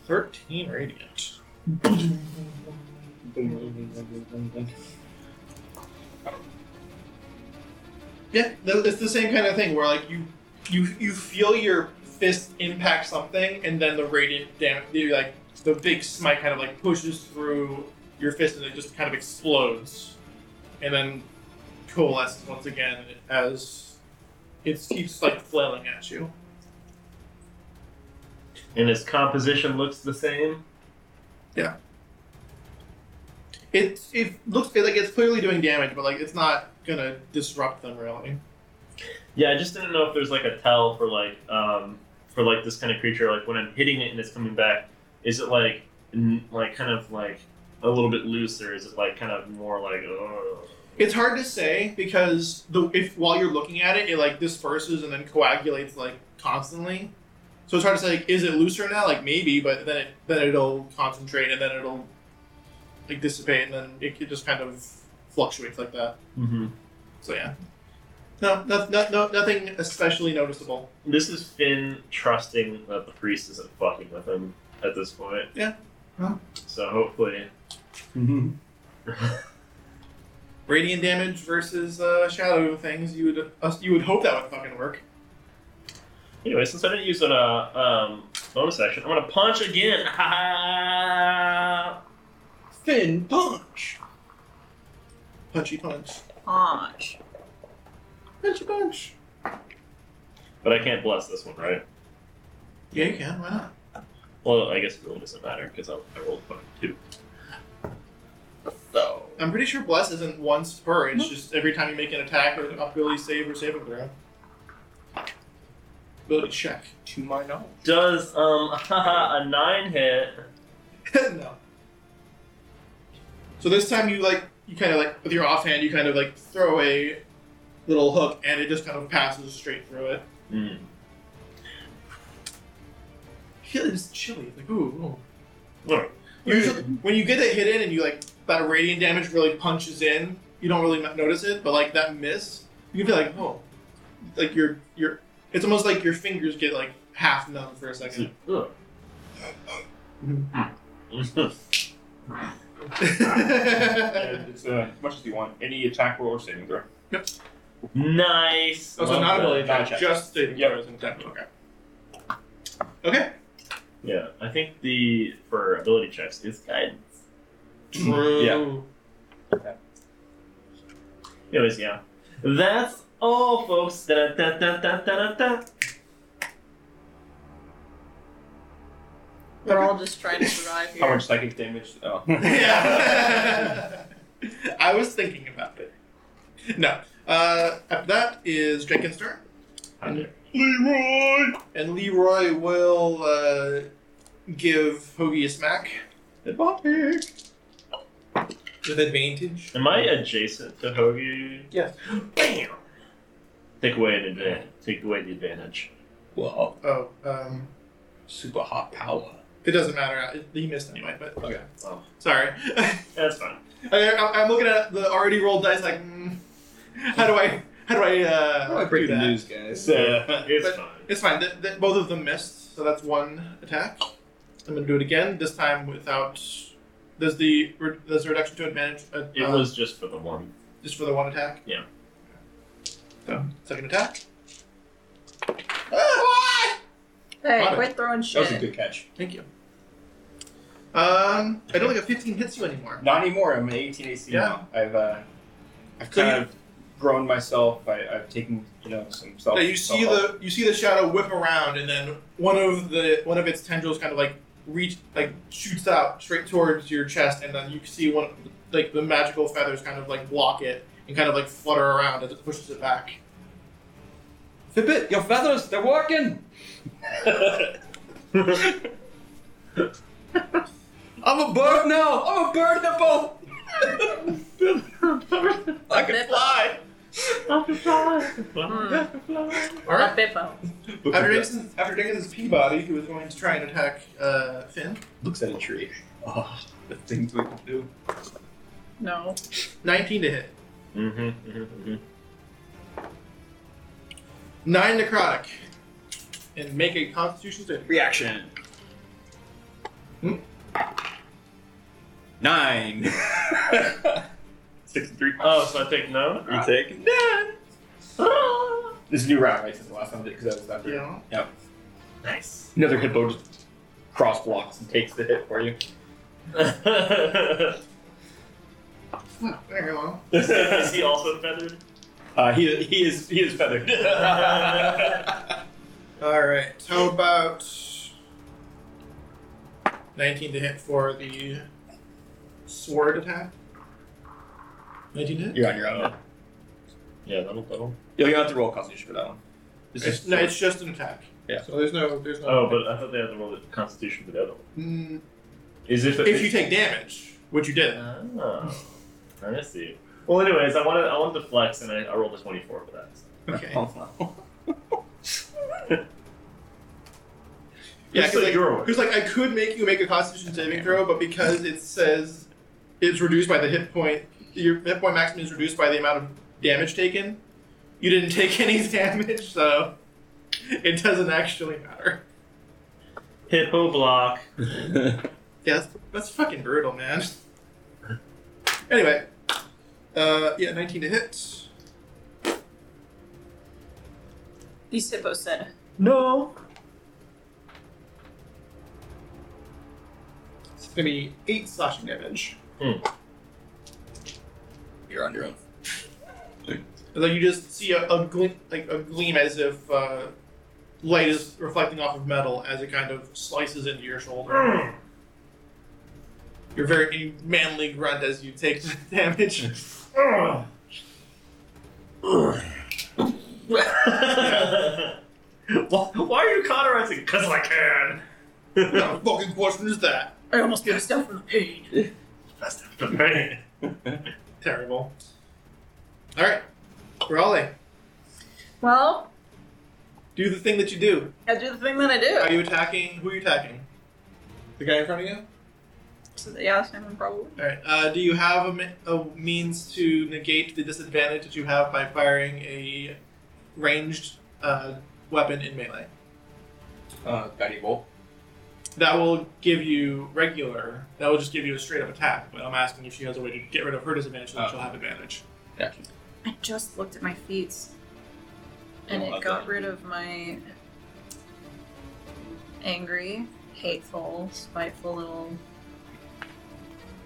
B: thirteen radiant. Yeah, th- it's the same kind of thing where like you you you feel your fist impact something, and then the radiant damage, the, like the big smite, kind of like pushes through your fist, and it just kind of explodes, and then coalesces once again as it keeps like flailing at you.
A: And its composition looks the same.
B: It it looks like it's clearly doing damage, but like it's not gonna disrupt them really.
A: Yeah, I just didn't know if there's like a tell for like um for like this kind of creature. Like when I'm hitting it and it's coming back, is it like n- like kind of like a little bit loose, or is it like kind of more like? "Ugh"?
B: It's hard to say because the if while you're looking at it, it like disperses and then coagulates like constantly. So it's hard to say like, is it looser now? Like maybe, but then it then it'll concentrate and then it'll like dissipate and then it, it just kind of fluctuates like that.
A: Mhm.
B: So yeah, no, no, no, no nothing especially noticeable.
A: This is Finn trusting that the priest isn't fucking with him at this point.
B: Yeah. Huh.
A: So hopefully,
B: Radiant damage versus uh, shadow things. You would uh, you would hope that would fucking work.
A: anyway, since I didn't use a uh, um, bonus action, I'm gonna punch again.
F: Finn punch.
B: Punchy punch.
D: Punch.
B: Punchy punch.
A: but I can't bless this one, right?
B: Yeah, you can. Why not?
A: Well, I guess it really doesn't matter because I, I rolled fucking two.
F: So
B: I'm pretty sure bless isn't once per. It's just every time you make an attack or an ability save or saving throw. Ability check.
F: to my knowledge,
A: Does um a nine hit?
B: no. So this time you like you kind of like with your offhand you kind of like throw a little hook and it just kind of passes straight through it.
A: Mm.
B: It's chilly. Like ooh.
A: Alright.
B: Usually when you get it hit in and you like that radiant damage really punches in, you don't really notice it, but like that miss, you can be like oh, like your your it's almost like your fingers get like half numb for a second.
A: Ugh.
F: and it's uh, as much as you want. Any attack roll or saving throw.
A: nice.
B: Oh, so
A: Love
B: not
A: that.
B: ability
F: Not a
B: attack,
F: check.
B: just saving
F: Yep.
B: throws and attack. Okay. Okay.
A: Yeah, I think the for ability checks is guidance.
B: True.
A: Anyways, yeah, that's all, folks. Da da da da da da.
D: They're all just trying to survive
F: How
D: here.
F: much psychic damage? Oh.
B: Yeah. I was thinking about it. No. Uh, after that is Jenkins' turn. Leroy! And Leroy will uh, give Hoagie a smack. With advantage.
A: Am I adjacent to Hoagie?
B: Yes.
A: Bam. Take away an advantage. Take away the advantage.
F: Whoa!
B: Oh, um,
F: Super hot power.
B: it doesn't matter. He missed anyway, but
F: Okay.
A: Oh,
B: sorry.
A: that's fine.
B: I, I, I'm looking at the already rolled dice like, mm, how do I, how do I, uh,
E: I break
B: do
E: the
B: that?
E: news, guys.
F: So
A: It's
B: But-
A: fine.
B: It's fine. Th- th- both of them missed, so that's one attack. I'm gonna do it again. This time without. Does the re- does the reduction to advantage? Uh,
A: It
B: uh,
A: was just for the one.
B: just for the one attack.
A: Yeah.
B: So second attack. Ah!
D: Hey,
B: Got it.
D: quit throwing
F: that was a
D: shit.
F: good catch.
B: Thank you. Um, I don't think a 15 hits you anymore.
F: Not anymore. I'm an 18 AC now. I've uh, I've
B: So
F: kind
B: you-
F: of grown myself. I, I've taken you know some self.
E: Oh,
B: Yeah, you see
F: self-help.
B: the you see the shadow whip around, and then one of the one of its tendrils kind of like reach like shoots out straight towards your chest, and then you see one like the magical feathers kind of like block it and kind of like flutter around as it pushes it back.
E: Fibbit, your feathers, they're working!
A: Mm-hmm,
E: I'm a bird now! I'm a bird in a bowl! I can fly!
B: All right.
D: Bippo.
B: After Dixon, after Dixon's Peabody, who is going to try and attack uh, Finn,
F: looks at a tree. Oh, the things we can do.
D: No.
B: nineteen to hit,
A: Mm-hmm, mm-hmm,
B: nine necrotic, and make a Constitution save.
E: Reaction.
B: Hmm?
E: Nine.
F: Six and three.
A: Oh, so I take no.
F: Uh, you take nine. This is a new round, right? Since the last time I did, because I was after.
B: Yeah.
A: Nice.
F: Another hippo just cross blocks and takes the hit for you.
A: Is
B: Wow, Very well.
A: he also feathered?
F: Uh, he, he is he is feathered.
B: All right. How about nineteen to hit for the sword attack? Nineteen to hit.
F: You're on your own.
A: Yeah, that'll, that'll.
E: You'll have to roll constitution for that one.
B: It's just, no, it's just an attack.
E: Yeah.
B: So there's no, there's no.
A: Oh, but I thought they had to roll the constitution for the other one.
B: Mm,
A: Is if it,
B: if you take damage, which you did,
A: Oh, I see. Well, anyways, I wanted I wanted to flex, and I, I rolled a twenty four for that.
B: okay.
A: Yeah,
B: Yeah,
A: it's like
B: because
A: your
B: like, 'cause, like, I could make you make a Constitution saving throw, but because it says it's reduced by the hit point, your hit point maximum is reduced by the amount of damage taken. You didn't take any damage, so it doesn't actually matter.
A: hippo block.
B: Yeah, that's, that's fucking brutal, man. Anyway, uh, yeah, 19 to hit.
D: These hippos said,
A: No.
B: It's gonna be eight slashing damage.
E: You're on your own.
B: And, Like you just see a, a gleam, like a gleam as if uh, light is reflecting off of metal as it kind of slices into your
A: Mm.
B: shoulder. You're very you manly grunt as you take the damage.
A: Why why are you cauterizing? Cause I can.
B: what kind of fucking question is that?
D: I almost passed out from the pain.
A: That's the thing.
B: Terrible. All right, Raleigh,
D: Well,
B: do the thing that you do.
D: I do the thing that I
B: Are
D: do.
B: you attacking? Who are you attacking? The guy in front of you.
D: So, yeah, that's him probably.
B: All right. Uh, do you have a, me- a means to negate the disadvantage that you have by firing a ranged uh, weapon in melee?
E: Uh, Betty Bolt.
B: That will give you regular. That will just give you a straight up attack. But I'm asking if she has a way to get rid of her disadvantage, so that
E: Oh.
B: she'll have advantage.
D: I just looked at my feet, and
E: Oh,
D: it
E: okay.
D: got rid of my angry, hateful, spiteful little.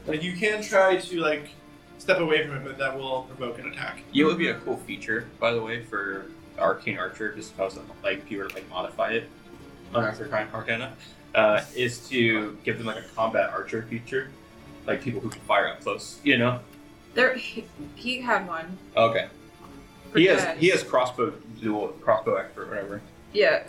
B: Like you can try to like step away from it, but that will provoke an attack.
E: You would be a cool feature, by the way, for Arcane Archer, just because like if you were to like modify it on Arthur Crime Arcana, uh, is to give them like a combat archer feature. Like people who can fire up close, you know?
D: There, he, he had one.
E: Okay.
D: for
E: He has
D: Dad.
E: he has crossbow dual crossbow expert, whatever.
D: Yeah,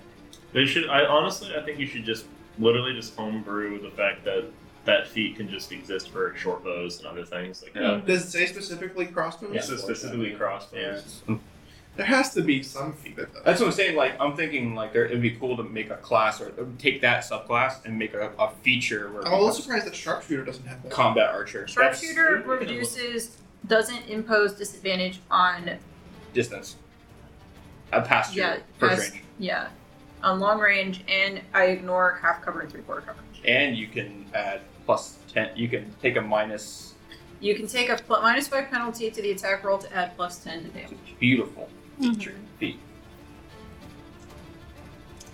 A: They should. I honestly, I think you should just literally just homebrew the fact that that feat can just exist for short bows and other things like that.
B: Does it say specifically crossbows?
A: This is specifically crossbows.
B: There has to be some feedback. Though.
E: That's what I'm saying. Like I'm thinking, like there, it'd be cool to make a class or uh, take that subclass and make a, a feature where
B: I'm a little surprised that sharpshooter doesn't have that.
E: combat archer That's
D: sharpshooter reduces doesn't impose disadvantage on
E: distance, a pass through
D: Yeah,
E: first
D: pass-
E: range,
D: yeah on long range, and I ignore half cover and three quarter cover.
E: and you can add plus ten. You can take a minus.
D: You can take a pl- minus five penalty to the attack roll to add plus ten to damage.
E: Beautiful feature feat.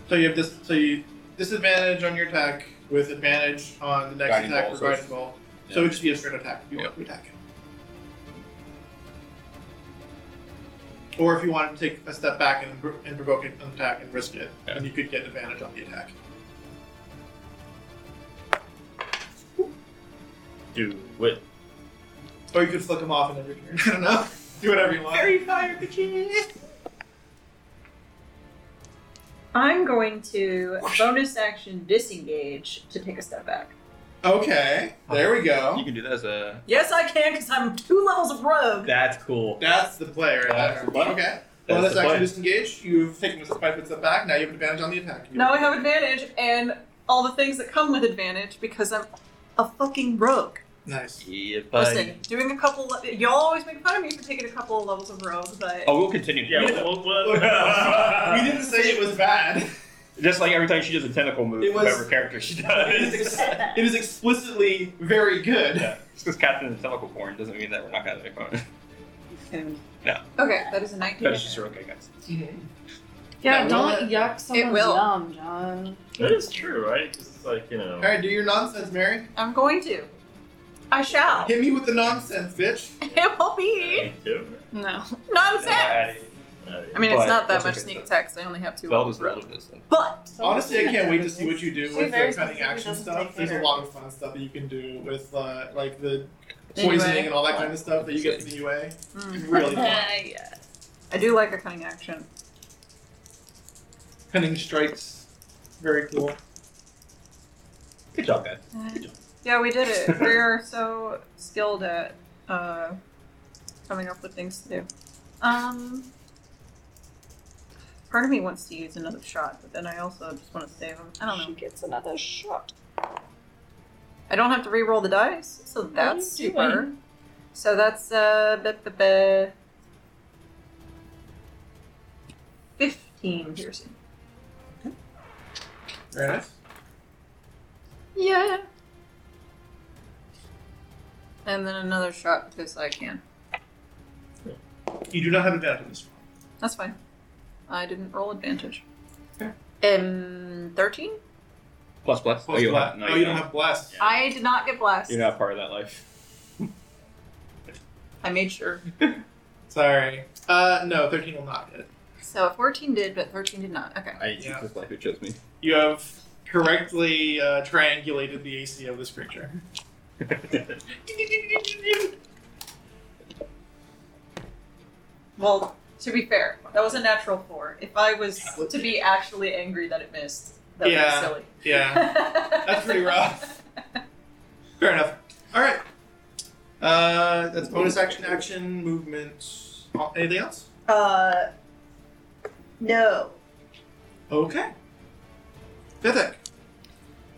B: So you have dis- so you disadvantage on your attack with advantage on the next
E: Guiding
B: attack
E: ball,
B: for
E: so
B: guiding
E: it's-
B: ball.
E: yeah.
B: So it would just be a straight attack if you want to attack him. Or if you wanted to take a step back and, br- and provoke an attack and risk it,
E: Yeah.
B: and you could get advantage on the attack.
A: Do what?
B: Or you could flick him off and every turn. I don't know. Do whatever you want.
D: fire, I'm going to bonus action disengage to take a step back.
B: Okay, there we
E: You
B: go.
E: can do that as a.
D: Yes, I can because I'm two levels of rogue.
E: That's cool.
B: That's the player.
E: That's the plan.
B: Okay.
E: That's
B: Well, that's
E: the
B: actually
E: plan.
B: disengage. You've taken a five foot step back. Now you have advantage on the attack.
D: Now I have advantage and all the things that come with advantage because I'm a fucking rogue.
B: Nice.
E: Yeah,
D: Listen, doing a couple. Le- Y'all always make fun of me for taking a couple of levels of rogue, but
E: Oh, we'll continue.
A: Yeah. What?
B: we
A: what?
B: didn't say it was bad.
E: Just like every time she does a tentacle move,
B: It was-
E: whatever character she does.
B: It is, ex- it is explicitly very good.
E: Yeah, just because Captain of the Tentacle Porn doesn't mean that we're not gonna make fun. of it.
D: okay, that is a 19.
E: That's just okay, guys.
B: Mm-hmm.
C: Yeah,
B: Yeah,
C: don't
B: will it-
C: yuck someone's
D: will.
C: yum, John.
A: That is true, right? Because it's like you know.
B: All right, do your nonsense, Mary.
D: I'm going to. I shall.
B: Hit me with the nonsense, bitch.
D: It will be
A: Me too.
C: No.
D: nonsense.
A: Uh,
D: I mean, it's
E: But
D: not that
E: that's
D: much
E: okay,
D: sneak
E: though.
D: attack. 'cause I only have two.
E: Zelda's
D: levels left.
E: of this.
D: But
B: Honestly, I can't wait to see what you do
C: She
B: with
C: very
B: the cutting
C: specifically
B: action
C: doesn't
B: stuff.
C: take
B: There's a
C: care.
B: lot of fun stuff that you can do with, uh, like the poisoning
D: Anyway.
B: and all that kind of stuff that you get from the UA.
D: Mm.
B: Really fun.
C: yeah.
D: I do like a cunning action.
B: Cunning strikes. Very cool.
F: Good job, guys.
D: Yeah, we did it. We're so skilled at uh, coming up with things to do. Um, part of me wants to use another shot, but then I also just want to save him. I don't know.
H: She gets another shot.
D: I don't have to re-roll the dice, so
C: are you
D: that's super.
C: doing?
D: So that's uh, b- b- b- fifteen piercing.
B: Very nice.
D: Yeah. And then another shot because I can.
B: You do not have advantage on this one.
D: That's fine. I didn't roll advantage.
B: Okay.
D: Um, thirteen.
F: Plus, plus. oh,
B: Plus
F: you don't
B: bla-
F: have, no,
B: oh, you don't have blast.
D: I did not get blessed.
F: You're not part of that life.
D: I made sure.
B: Sorry. Uh, no, 13 will not hit.
D: So fourteen did, but thirteen did not. Okay.
F: I
B: Yeah.
F: this life who chose me.
B: You have correctly uh, triangulated the AC of this creature.
D: Well, to be fair, that was a natural four. If I was to be actually angry that it missed, that
B: Yeah.
D: would be silly.
B: Yeah,
D: That's
B: pretty rough. fair enough. All right. Uh, that's bonus action, action, movement. Uh, Anything else?
D: Uh, no.
B: Okay. Vivek,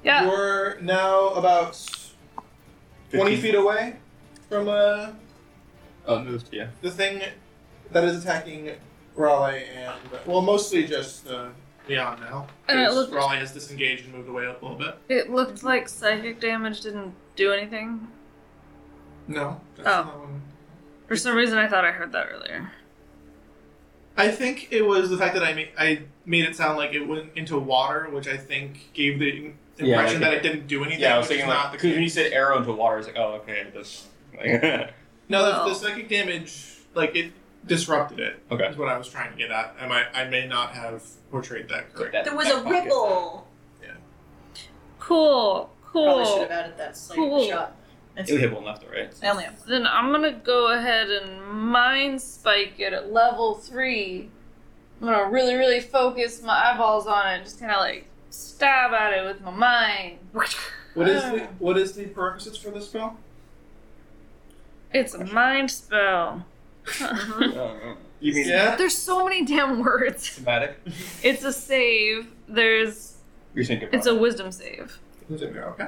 H: Yeah.
B: you're now about 20
F: 15.
B: feet away from uh,
F: Oh, it moved, yeah.
B: the thing that is attacking Raleigh and, well, mostly just uh, Leon now.
C: And it
B: 'cause
C: looks-
B: Raleigh has disengaged and moved away a little bit.
C: It looked like psychic damage didn't do anything.
B: No. That's
C: Oh.
B: not one.
C: For some reason, I thought I heard that earlier.
B: I think it was the fact that I made I made it sound like it went into water, which I think gave the in- impression
F: Yeah, like
B: that it didn't do anything.
F: Yeah, I was
B: which is
F: thinking
B: not
F: like
B: the
F: because when you
B: case.
F: said arrow into water, I was like, oh, okay, this. Like,
B: No, the,
C: Well.
B: the psychic damage, like it disrupted it.
F: Okay.
B: is what I was trying to get at. I might I may not have portrayed that correctly.
F: that-
D: There was
F: that
D: a
F: pocket.
D: ripple.
C: Cool,
D: Probably should
C: cool.
D: have added that slight
C: Cool.
D: shot.
F: It would hit one left or right.
D: I only have one.
C: Then I'm gonna go ahead and mind spike it at level three. I'm gonna really, really focus my eyeballs on it, just kind of like stab at it with my mind.
B: What is the what is the prerequisites for this spell?
C: It's a mind spell.
F: You mean
B: yeah.
H: There's so many damn words.
F: somatic?
C: It's a save. There's
F: You're thinking
C: it's a wisdom save.
B: Okay.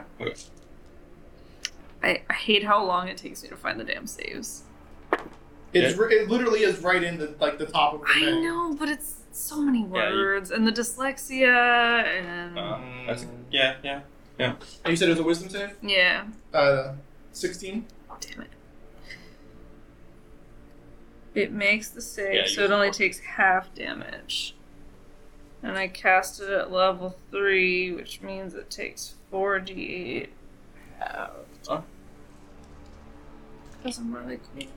C: I, I hate how long it takes me to find the damn saves.
B: It's ri- it literally is right in the like the top of the
C: I
B: thing.
C: know, but it's so many
F: Yeah, you-
C: words and the dyslexia and
F: Uh, that's yeah, yeah.
B: Mm. And you said it was a wisdom save.
C: yeah.
B: Uh, sixteen.
C: Oh, Damn it. It makes the save,
F: Yeah,
C: so
F: you-
C: it only takes half damage. And I cast it at level 3, which means it takes 4d8 out.
F: Huh?
C: Because I'm really cool.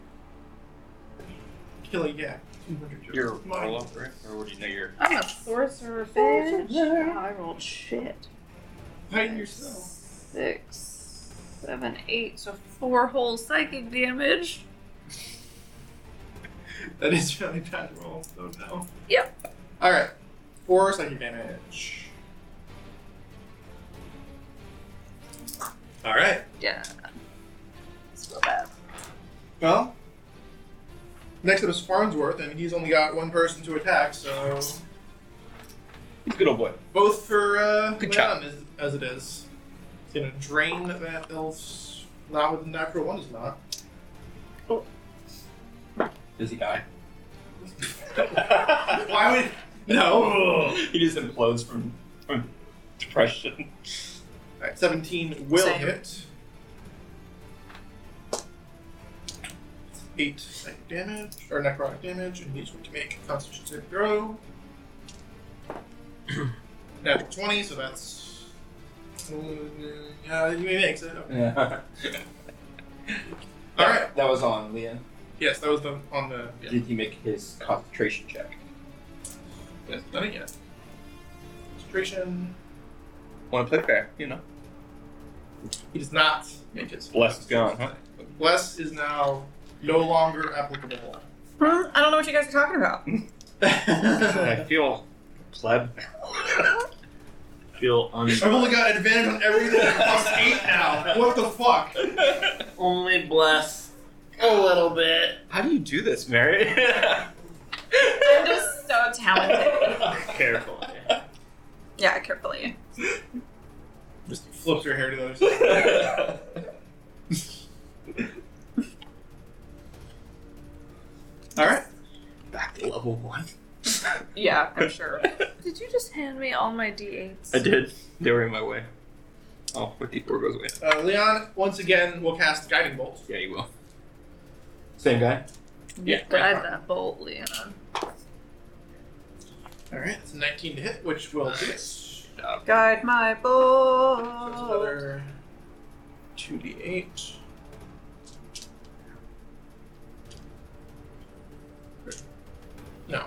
B: Killing yeah. 200 euros.
F: You're
B: Mine.
F: roll up, right? Or what do you know? You're
C: I'm a sorcerer, bitch. Oh, I rolled shit.
B: Hiding
F: Oh.
B: yourself.
C: Six, seven, eight, so four whole psychic damage.
B: That is really bad roll, so no.
C: Yep.
B: Alright. Four psychic damage. Alright.
C: Yeah. So bad.
B: Well, next up is Farnsworth, and he's only got one person to attack, so.
F: he's a good old boy.
B: Both for uh,
F: Good
B: Leon as, as it is. It's gonna drain that elf's. Not with the natural one, is not.
F: Does he die?
B: Why would. No!
F: he just implodes from, from depression.
B: Alright, 17 will
D: Same.
B: hit. 8 psychic damage, or necrotic damage, and he's going to make a constitution saving throw. Natural 20, so that's. Yeah, he makes it. Okay.
F: Yeah.
B: Alright,
F: That was on Leon.
B: yes, that was the, on the. Yeah.
F: Did he make his concentration check?
B: Yes, done it yet. Concentration.
F: Want to play fair, you know.
B: He does not make it.
F: Bless is gone, huh?
B: Bless is now no longer applicable.
D: Hmm, I don't know what you guys are talking about.
F: I feel pleb.
A: Feel un.
B: I've only got advantage on everything plus eight now. What the fuck?
G: Only bless a little bit.
F: How do you do this, Mary?
D: I'm just so talented.
A: Careful.
D: Yeah, carefully.
B: Just flips her hair to the other side. All right.
F: Back to level one.
D: Yeah, I'm sure.
C: Did you just hand me all my d8s?
F: I did. They were in my way. Oh, my D4 goes away.
B: Uh, Leon, once again, will cast Guiding Bolt.
F: Yeah, you will.
E: Same guy.
B: Yeah.
H: Drive that bolt, Leon.
B: All right. It's a 19 to hit, which will do it.
D: Guide my
B: So it's
D: boat.
B: another 2d8. No.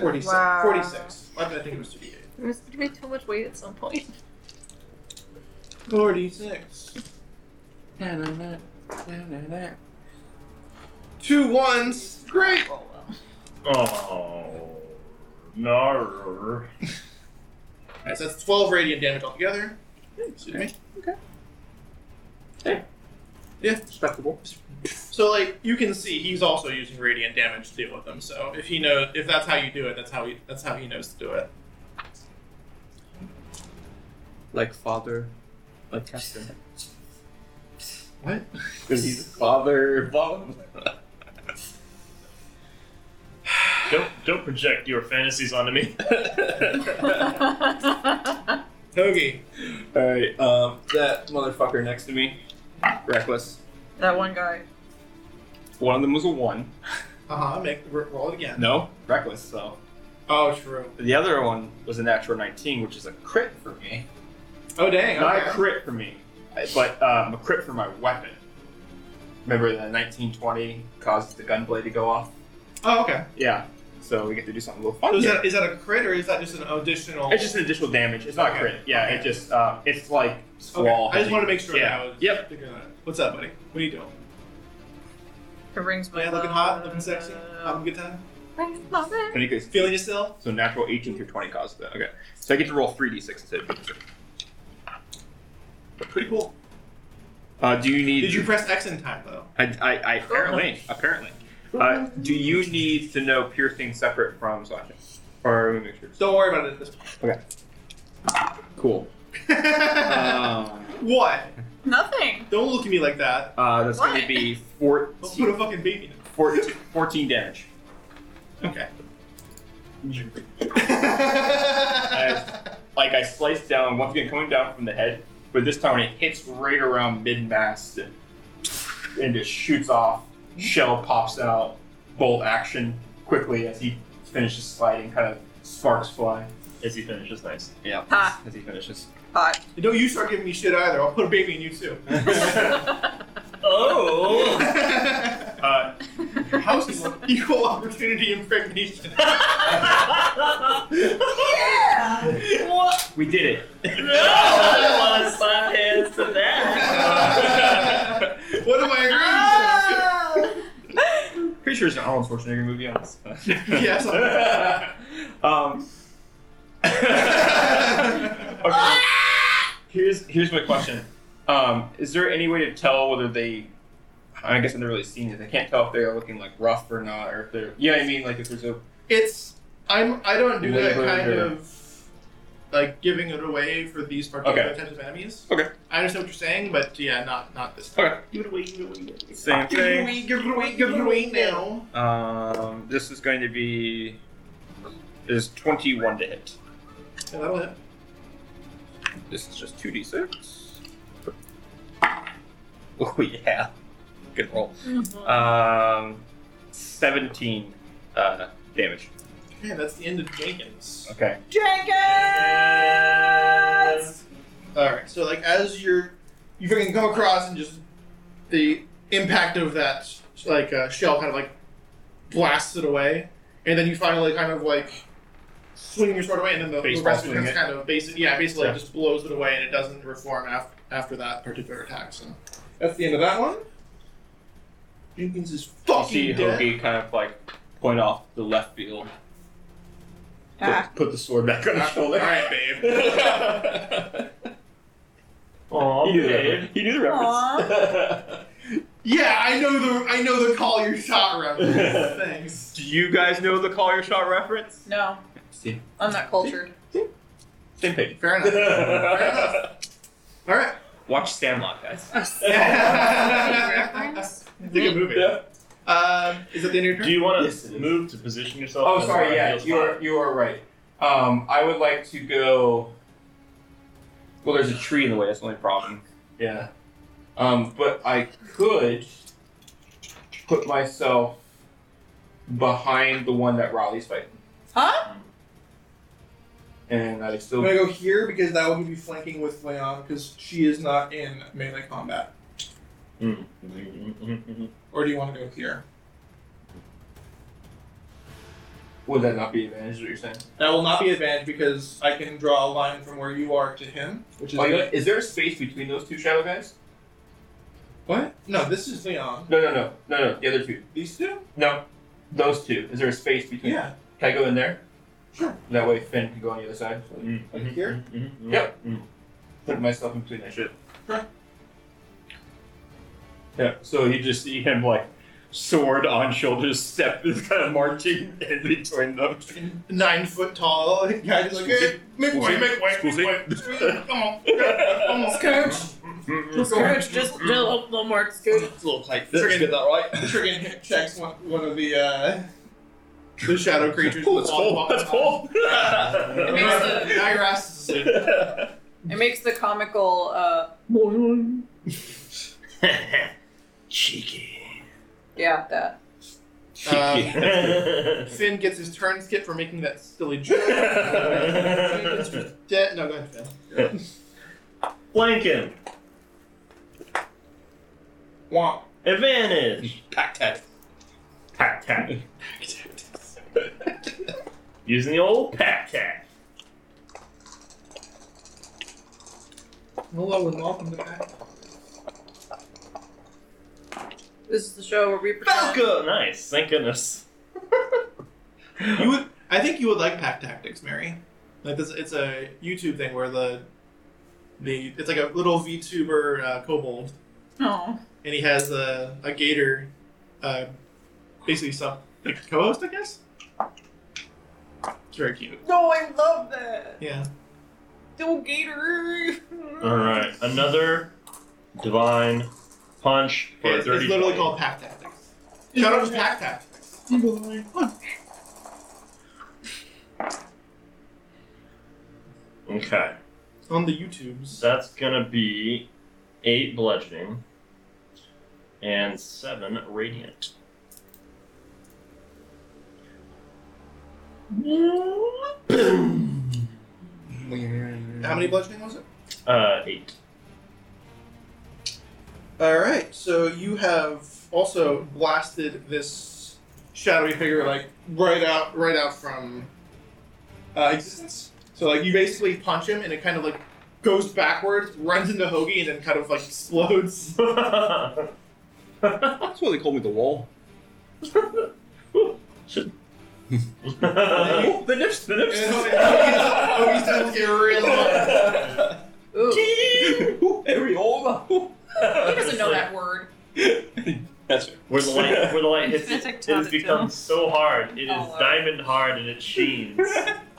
B: Forty-six.
D: Wow.
B: Forty-six. Why did I think it was two d eight?
C: It was gonna be too much weight at some point.
B: Forty-six. Two ones. Great.
C: Oh well.
A: Oh. No.
B: Alright, so that's 12 radiant damage altogether. Excuse me.
F: Respectable.
B: So, like, you can see he's also using radiant damage to deal with them. So, if he knows, if that's how you do it, that's how he, that's how he knows to do it.
F: Like father. Like Captain.
B: What?
E: Because he's father. Blah, blah, blah.
A: Don't don't project your fantasies onto me.
B: Togi.
E: Alright, um, that motherfucker next to me. Reckless.
D: that one guy.
E: One of them was a one.
B: Uh huh. Make r- roll it again.
E: No, reckless, so.
B: Oh, true.
E: The other one was a natural 19, which is a crit for me.
B: Oh, dang.
E: Not
B: okay.
E: a crit for me, but um, a crit for my weapon. Remember the 1920 caused the gun blade to go off?
B: Oh, okay.
E: Yeah. So we get to do something a little
B: So
E: fun.
B: is,
E: here.
B: that, is that a crit or is that Oh, just an additional?
E: It's just an additional damage. It's not
B: Okay.
E: a crit. Yeah, it just um, it's like
B: Okay.
E: squall.
B: I just wanted to make sure
E: Yeah.
B: that I was
E: Yep.
B: figuring that out. What's up, buddy? What are you doing?
D: It rings my
B: Man, looking hot, looking sexy, having a good time,
E: And you guys-
B: feeling yourself.
E: So natural 18 through 20 caused that. Okay. So I get to roll 3d6 instead of d6.
B: Pretty cool.
E: Uh, do you need?
B: Did you press X in time though?
E: I, I, I apparently apparently. Uh, do you need to know piercing separate from slashing, or let me make sure?
B: Don't worry about it at this
E: Cool.
B: point.
E: Um,
B: Uh, what?
D: Nothing.
B: Don't look at me like that.
E: uh, that's going to
D: What?
E: be
B: Don't put a
E: 14,
B: fucking baby in
E: 14, 14 damage.
B: it. Okay.
E: Like I slice down once again, coming down from the head, but this time when it hits right around mid mast and, and just shoots off. Shell pops out, bolt action quickly as he finishes sliding, kind of sparks fly.
A: As he finishes, nice.
E: Yeah.
D: Ha.
E: As he finishes.
D: Hot.
B: Don't you start giving me shit either. I'll put a baby in you too.
G: Oh.
E: Uh,
B: How's this equal opportunity impregnation?
D: Yeah.
G: what?
E: we did it.
G: No, I don't want to slap hands to that.
B: what am I
E: Pretty sure it's an Arnold Schwarzenegger movie on this.
B: Yes.
E: um. okay. Here's here's my question. Um, is there any way to tell whether they? I guess I've never really seen it. I can't tell if they are looking like rough or not, or if they're. You know what I mean? Like if there's a.
B: agreeing to? It's I'm I don't do that
E: Labor
B: kind
E: or-
B: of like giving it away for these particular
E: Okay.
B: types of enemies.
E: Okay.
B: I understand what you're saying, but yeah, not not this.
E: Okay.
B: Give it away, give it away, give it away.
E: Same
B: Give it away, give it away, give it away now.
E: Um, this is going to be. Is twenty one to hit.
B: Yeah, that'll hit.
E: This is just two d six. Oh yeah, good roll. Um, seventeen uh, damage.
B: Okay, that's the end of Jenkins.
E: Okay.
D: Jenkins.
B: All right. So like as you're, you fucking come across and just the impact of that like uh, shell kind of like blasts it away, and then you finally kind of like swinging your sword away, and then the, the
F: Baseball
B: rest
F: swing
B: becomes
F: it.
B: kind of basic. Yeah, basically
F: Yeah.
B: just blows it away, and it doesn't reform af- after that particular attack. So that's the end of that one. Jenkins is
F: You see
B: fucking dead.
F: Hoagie kind of like point off the left field. Put,
D: Ah.
F: put the sword back on his shoulder.
B: All right, babe.
A: Aw,
F: you, knew the
A: babe.
F: reference. you knew the reference.
B: Yeah, I know the I know the call your shot reference. Thanks.
F: Do you guys know the call your shot reference?
D: No,
F: See,
D: I'm not cultured.
F: same page.
B: Fair enough. Fair enough. All right.
F: Watch Sandlot, guys.
C: reference?
B: Think of movie.
F: Yeah.
B: Um, is that the end of your
A: Do
B: turn?
A: you want to
E: Yes, it is.
A: move to position yourself?
E: Oh,
A: as
E: sorry.
A: our
E: Yeah,
A: ideal
E: you're
A: spot?
E: you're right. Um, I would like to go.
F: Well, there's a tree in the way. That's the only problem.
E: Yeah. Um, but I could put myself behind the one that Raleigh's fighting,
D: Huh?
E: and I'd
B: I'm
E: still.
B: gonna go here because that will be flanking with Leon because she is not in melee combat.
A: Mm, mm, mm, mm, mm, mm.
B: Or do you want to go here?
E: Would that not be advantage? Is what you're saying?
B: That will not be advantage because I can draw a line from where you are to him, which is
E: Oh, you know, is there a space between those two shadow guys?
B: what? No, this is Leon.
E: No, no, no, no, no. The other two.
B: These two?
E: No, those two. Is there a space between?
B: Yeah.
E: Can I go in there?
B: Sure.
E: That way Finn can go on the other side.
A: Mm,
B: Like
A: mm,
B: here?
A: mm, mm, mm,
E: Yep.
A: mm.
E: Put myself in between that shit.
B: Sure.
F: Yeah. So you just see him like sword on shoulders, step is kind of marching in between them.
B: Mm-hmm. Nine foot tall. Guy just like, hey, make way, make way, make
F: Scusi.
B: way. Scusi. Come on, come on.
D: Scooch, scooch, just just a little little more scooch.
F: It's a little tight.
B: Let's get
F: that right.
B: Trigan hit- checks one, one of the uh, Oh, the shadow creatures.
F: Let's pull. Let's pull.
D: It makes the
B: Now your ass is asleep.
D: it makes the comical uh
A: Cheeky.
D: yeah that.
B: Um, Finn gets his turn skip for making that silly joke. Finn gets his de- no, go ahead, Finn.
A: Flanking.
B: Womp.
A: Advantage.
F: Pack tactics.
A: Pack tack. Using the old pack tack.
B: Hello and welcome back.
D: This is the show where we pretend.
A: Falco. Nice. Thank goodness.
B: You would, I think you would like pack tactics, Mary. Like this, it's a YouTube thing where the the it's like a little VTuber uh, kobold,
D: No.
B: and he has a a gator, uh, basically some like co-host, I guess. It's very cute.
D: No, I love that.
B: Yeah.
D: Still Gator.
A: All right. Another divine punch for
B: It's, it's
A: 30.
B: literally called pack tactics. Shout out to pack tactics.
A: Okay.
B: On the YouTubes.
A: So that's gonna be eight bludgeoning and seven radiant.
B: How many bludgeoning was it?
A: Uh, eight.
B: All right, so you have also blasted this shadowy figure like right out, right out from uh, existence. So like you basically punch him, and it kind of like goes backwards, runs into Hoagie, and then kind of like explodes.
F: That's why they called me the wall.
A: All
F: the nips. The Oh,
B: And
F: nips.
B: then Hoagie's, Hoagie's just irrelevant.
F: oh,
D: Ooh, he
F: Areola.
D: doesn't know that word.
F: That's right.
A: Where the light, where the light hits, it,
H: Physics
A: it has
H: does it
A: become
H: too.
A: so hard. It is
D: Oh, Lord.
A: diamond hard and it sheens.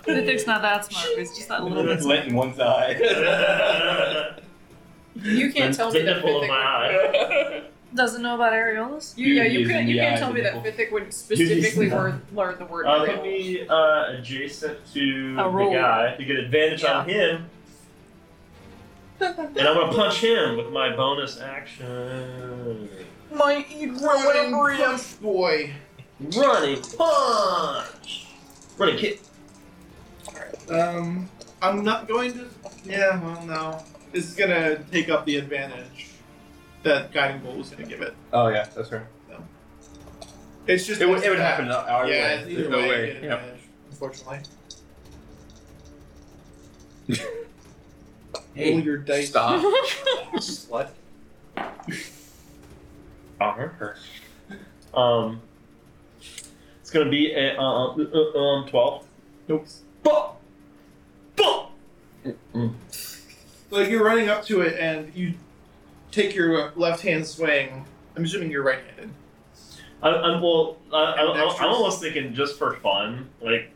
H: Mythic's not that smart. It's just that little bit.
F: It's lint in one side.
D: You can't
A: The-
D: tell
A: the
D: me that
A: nipple of
D: mythic.
A: my eye.
H: Doesn't know about areolas?
D: You, yeah, you
F: Beauty is
D: can't.
F: in
D: You
F: the
D: can't
F: eye
D: tell
F: of
D: me
F: the
D: that
F: nipple.
D: mythic would
F: is
D: specifically
F: in the
D: learn, learn the word.
A: Uh,
D: real.
A: put me uh, adjacent to
H: A
A: the
H: roll.
A: guy to get advantage on him. and I'm gonna punch him with my bonus action.
D: My eat
B: Running punch boy.
A: Running punch! Running kick.
B: Um, I'm not going to. Yeah, well, no. This is gonna take up the advantage that guiding bolt was gonna give it.
F: Oh yeah, that's right.
B: It's just
F: It would, it would happen. Either
B: Yeah,
F: way.
B: either
F: There's no
B: way,
F: way.
B: you get
F: Yeah.
B: advantage, unfortunately. Roll your dice.
E: Stop.
F: Slut.
A: I'll hurt her. Um, it's gonna be a uh, uh, uh, um twelve.
B: Nope.
A: But, but
B: Like you're running up to it and you take your left hand swing. I'm assuming you're right handed.
A: I, I'm well. I, I,
B: Ambidextrous.
A: I'm almost thinking just for fun. Like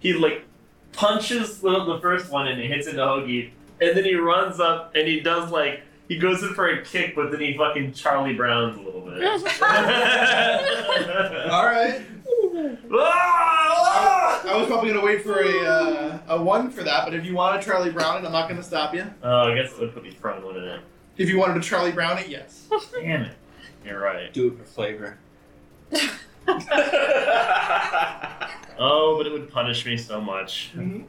A: he like punches the, the first one and it hits into Hoagie, and then he runs up and he does like he goes in for a kick, but then he fucking Charlie Browns a little bit. Ah,
B: All right.
A: ah!
B: I was probably gonna wait for a uh, a one for that, but if you want to Charlie Brown it, I'm not gonna stop you.
A: Oh, I guess it would put me front, wouldn't it?
B: If you wanted to Charlie Brown it, yes.
A: Damn it. You're right.
E: Do it for flavor.
A: Oh, but it would punish me so much. Um,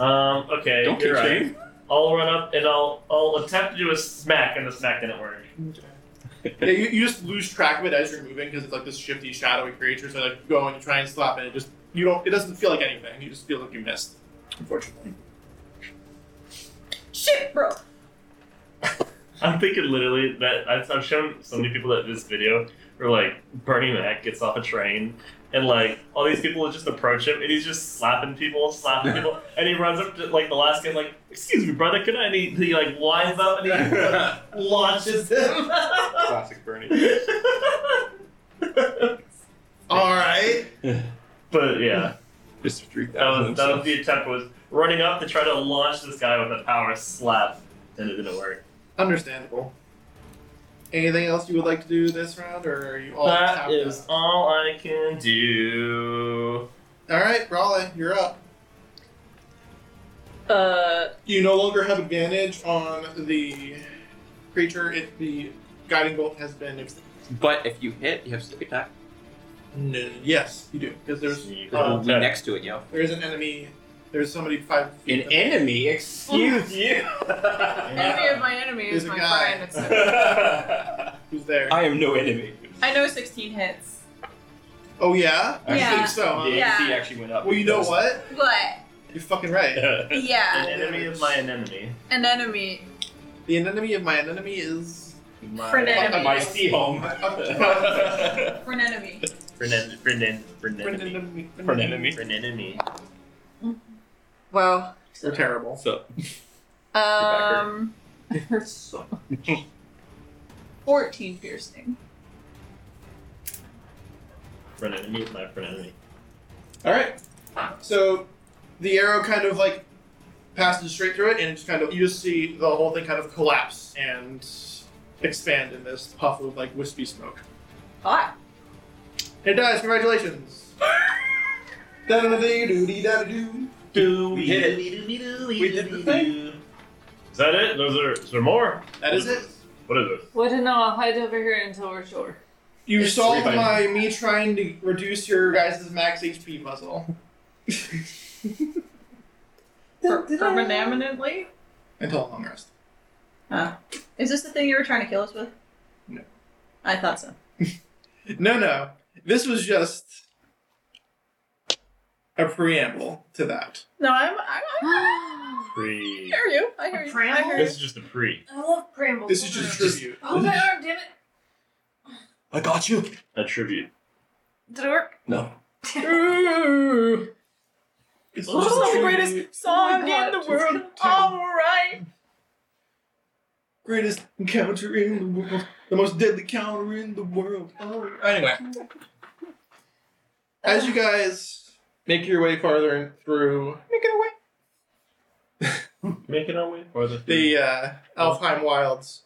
A: okay,
E: Don't
A: you're right.
E: kick
A: I'll run up and I'll I'll attempt to do a smack, and the smack didn't work.
B: yeah, you, you just lose track of it as you're moving because it's like this shifty, shadowy creature. So like you go and you try and slap it, it just you don't. It doesn't feel like anything. You just feel like you missed. Unfortunately.
D: Shit, bro.
A: I'm thinking literally that I've, I've shown so many people that this video where like Bernie Mac gets off a train and like all these people will just approach him and he's just slapping people, slapping people, and he runs up to like the last guy like, "Excuse me, brother, can I?" And he, he like winds up and he like, launches him.
F: Classic Bernie.
B: All right.
A: but yeah,
E: Just freaked
A: that
E: out.
A: was that was the attempt was running up to try to launch this guy with a power slap, and it didn't work.
B: Understandable. Anything else you would like to do this round, or are you all?
A: that
B: tapped
A: is
B: out?
A: all I can do.
B: All right, Raleigh, you're up.
D: Uh,
B: You no longer have advantage on the creature if the guiding bolt has been. Ex-
E: But if you hit, you have sneak attack.
F: Oh,
B: no, yes, you do because there's
A: Sneak
B: uh,
E: Be next to it, yo.
B: there is an enemy. There's somebody five feet.
E: An enemy? Excuse you.
D: enemy of my enemy
B: There's
D: is
B: a
D: my
B: guy.
D: friend. It's
B: who's there?
E: I am no enemy.
C: I know 16 hits.
B: oh yeah, I
H: Yeah.
B: think so. huh?
H: Yeah.
F: He actually went up.
B: Well, you know what?
H: What?
B: You're fucking right.
H: Yeah,
A: An enemy of my anemone.
H: an enemy.
B: The enemy of my enemy is
A: My
C: Frenemy.
F: My sea home.
H: For an enemy.
A: Frenem- Frenen- Frenenemy.
F: Frenemy.
A: Frenenemy.
H: Well,
B: They're terrible.
E: So
H: um,
B: It hurts so much.
H: 14 piercing.
A: Frenenemy is my frenenemy.
B: All right. So the arrow kind of like passes straight through it, and it's kind of you just see the whole thing kind of collapse and expand in this puff of like wispy smoke.
D: hot.
B: It dies. Congratulations. Da-da-da-dee-doo-dee-da-da-doo.
A: Do we
E: did it.
A: We
E: did the thing.
A: Is that it? Those are. Is there more?
B: That is it.
A: What is this?
C: Wouldn't know. I'll hide over here until we're sure.
B: You
A: It's
B: solved
A: three
B: my me trying to reduce your guys' max HP puzzle
D: Per- Permanently?
B: until long rest.
H: Is this the thing you were trying to kill us with?
B: No.
H: I thought so.
B: No, no. This was just a preamble to that.
H: No, I'm. I, I,
A: Pre.
H: I hear you. I hear you. I hear you.
A: This is just a pre.
C: I love preambles.
B: This is just
C: Hold
B: tribute.
C: on. Oh, my arm, damn it.
E: I got you.
A: A tribute.
C: Did it work?
E: No.
H: Ooh.
B: It's
D: This
B: just
D: is
B: a
D: the
B: tribute.
D: greatest song
C: God,
D: in the
C: just
D: world. All right.
B: greatest encounter in the world, the most deadly counter in the world. Oh, anyway, as you guys make your way farther in through
A: Making our way for the.
B: the uh, Alfheim wilds,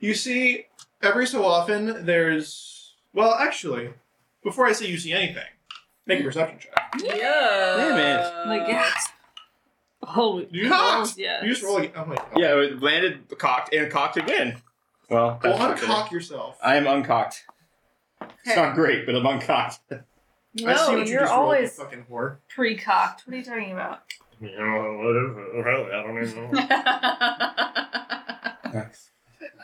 B: you see every so often there's well, actually, before I say you see anything, make a perception check.
D: Yeah.
E: Damn
C: Like, yes. Holy
B: You
C: balls,
B: cocked.
C: Oh, yes.
B: You just roll again. Oh my god.
E: Yeah, it landed cocked and cocked again. Well,
B: Well,
E: that's not good.
B: uncock yourself.
E: I am uncocked. It's not great, but I'm uncocked.
B: I see
C: No,
B: what you
C: you're
B: just rolled, you
C: always-
B: fucking whore.
C: Pre-cocked. What are you talking about?
A: You know, what is it? Really, I don't even know.
E: I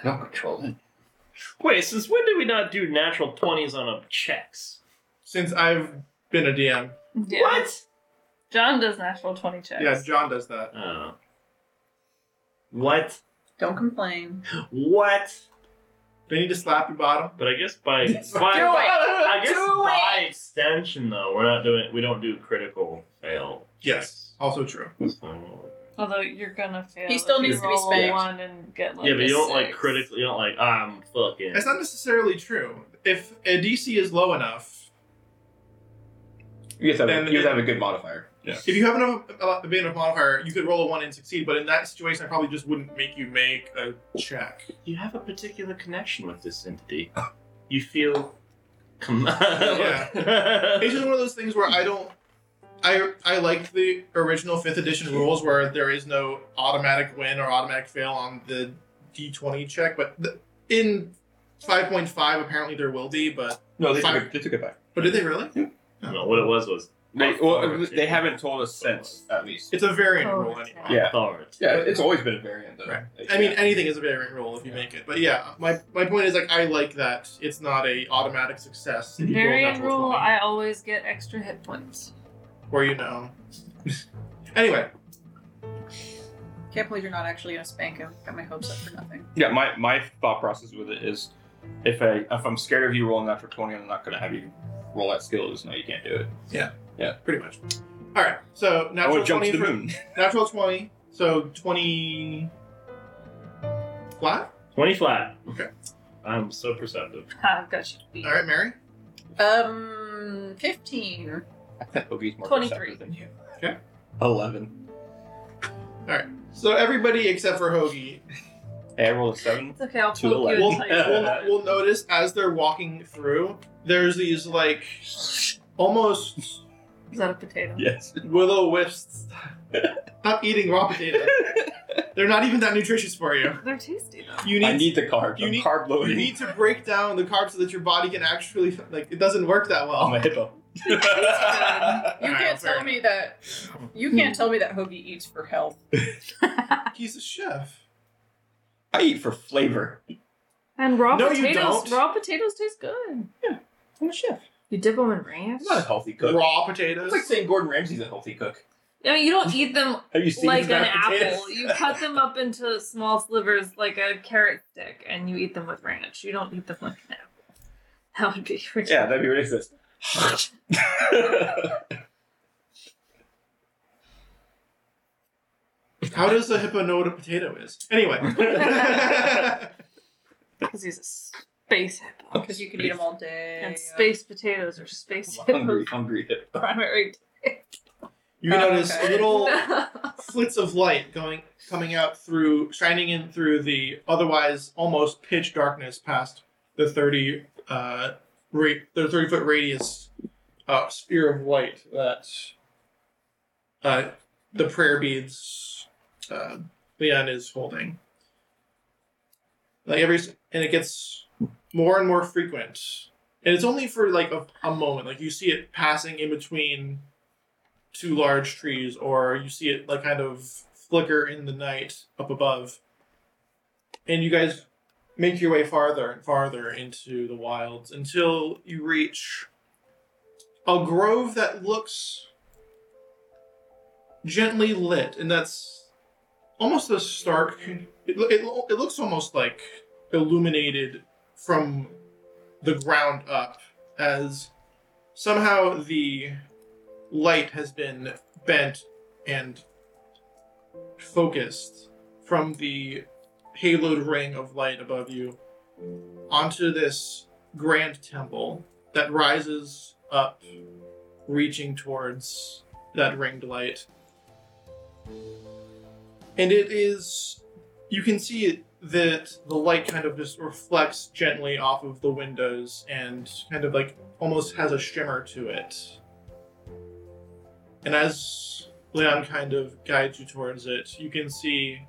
E: don't control it.
A: Wait, since when did we not do natural twenties on um, checks?
B: Since I've been a DM,
C: Yeah.
A: What?
C: John does natural 20 checks.
B: Yeah, John does that.
A: Oh. What?
D: Don't complain.
A: What?
B: They need to slap your bottom.
A: But I guess by, by
D: Do it.
A: I guess
D: Do
A: by extension though, we're not doing we don't do critical fail.
B: Yes. Also true.
A: checks. So-
C: Although you're gonna fail.
D: He still
C: if you
D: needs to be
C: roll a
D: spanked.
C: one and get like
A: yeah, but
C: a
A: you don't like
C: six.
A: critical. You don't like ah, I'm fucking.
B: That's not necessarily true. If a DC is low enough,
F: You have to have,
B: And-
F: a, you have, to have a good modifier.
B: if you have enough a big enough modifier, you could roll a one and succeed. But in that situation, I probably just wouldn't make you make a check.
A: you have a particular connection with this entity. You feel. Com-
B: Ah. Yeah. It's just one of those things where I don't. I I like the original fifth edition rules where there is no automatic win or automatic fail on the D20 check, but the, in 5.5 apparently there will be. But
F: No, they took,
B: Fire.
F: it, they took it back.
B: but did they really?
A: no, what it was was
F: They, well, they haven't told us since, at least.
B: It's a variant
C: Oh,
B: rule
C: it's
B: anyway.
C: not.
F: Yeah.
A: authority.
F: Yeah, it's always been a variant, though.
B: Right.
F: Like,
B: I mean,
F: yeah.
B: anything is a variant rule if you
F: Yeah.
B: make it. But yeah, my, my point is like I like that it's not a automatic success. if you roll a
C: Variant
B: natural
C: rule,
B: 20,
C: I always get extra hit points.
B: or you know. anyway,
D: Can't believe you're not actually gonna spank him. Got my hopes up for nothing.
F: yeah. My my thought process with it is, if I if I'm scared of you rolling natural twenty, I'm not gonna have you roll that skill. Just no, you can't do it.
B: pretty much. All right, so
F: I
B: natural
F: would jump
B: twenty
F: to the
B: for-
F: moon.
B: natural twenty. So twenty flat.
A: Twenty flat.
B: Okay.
A: I'm so perceptive.
C: Ha, I've got you beat.
B: All right, Mary.
D: Um, fifteen.
F: I think Oogie's more
C: 23.
F: perceptive than you.
B: Okay.
F: Eleven.
B: So everybody except for Hoagie
F: Hey, I rolled a seven.
C: It's okay, I'll
F: To the
C: poke you
F: left.
C: and
B: will
C: tell you.
F: Yeah.
B: will will notice as they're walking through. There's these like almost
C: Is that a potato?
F: Yes.
B: willow wisps. Stop eating raw potatoes. They're not even that nutritious for you.
C: They're tasty though.
B: You
F: I
B: need,
F: need the carb.
B: you
F: I'm
B: need-
F: carb loading.
B: you need to break down the carbs so that your body can actually like it doesn't work that well.
E: Oh
F: I'm a hippo.
D: You
B: Alright,
D: can't
B: fair
D: tell me that. You
C: Hmm.
D: can't tell me that Hoagie eats for health.
B: He's a chef.
F: I eat for flavor.
C: And raw
B: No, you
C: potatoes.
B: don't.
C: Raw potatoes taste good.
F: I'm a chef.
C: You dip them in ranch.
F: I'm not a healthy cook.
B: Raw potatoes.
F: It's like saying Gordon Ramsay's a healthy cook.
C: No, you don't eat them
F: Have you seen
C: like
F: his
C: an
F: mashed potatoes?
C: apple. You cut them up into small slivers like a carrot stick, and you eat them with ranch. You don't eat them like an apple. That would be ridiculous.
F: Yeah, that'd be ridiculous.
B: How does a hippo know what a potato is? Anyway.
C: because he's a space hippo.
D: Because you could eat them all day.
B: uh,
D: uh,
C: And space potatoes are space
F: hungry,
C: hippos'
F: hungry hippo.
C: primary.
B: you notice
C: Oh,
D: Okay.
B: little slits of light going coming out through shining in through the otherwise almost pitch darkness past the 30 uh ra- the 30 foot radius uh, sphere of light that uh the prayer beads uh Leon is holding like every s- and it gets more and more frequent and it's only for like a, a moment like you see it passing in between two large trees, or you see it like kind of flicker in the night up above. And you guys make your way farther and farther into the wilds until you reach a grove that looks gently lit, and that's almost a stark. It, lo- it, lo- it looks almost like illuminated from the ground up as somehow the light has been bent and focused from the haloed ring of light above you onto this grand temple that rises up, reaching towards that ringed light. And it is, you can see it, that the light kind of just reflects gently off of the windows and kind of like almost has a shimmer to it. And as Leon kind of guides you towards it, you can see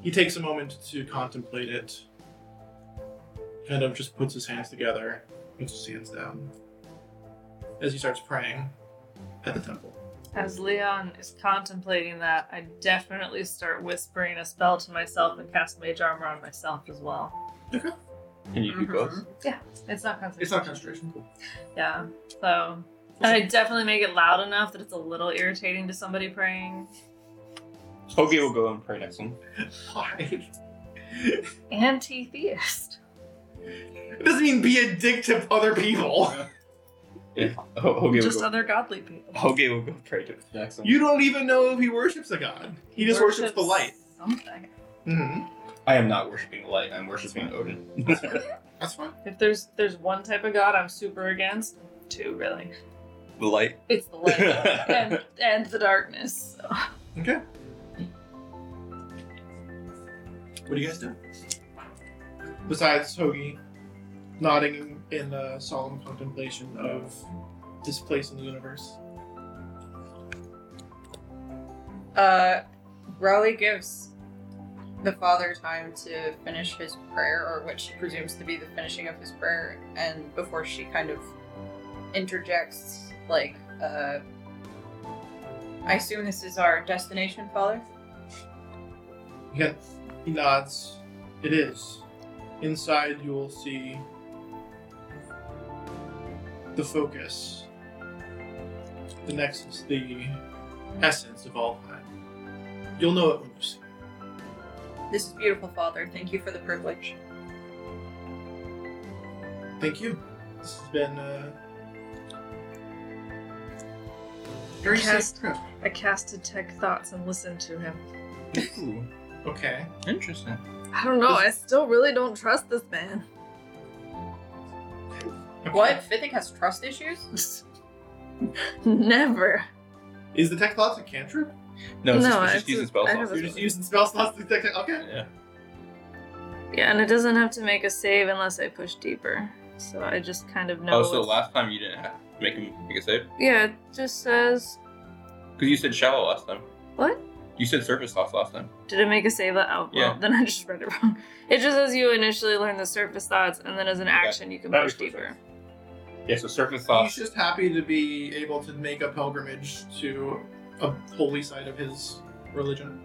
B: he takes a moment to contemplate it. Kind of just puts his hands together, puts his hands down as he starts praying at the temple.
C: As Leon is contemplating that, I definitely start whispering a spell to myself and cast mage armor on myself as well.
F: Can you do
D: Mhm.
F: both? Mm-hmm.
C: It's not concentration.
B: It's not concentration.
C: Yeah. So And I definitely make it loud enough that it's a little irritating to somebody praying.
E: Hoagie will go and pray next one.
B: Why?
C: Anti theist.
B: It doesn't mean be a dick to other people.
E: Ho- Hoagie will
C: Just
E: go.
C: other godly people.
B: Oh,
E: Hoagie will go pray to next one.
B: You don't even know if he worships a god. He just worships, the light.
C: Something.
B: Mm-hmm.
E: I am not worshiping light. I'm worshiping Odin.
B: That's fine.
C: If there's there's one type of god I'm super against, two really.
E: The light.
C: It's the light and and the darkness. so.
B: Okay. What do you guys do? Besides Hoagie nodding in uh, solemn contemplation of this place in the universe.
D: Uh, Raleigh gives the father time to finish his prayer, or what she presumes to be the finishing of his prayer, and before she kind of interjects, like, uh, I assume this is our destination, father?
B: Again, he nods. It is. Inside, you will see the focus, the nexus, the essence of all time. You'll know it when you see it.
D: This is beautiful, father. Thank you for the privilege.
B: Thank you. This has been uh,
C: I
B: very
C: cast,
B: safe.
C: I cast detect thoughts and listened to him.
E: Ooh,
B: Okay.
E: interesting.
C: I don't know. I still really don't trust this man.
D: What? Fithic has trust issues?
C: Never.
B: Is the tech thoughts a cantrip?
E: No, it's
C: No,
E: just, it's
C: I
E: just
C: have
E: using
C: to-
E: spell
C: I have
E: slots.
C: a-
B: You're just using spell slots to detect. Okay.
E: Yeah.
C: Yeah, and it doesn't have to make a save unless I push deeper. So I just kind of know.
E: Oh, so
C: what's-
E: last time you didn't have to make him make a save
C: Yeah, it just says
E: because you said shallow last time.
C: what?
E: You said surface loss last time.
C: Did it make a save? That oh, well,
E: Yeah.
C: then I just read it wrong. It just says you initially learn the surface thoughts, and then as an action you can
E: That
C: push
E: makes more
C: deeper.
E: sense. Yeah, so surface
B: He's
E: loss.
B: just happy to be able to make a pilgrimage to a holy site of his religion.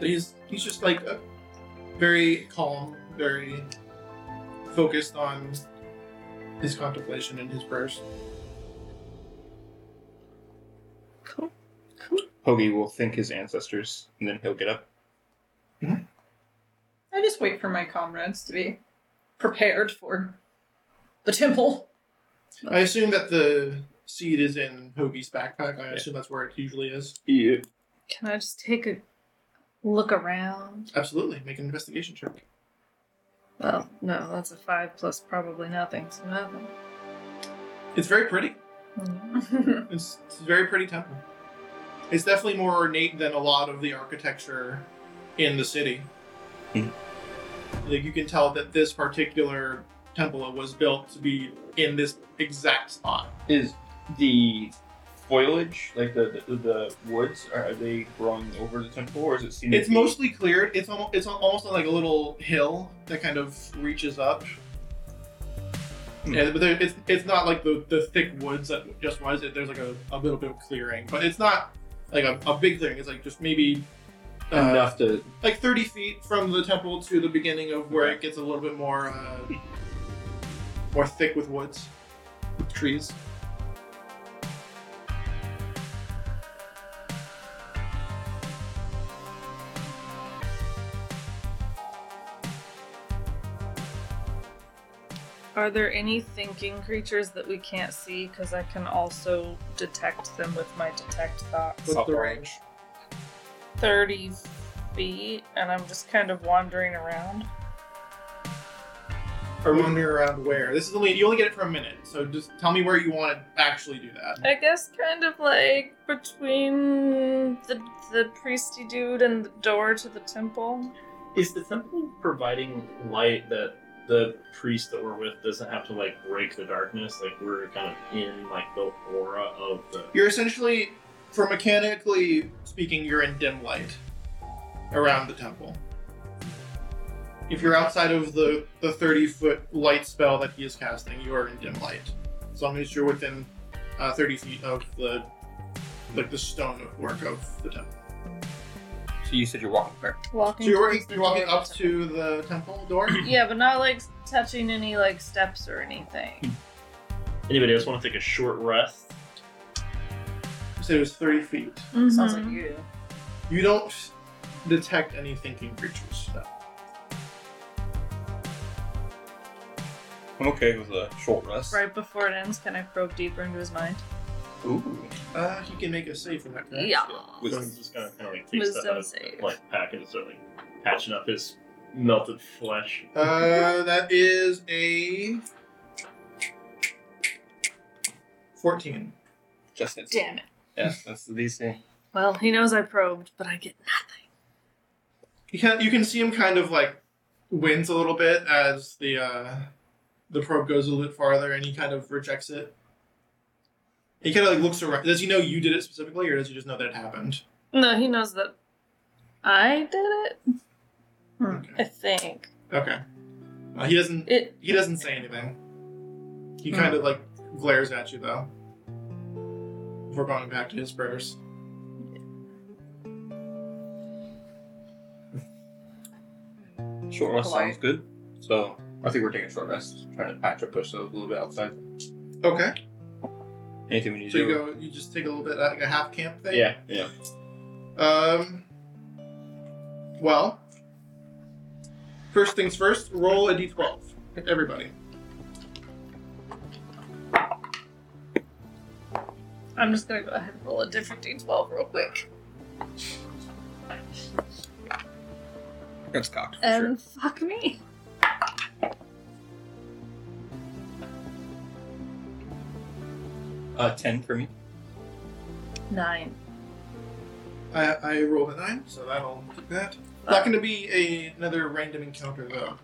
B: So he's he's just like a very calm, very focused on his contemplation and his prayers.
E: Hoagie will thank his ancestors and then he'll get up.
D: I just wait for my comrades to be prepared for the temple.
B: I assume that the seed is in Hoagie's backpack. I assume that's where it usually is.
E: Yeah.
C: Can I just take a look around?
B: Absolutely. Make an investigation check.
C: Well, no, that's a five plus probably nothing, so nothing.
B: It's very pretty. It's, it's a very pretty temple. It's definitely more ornate than a lot of the architecture in the city.
E: Mhm.
B: Like you can tell that this particular temple was built to be in this exact spot.
E: Is the foliage like the the, the woods are, are they growing over the temple or is it seen?
B: It's mostly cleared. It's almost it's al- almost like a little hill that kind of reaches up.
E: Hmm.
B: Yeah, but there, it's it's not like the, the thick woods that just was. It, there's like a, a little bit of clearing, but it's not like a, a big clearing. It's like just maybe uh,
E: enough to
B: like 30 feet from the temple to the beginning of where it gets a little bit more uh, more thick with woods with trees
C: Are there any thinking creatures that we can't see? Because I can also detect them with my detect thoughts.
B: with
E: Up
B: the
E: on.
B: range
C: 30 feet, and I'm just kind of wandering around.
B: or wandering around where this is only you only get it for a minute so just tell me where you want to actually do that
C: I guess kind of like between the, the priesty dude and the door to the temple.
A: Is the temple providing light that the priest that we're with doesn't have to like break the darkness? Like we're kind of in like the aura of the.
B: you're essentially for mechanically speaking you're in dim light around the temple if you're outside of the the 30 foot light spell that he is casting you are in dim light as long as you're within uh, 30 feet of the like the stone work of the temple
E: So you said you're walking where?
C: Walking
B: So you're walking,
C: towards the
B: you're walking
C: door
B: up to the temple door.
C: Yeah, but not like touching any like steps or anything.
A: Anybody else want to take a short rest?
B: said it was 30 feet.
D: Sounds like you do.
B: You don't detect any thinking creatures. No.
E: I'm okay with a short rest.
C: Right before it ends, can I probe deeper into his mind?
E: Ooh.
B: Uh, he can make a save for that. correct?
C: Yeah.
A: So he's just gonna kind of like take stuff
C: Wisdom
A: out of
C: save.
A: like packets or like patching up his melted flesh.
B: Uh, that is a 14.
E: Just hits.
C: Damn it.
E: Yeah, that's the DC.
C: Well, he knows I probed, but I get
B: You can you can see him kind of like wins a little bit as the uh, the probe goes a little bit farther, and he kind of rejects it. He kind of like looks around. Does he know you did it specifically, or does he just know that it happened?
C: No, he knows that I did it. I
B: Okay.
C: think
B: Okay. Uh, he doesn't.
C: it.
B: He doesn't say anything. He kind of like glares at you though. Before going back to his prayers.
E: Short rest
D: Polite.
E: sounds good. So I think we're taking a short rest. Trying to patch or push those a little bit outside.
B: Okay.
E: Anything we need
B: So
E: to
B: you
E: do?
B: go. You just take a little bit like a half camp thing.
E: Yeah, yeah.
B: Um. Well, first things first. Roll a d12, everybody.
C: I'm just gonna go ahead and roll a different d12 real quick.
E: That's cocked. for sure.
C: And fuck me.
E: Uh, 10 for me.
C: Nine.
B: I, I rolled a nine, so that'll do that.
E: Uh,
B: Not going to be a, another random encounter though.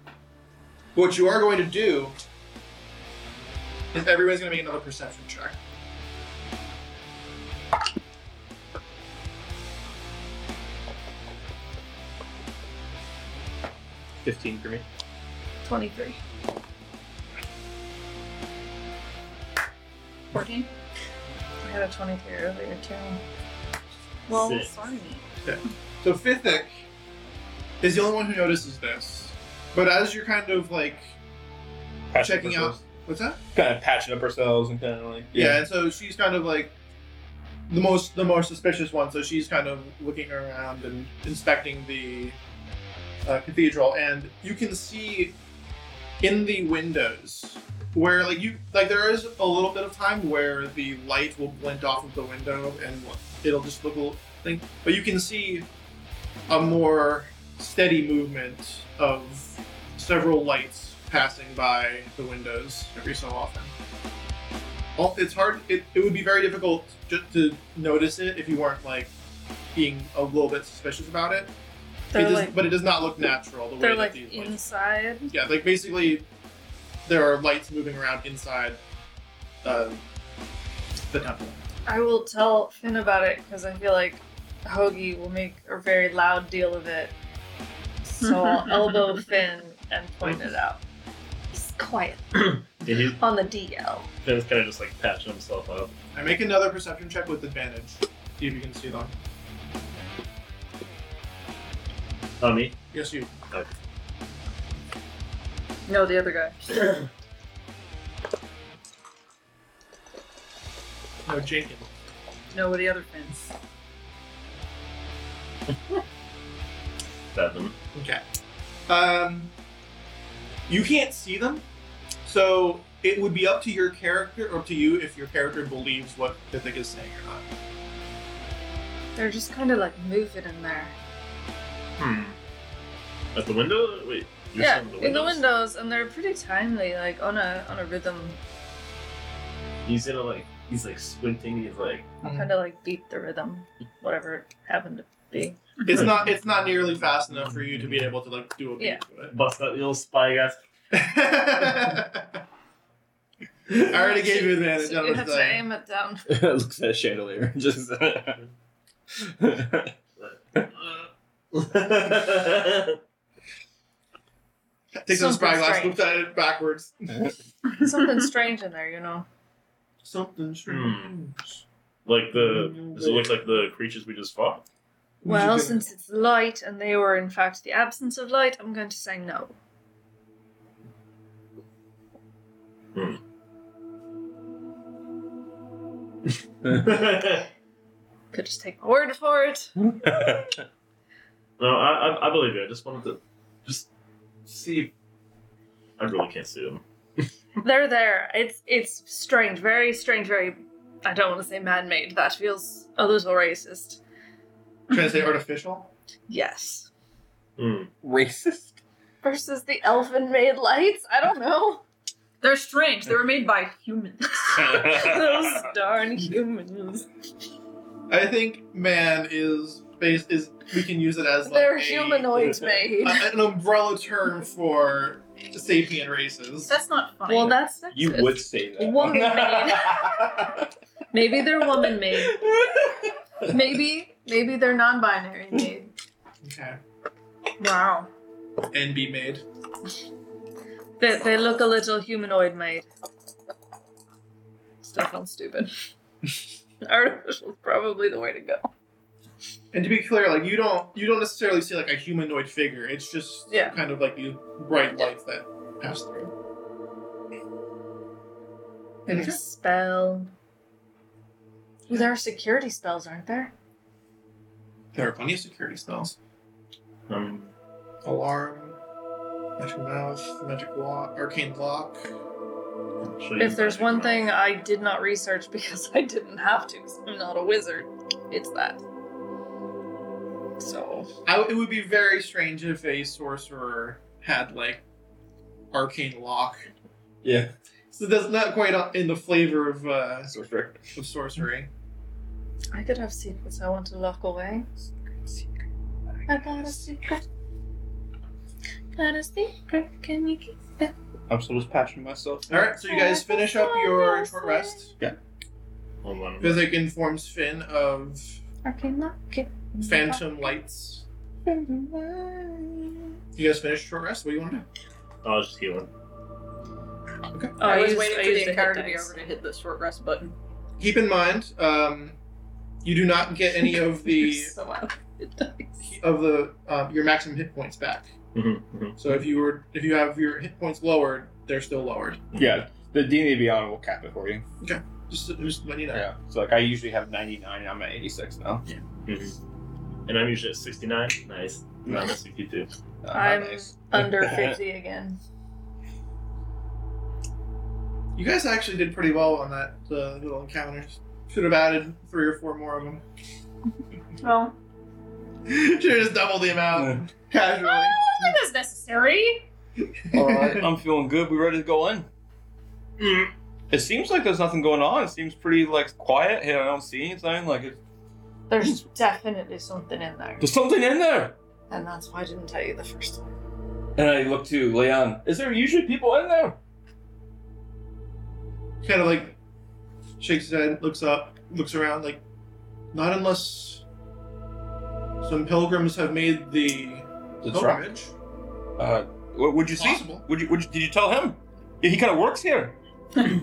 B: What you are going to do is everybody's going to make another perception check.
E: Fifteen for me.
C: Twenty-three.
D: 14?
C: I had a twenty-three earlier too.
D: Well,
A: Six.
D: sorry.
B: So Fithic is the only one who notices this. But as you're kind of like
E: Patch up
B: checking out,
E: ourselves.
B: what's that?
E: Kind of patching up ourselves and kind of like.
B: Yeah. and so she's kind of like the most the more suspicious one. So she's kind of looking around and inspecting the uh, cathedral, and you can see in the windows where like you like there is a little bit of time where the light will blend off of the window and it'll just look a little thing, but you can see a more steady movement of several lights passing by the windows every so often. Well, it's hard. It, it would be very difficult just to notice it if you weren't like being a little bit suspicious about it. It
C: They're
B: does-
C: like
B: but it does not look natural. The way
C: they're
B: that
C: like
B: these lights-
C: inside.
B: yeah, like basically, there are lights moving around inside uh, the temple.
C: I will tell Finn about it because I feel like Hoagie will make a very loud deal of it. So I'll elbow Finn and point it out. He's quiet
A: And he,
C: on the DL.
A: Finn's kind of just like patching himself up.
B: I make another perception check with advantage. See if you can see them.
A: Oh me?
B: Yes, you.
D: No, the other guy.
B: No, Jenkins.
D: No, with the other fins.
A: Seven.
B: Okay. Um, you can't see them, so it would be up to your character, up to you, if your character believes what Mythic is saying or not.
C: They're just kind of like moving in there.
A: Hmm. At the window? Wait. You're
C: yeah,
A: saying
C: in the
A: windows?
C: windows, and they're pretty timely, like on a on a rhythm.
A: He's gonna like he's like squinting. He's like
C: I'll kind of like beat the rhythm, whatever it happened to be.
B: It's not. It's not nearly fast enough for you to be able to like do a beat
C: Yeah.
B: to it.
A: bust out the old spy guy.
B: I already gave you advantage. uh,
C: So
B: on
C: you
B: this
C: have to
B: die.
C: aim it down.
E: Looks at a chandelier and just.
B: Takes a
C: Something
B: spyglass,
C: strange.
B: looks at it backwards.
C: Something strange in there, you know.
B: Something
A: strange. Hmm. like the does Hmm. Uh, it look like the creatures we just fought?
C: Well, since it's light and they were in fact the absence of light, I'm going to say no.
A: All
C: Could just take my word for it.
A: No, I, I, I believe you. I just wanted to just see. if- I really can't see them.
C: They're there. It's it's strange, very strange, very. I don't want to say man-made. That feels a little racist.
B: Trying to say artificial?
C: Yes.
A: Hmm.
E: Racist?
C: Versus the elfin-made lights. I don't know.
D: They're strange. They were made by humans.
C: Those darn humans.
B: I think man is base is we can use it as like
C: They're
B: a-
C: humanoids made.
B: a- Uh, an umbrella term for sapient races.
D: That's not funny.
C: Well, that's
E: You
C: sexist.
E: would say that.
C: Woman-made. Maybe they're woman-made. Maybe maybe they're non-binary made.
B: Okay.
D: wow.
B: And be made.
C: They, they look a little humanoid made. Still sounds stupid. Artificial's probably the way to go.
B: And to be clear, like you don't you don't necessarily see like a humanoid figure. It's just
C: Yeah.
B: kind of like these bright lights that pass through.
C: Maybe a spell. Ooh, there are security spells, aren't there?
B: There are plenty of security spells.
A: Um,
B: Alarm, magic mouth, magic lock, arcane lock.
A: so you
C: If there's
A: might-
C: one thing I did not research because I didn't have to, because I'm not a wizard, it's that. So
B: I, it would be very strange if a sorcerer had like arcane lock.
E: Yeah.
B: So that's not quite in the flavor of uh,
E: That's what's right.
B: of sorcery.
C: I could have secrets I want to lock away.
J: I got a secret. Got a secret. Can you keep it?
E: I'm still just patching myself.
B: All right, so you guys finish up your short rest.
A: Hold on.
B: Vizic informs Finn of
J: Or can I keep
B: phantom lights.
C: Oh,
J: it?
B: You guys finish short rest. What do you want to do?
A: I was just healing.
C: Oh,
K: I, was
C: used-
K: waiting
C: I
K: for the
C: used hit
K: encounter to be
C: dice.
K: over to hit the short rest button.
B: Keep in mind, um, you do not get any of the
K: So I hit dice.
B: of the um, your maximum hit points back.
A: Mm-hmm.
B: So if you were if you have your hit points lolowered, they're still lowered.
E: Yeah, the D&D Beyond will cap it for you.
B: Just just letting you know.
E: Yeah. So like I usually have 99 and I'm at 86 now.
A: And I'm usually at 69. Nice. And I'm at 62.
E: Uh, not
C: I'm
E: nice.
C: under 50 again.
B: You guys actually did pretty well on that uh, little encounter. Should have added three or four more of them.
D: Well,
B: Should have just doubled the amount casually.
D: that is necessary.
E: All right, Mm-hmm. I'm feeling good. We ready to go in? It seems like there's nothing going on. It seems pretty like quiet here. I don't see anything. Like it,
C: There's definitely something in there.
E: there's something in there.
C: And that's why I didn't tell you the first time.
E: And I look to Leon. Is there usually people in there?
B: kind of like shakes his head, looks up, looks around, like, not unless some pilgrims have made the
E: The truck.
B: pilgrimage.
E: Uh, what would you see?
B: Possible.
E: Would you, would you? Did you tell him? Yeah, he kind of works here.
A: I'm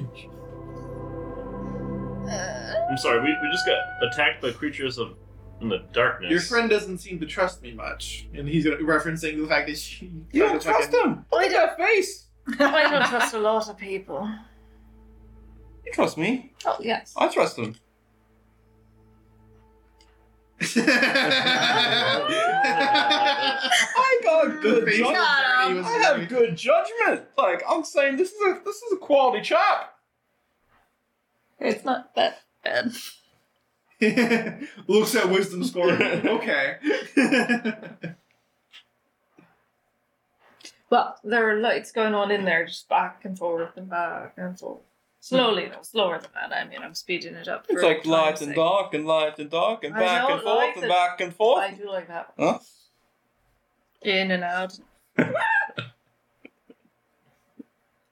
A: sorry, we, we just got attacked by creatures of in the darkness.
B: Your friend doesn't seem to trust me much, and he's gonna- referencing the fact that she.
E: You don't trust him. Look at that face.
C: I don't trust a lot of people.
E: You trust me.
C: Oh, yes.
E: I trust him.
A: Hmm,
E: I got
B: The face
E: judgment.
B: was dirty, was
E: I have
B: great.
E: good judgment. Like I'm saying, this is a this is a quality chap.
C: It's not that bad.
B: Looks at wisdom score. okay.
C: Well, there are lights going on in there, just back and forth and back and forth. Slowly, though, slower than that. I mean, I'm speeding it up.
E: It's
C: for
E: like light
C: time's
E: and
C: sake.
E: dark and light and dark and
C: I
E: back
C: don't
E: and forth
C: like
E: and
C: the-
E: back and
C: I
E: forth.
C: do like that.
E: Huh?
C: In and out.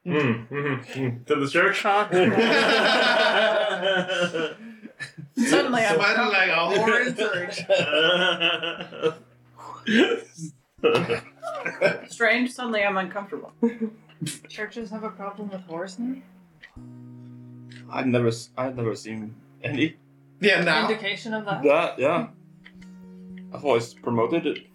A: Mm, mhm, mm. To the church?
D: Suddenly, I'm
B: Smiling like a horrid
D: strange. Suddenly, I'm uncomfortable.
C: Churches have a problem with horse now?
E: I've never s- I've never seen any
B: Yeah, now.
C: Indication of that?
E: that. Yeah, I've always promoted it.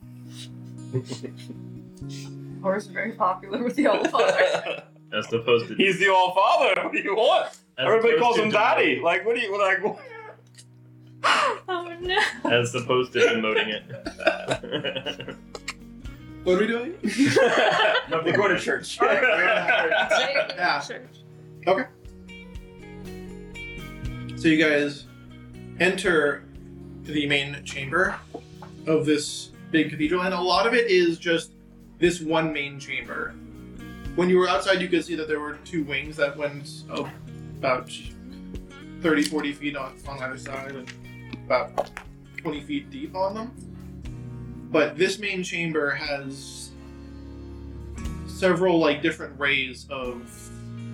C: Horse are very popular with the old father.
A: As opposed to.
E: He's the all father. What do you want?
A: as
E: Everybody
A: opposed
E: calls
A: to
E: him
A: Dom.
E: daddy. Like what do you like? What?
C: oh,
L: no.
A: as opposed to emoting it.
B: What are we doing?
E: We're going to church.
B: Yeah. So you guys enter the main chamber of this big cathedral, and a lot of it is just this one main chamber. When you were outside, you could see that there were two wings that went up about 30, 40 feet on, on either side and about 20 feet deep on them. But this main chamber has several like different rays of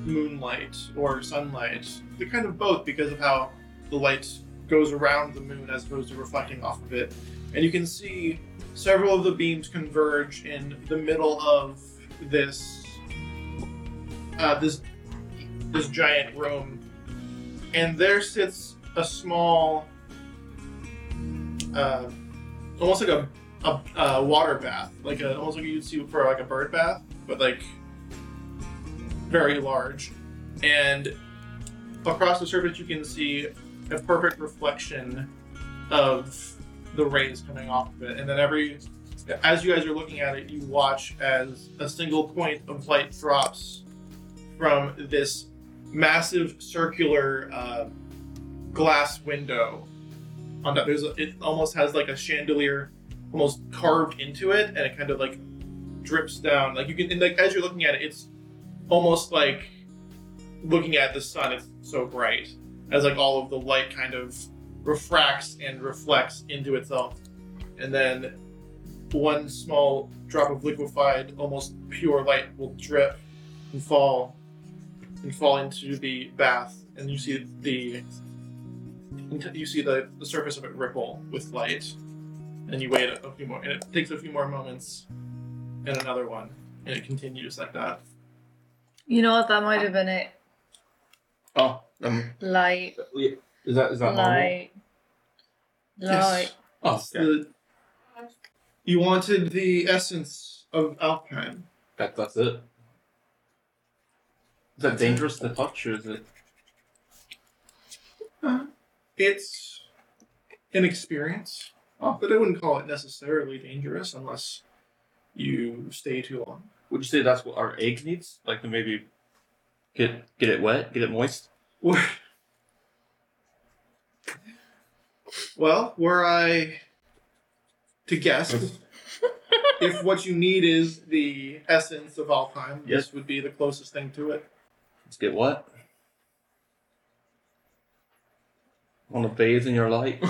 B: moonlight or sunlight. They're kind of both because of how the light goes around the moon as opposed to reflecting off of it. And you can see several of the beams converge in the middle of this uh, this this giant room, and there sits a small, uh, almost like a, a, a water bath, like a, almost like you'd see for like a bird bath, but like very large. And across the surface, you can see a perfect reflection of the rays coming off of it. And then every, as you guys are looking at it, you watch as a single point of light drops from this massive circular uh, glass window. On that, there's a, it almost has like a chandelier, almost carved into it, and it kind of like drips down. Like you can, and like as you're looking at it, it's almost like looking at the sun it's so bright as like all of the light kind of refracts and reflects into itself and then one small drop of liquefied almost pure light will drip and fall and fall into the bath and you see the you see the, the surface of it ripple with light and you wait a few more and it takes a few more moments and another one and it continues like that
C: You know what? That might have been it.
E: Oh, um,
C: Light,
E: is that is that normal?
C: light, light.
E: Oh, yeah.
B: The- you wanted the essence of Alpine.
E: that, that's it. Is that dangerous to touch, or is it?
B: It's an experience, but I wouldn't call it necessarily dangerous unless you stay too long.
E: Would you say that's what our egg needs? Like to maybe get get it wet, get it moist.
B: Well, were I to guess, if what you need is the essence of Alpine, this would be the closest thing to it.
E: Let's get wet. Want to bathe in your light?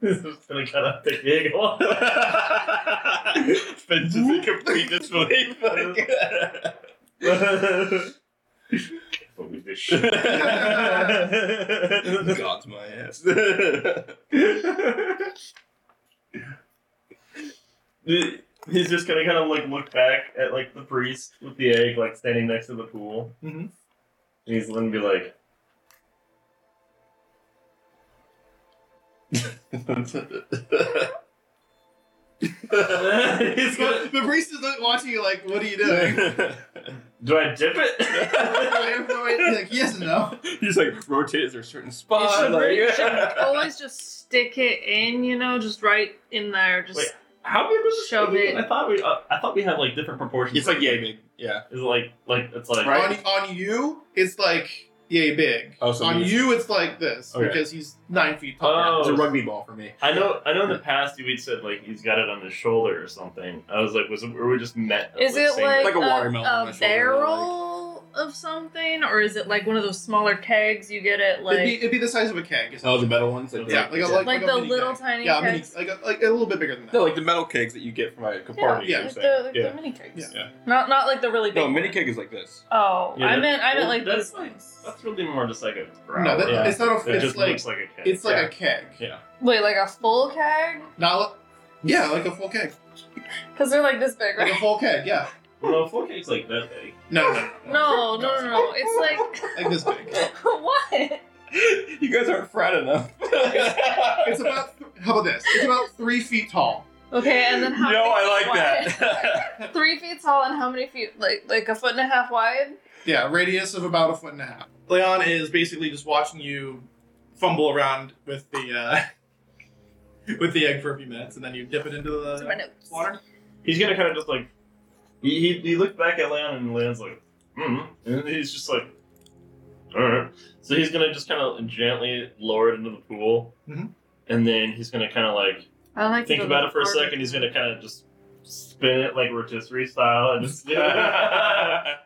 A: this is gonna cut out the gig. Finn's just in complete disbelief.
E: What we did.
A: Like-
E: God's my ass.
A: He's just gonna kind of like look back at like the priest with the egg, like standing next to the pool.
B: Mhm.
A: And he's gonna be like, he's gonna,
B: the priest is like, watching you like, what are you
A: do I dip it?
B: I have no idea. Like, yes and no.
E: He's like rotate. Is there a certain spot?
C: You should,
E: Oh, Like-
C: you should always just stick it in, you know, just right in there. Just
A: Wait, How big was this?
C: Shove it.
A: I thought we, uh, I thought we had like different proportions.
E: It's like yeah, big. Yeah.
A: Is it like, like it's like
E: Right.
B: On, on you, it's like yay big.
E: Oh, so
B: on
E: he's-
B: you, it's like this
E: Okay.
B: because he's nine feet tall.
A: Oh.
E: It's a rugby ball for me.
A: I know. I know. In the past, you had said like he's got it on his shoulder or something. I was like, was it, were we just met?
C: Is
A: like,
C: it
A: same-
C: like,
E: Like a watermelon on my
C: a
E: shoulder,
C: barrel of something, or is it like one of those smaller kegs you get at like
B: it'd, be, it'd be the size of a keg.
E: Oh, the metal ones. Like
B: Yeah, like a, like,
C: like
B: a
C: the
B: mini
C: little
B: keg.
C: tiny
B: yeah, a mini,
C: kegs?
B: like a, like a little bit bigger than that.
E: no, like the metal kegs that you get from like a party.
B: yeah.
E: you're
C: Like
E: saying.
C: the, like the
E: yeah.
C: mini kegs.
E: Yeah.
C: Not not like the really big.
E: No, mini
C: ones.
E: keg is like this.
C: Oh,
A: Yeah,
C: I
A: that-
C: meant I meant
A: well,
C: like
A: that's-
C: these ones.
A: That's really more just like a growl.
B: no, that,
A: yeah.
B: it's not a.
A: it
B: It's
A: just
B: like
A: looks like a kid.
B: it's like a keg.
C: Wait, like a full keg?
B: Not. li- Yeah, like a full keg.
C: Because they're like this big,
B: Like a
C: right?
B: full keg. Yeah.
A: well, no, full cake's like that big.
B: No, no,
C: No, no, no, no. It's
B: like this big.
C: like what?
E: you guys aren't frat enough.
B: It's about. How about this? It's about three feet tall.
C: Okay, and then how?
E: no,
C: many
E: I
C: feet
E: like
C: wide?
E: that.
C: Three feet tall and how many feet? Like like a foot and a half wide.
B: Yeah, radius of about a foot and a half. Leon is basically just watching you fumble around with the uh, with the egg for a few minutes, and then you dip it into
H: Those are my
B: the
H: notes.
B: water.
A: He's gonna kind of just like he, he he looked back at Leon and Leon's like, mm and he's just like, all right. So he's gonna just kind of gently lower it into the pool,
B: Mhm.
A: and then he's gonna kind of like
M: I like
A: think about it for a second. He's gonna kind of just spin it like rotisserie style and just. he's like,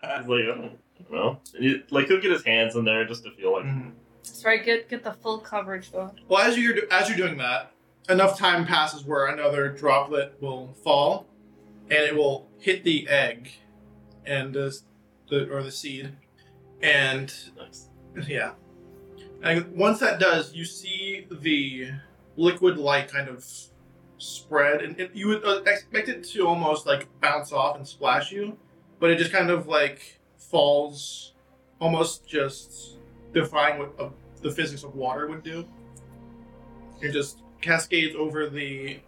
A: oh, well, And he- like he'll get his hands in there just to feel like.
B: Mhm.
C: That's right. Get get the full coverage though.
B: Well, as you're do- as you're doing that, enough time passes where another droplet will fall, and it will hit the egg, and uh, the or the seed, and
A: Nice.
B: Yeah. And once that does, you see the liquid light kind of spread, and it, you would uh, expect it to almost like bounce off and splash you, but it just kind of like falls, almost just defying what uh, the physics of water would do. It just cascades over the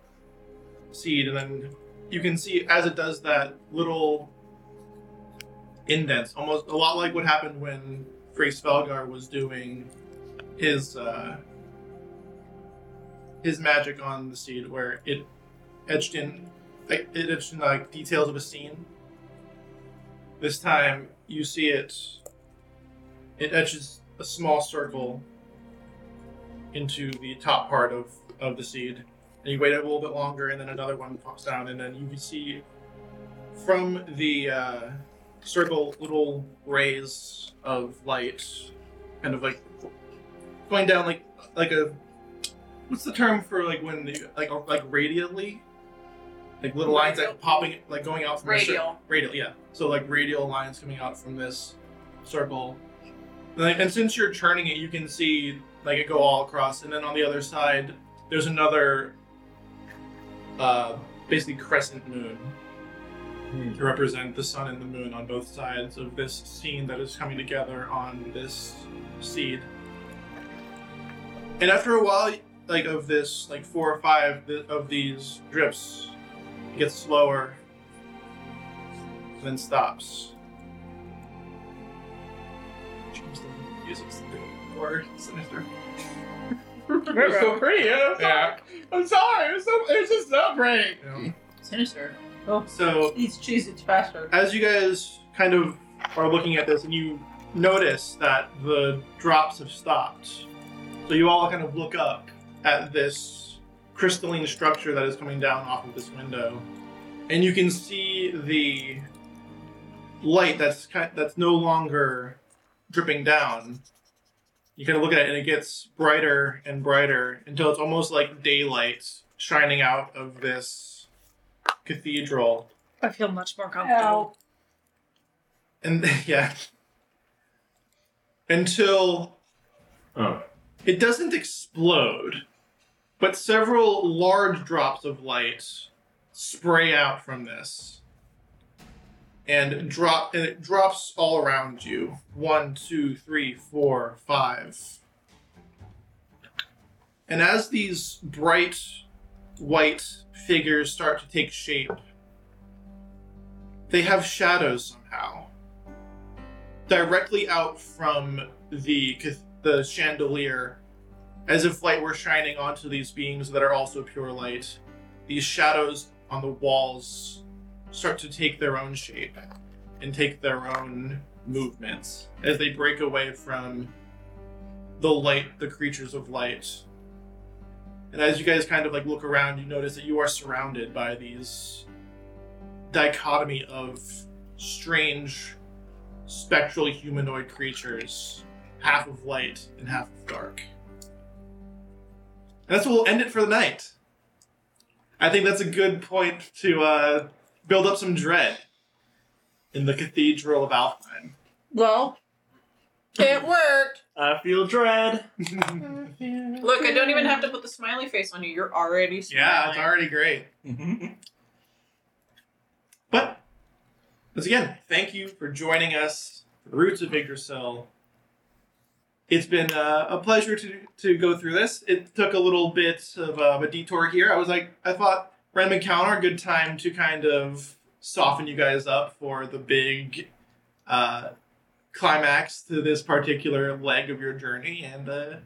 B: seed, and then you can see as it does that little indents, almost a lot like what happened when Frey Svelgar was doing his uh, his magic on the seed, where it etched in like it etched in like details of a scene. This time, you see it. It etches a small circle into the top part of of the seed, and you wait a little bit longer, and then another one pops down, and then you can see from the. Uh, circle little rays of light, kind of like going down like like a what's the term for like when the like like radially, like little lines like popping like going out from a cer-
H: Radial.
B: radial, yeah. So like radial lines coming out from this circle, and, like, and since you're turning it, you can see like it go all across, and then on the other side there's another uh, basically crescent moon to represent the sun and the moon on both sides of this scene that is coming together on this seed. And after a while, like of this, like four or five th- of these drips, it gets slower, then stops. Change the music to more sinister.
F: It's so pretty. Yeah. I'm,
B: Yeah.
F: I'm sorry. It's, so, it's just not pretty.
B: You know?
D: Sinister.
B: So
D: Eats cheese, it's faster.
B: as you guys kind of are looking at this and you notice that the drops have stopped so you all kind of look up at this crystalline structure that is coming down off of this window and you can see the light that's kind that's no longer dripping down you kind of look at it and it gets brighter and brighter until it's almost like daylight shining out of this cathedral
M: I feel much more comfortable.
C: Oh.
D: Ow.
B: and yeah. Until
A: Oh.
B: it doesn't explode, but several large drops of light spray out from this. And drop and it drops all around you. One, two, three, four, five. And as these bright white figures start to take shape, they have shadows somehow directly out from the cath- the chandelier as if light were shining onto these beings that are also pure light these shadows on the walls start to take their own shape and take their own movements as they break away from the light the creatures of light and as you guys kind of like look around you notice that you are surrounded by these dichotomy of strange spectral humanoid creatures, half of light and half of dark. And that's what we'll end it for the night. I think that's a good point to uh, build up some dread in the Cathedral of Alfheim.
H: Well, it worked.
A: I feel dread.
D: Look, I don't even have to put the smiley face on you. You're already smiling.
B: yeah, it's already great. But once again, thank you for joining us, Roots of Yggdrasil. It's been uh, a pleasure to to go through this. It took a little bit of uh, a detour here. I was like, I thought random encounter, a good time to kind of soften you guys up for the big uh, climax to this particular leg of your journey, and uh,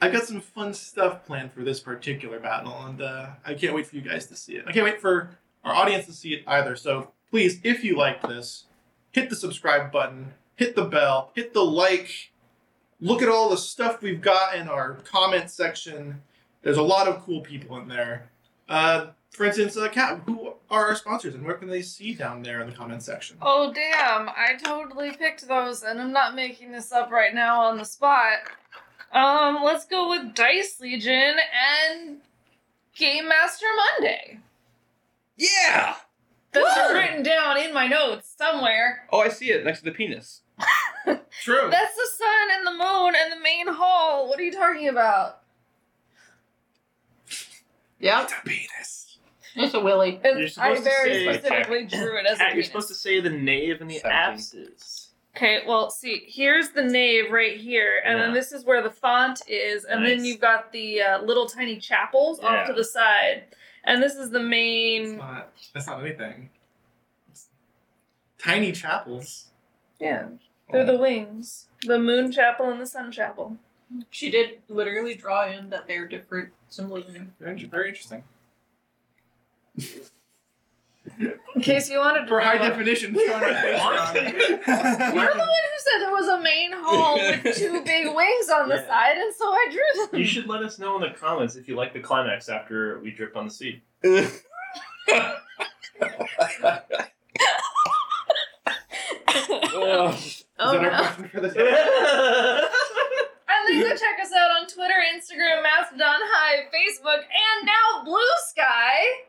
B: I got some fun stuff planned for this particular battle, and uh, I can't wait for you guys to see it. I can't wait for our audience to see it either. So please, if you like this, hit the subscribe button, hit the bell, hit the like. Look at all the stuff we've got in our comment section. There's a lot of cool people in there. Uh, for instance, uh, Kat, who are our sponsors and where can they see down there in the comment section?
C: Oh damn! I totally picked those, and I'm not making this up right now on the spot. Um, let's go with Dice Legion and Game Master Monday.
E: Yeah!
C: That's
D: Woo!
C: written down in my notes somewhere.
E: Oh, I see it next to the penis.
B: True.
C: That's the sun and the moon and the main hall. What are you talking about?
D: Yep.
B: penis.
D: It's a Willy.
C: And
A: You're
C: I
A: supposed to
C: very
A: say, like,
C: specifically drew it as
A: Pat,
C: a
A: you're
C: penis.
A: supposed to say the knave and the
E: Seventeen.
A: abscess.
C: Okay, well, see, here's the nave right here, and then
A: Yeah.
C: this is where the font is, and then
A: Nice.
C: you've got the uh, little tiny chapels
A: Yeah.
C: off to the side, and this is the
B: That's
C: main.
B: not, that's not anything. Tiny chapels.
C: Yeah, they're
A: Oh.
C: the wings, the moon chapel and the sun chapel.
D: She did literally draw in that they're different
C: Oh,
D: symbolism.
B: Very, inter- very interesting.
C: In case you wanted to.
B: For high
C: know.
B: definition, showing our face
C: You're the
B: on.
C: one who said there was a main hall with two big wings on the
A: Yeah.
C: side, and so I drew them.
A: You should let us know in the comments if you like the climax after we drip on the seed.
B: Is
C: oh
B: that our
C: no.
B: question for this?
C: And then go check us out on Twitter, Instagram, Mastodon, Hive, Facebook, and now Blue Sky.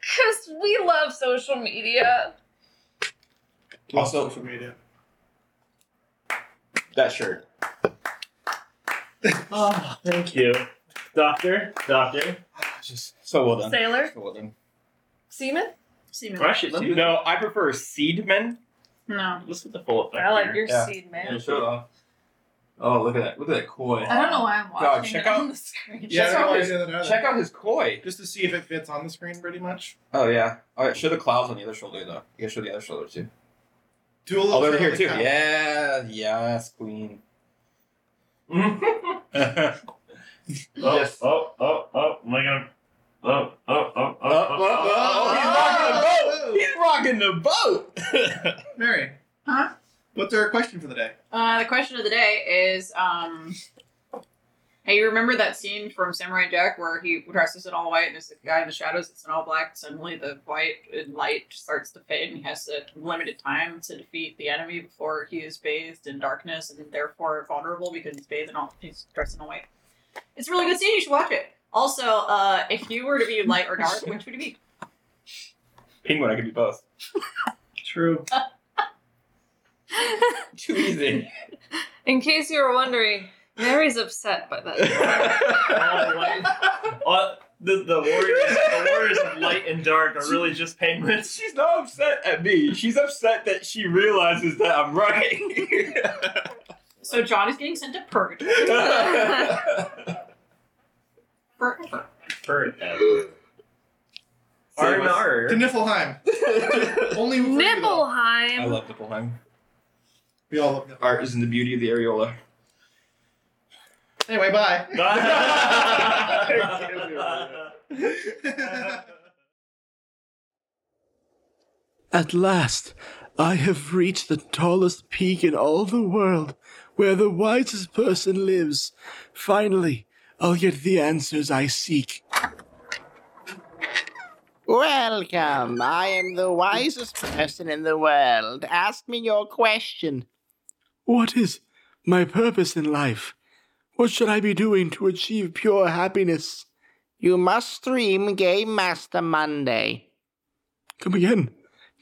C: Because we love social media.
E: Also-
B: social media.
E: that shirt.
A: oh, thank you, Doctor. Doctor.
E: Just so well done.
C: Sailor,
E: So well done.
C: Seaman.
A: Or Actually, let's do that.
E: No, I prefer seedmen.
D: No.
A: Let's get the full effect.
C: I like
A: here.
C: your
N: Yeah.
C: seed,
N: Yeah,
C: man.
N: show it off. Oh, look at that. Look at that koi.
O: I don't know why I'm watching
E: God, check
O: it
E: out-
O: on the screen.
B: Yeah, I don't
E: Check
B: know
E: out
B: why I
E: his-
B: said that either.
E: Check out his koi.
B: Just to see if it fits on the screen, pretty much.
E: Oh yeah. All right, show the clouds on the other shoulder though. You gotta show the other shoulder too.
B: Do a little
E: Oh, they're
B: show
E: here
B: of
E: too.
B: the cat.
E: Yeah. Yes, queen. oh,
A: Oh,
E: Yes.
A: oh, oh, oh, am I gonna? Oh, oh, oh, oh,
E: Oh, oh, oh, oh, he's rocking the boat. He's rocking the boat.
B: Mary.
D: Huh?
B: What's our question for the day?
D: Uh, the question of the day is, um, hey, you remember that scene from Samurai Jack where he dresses in all white and is the guy in the shadows? It's in all black. Suddenly, the white and light starts to fade, and he has a limited time to defeat the enemy before he is bathed in darkness and therefore vulnerable because he's bathed in all he's dressed in all white. It's a really good scene. You should watch it. Also, uh, if you were to be light or dark, which would you be?
E: Penguin, I could be both.
B: True.
E: Too easy.
C: In case you were wondering, Mary's upset by that.
A: Oh, what? Oh, the, the warriors, the warriors of light and dark are really just penguins.
E: She's not upset at me. She's upset that she realizes that I'm right.
D: So John is getting sent to purgatory. Forever.
A: Forever.
B: To
A: Arnar.
B: Niflheim. Only for you, though.
E: I
C: Nibbleheim.
E: love Nippleheim.
B: We all love Niflheim.
E: Art is in the beauty of the areola.
B: Anyway, bye.
P: At last, I have reached the tallest peak in all the world, where the wisest person lives. Finally, I'll get the answers I seek.
Q: Welcome. I am the wisest person in the world. Ask me your question.
P: What is my purpose in life? What should I be doing to achieve pure happiness?
Q: You must stream Game Master Monday.
P: Come again.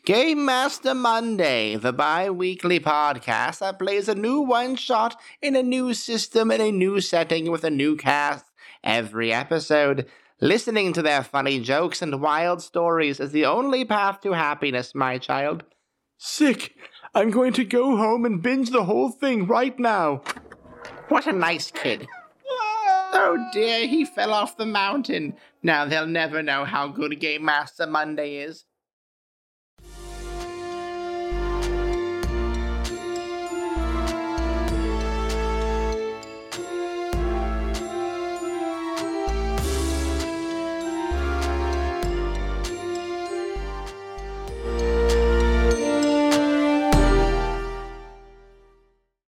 Q: Game Master Monday, the bi weekly podcast that plays a new one shot in a new system in a new setting with a new cast every episode. Listening to their funny jokes and wild stories is the only path to happiness, my child.
P: Sick. I'm going to go home and binge the whole thing right now.
Q: What a nice kid. Oh dear, he fell off the mountain. Now they'll never know how good Game Master Monday is.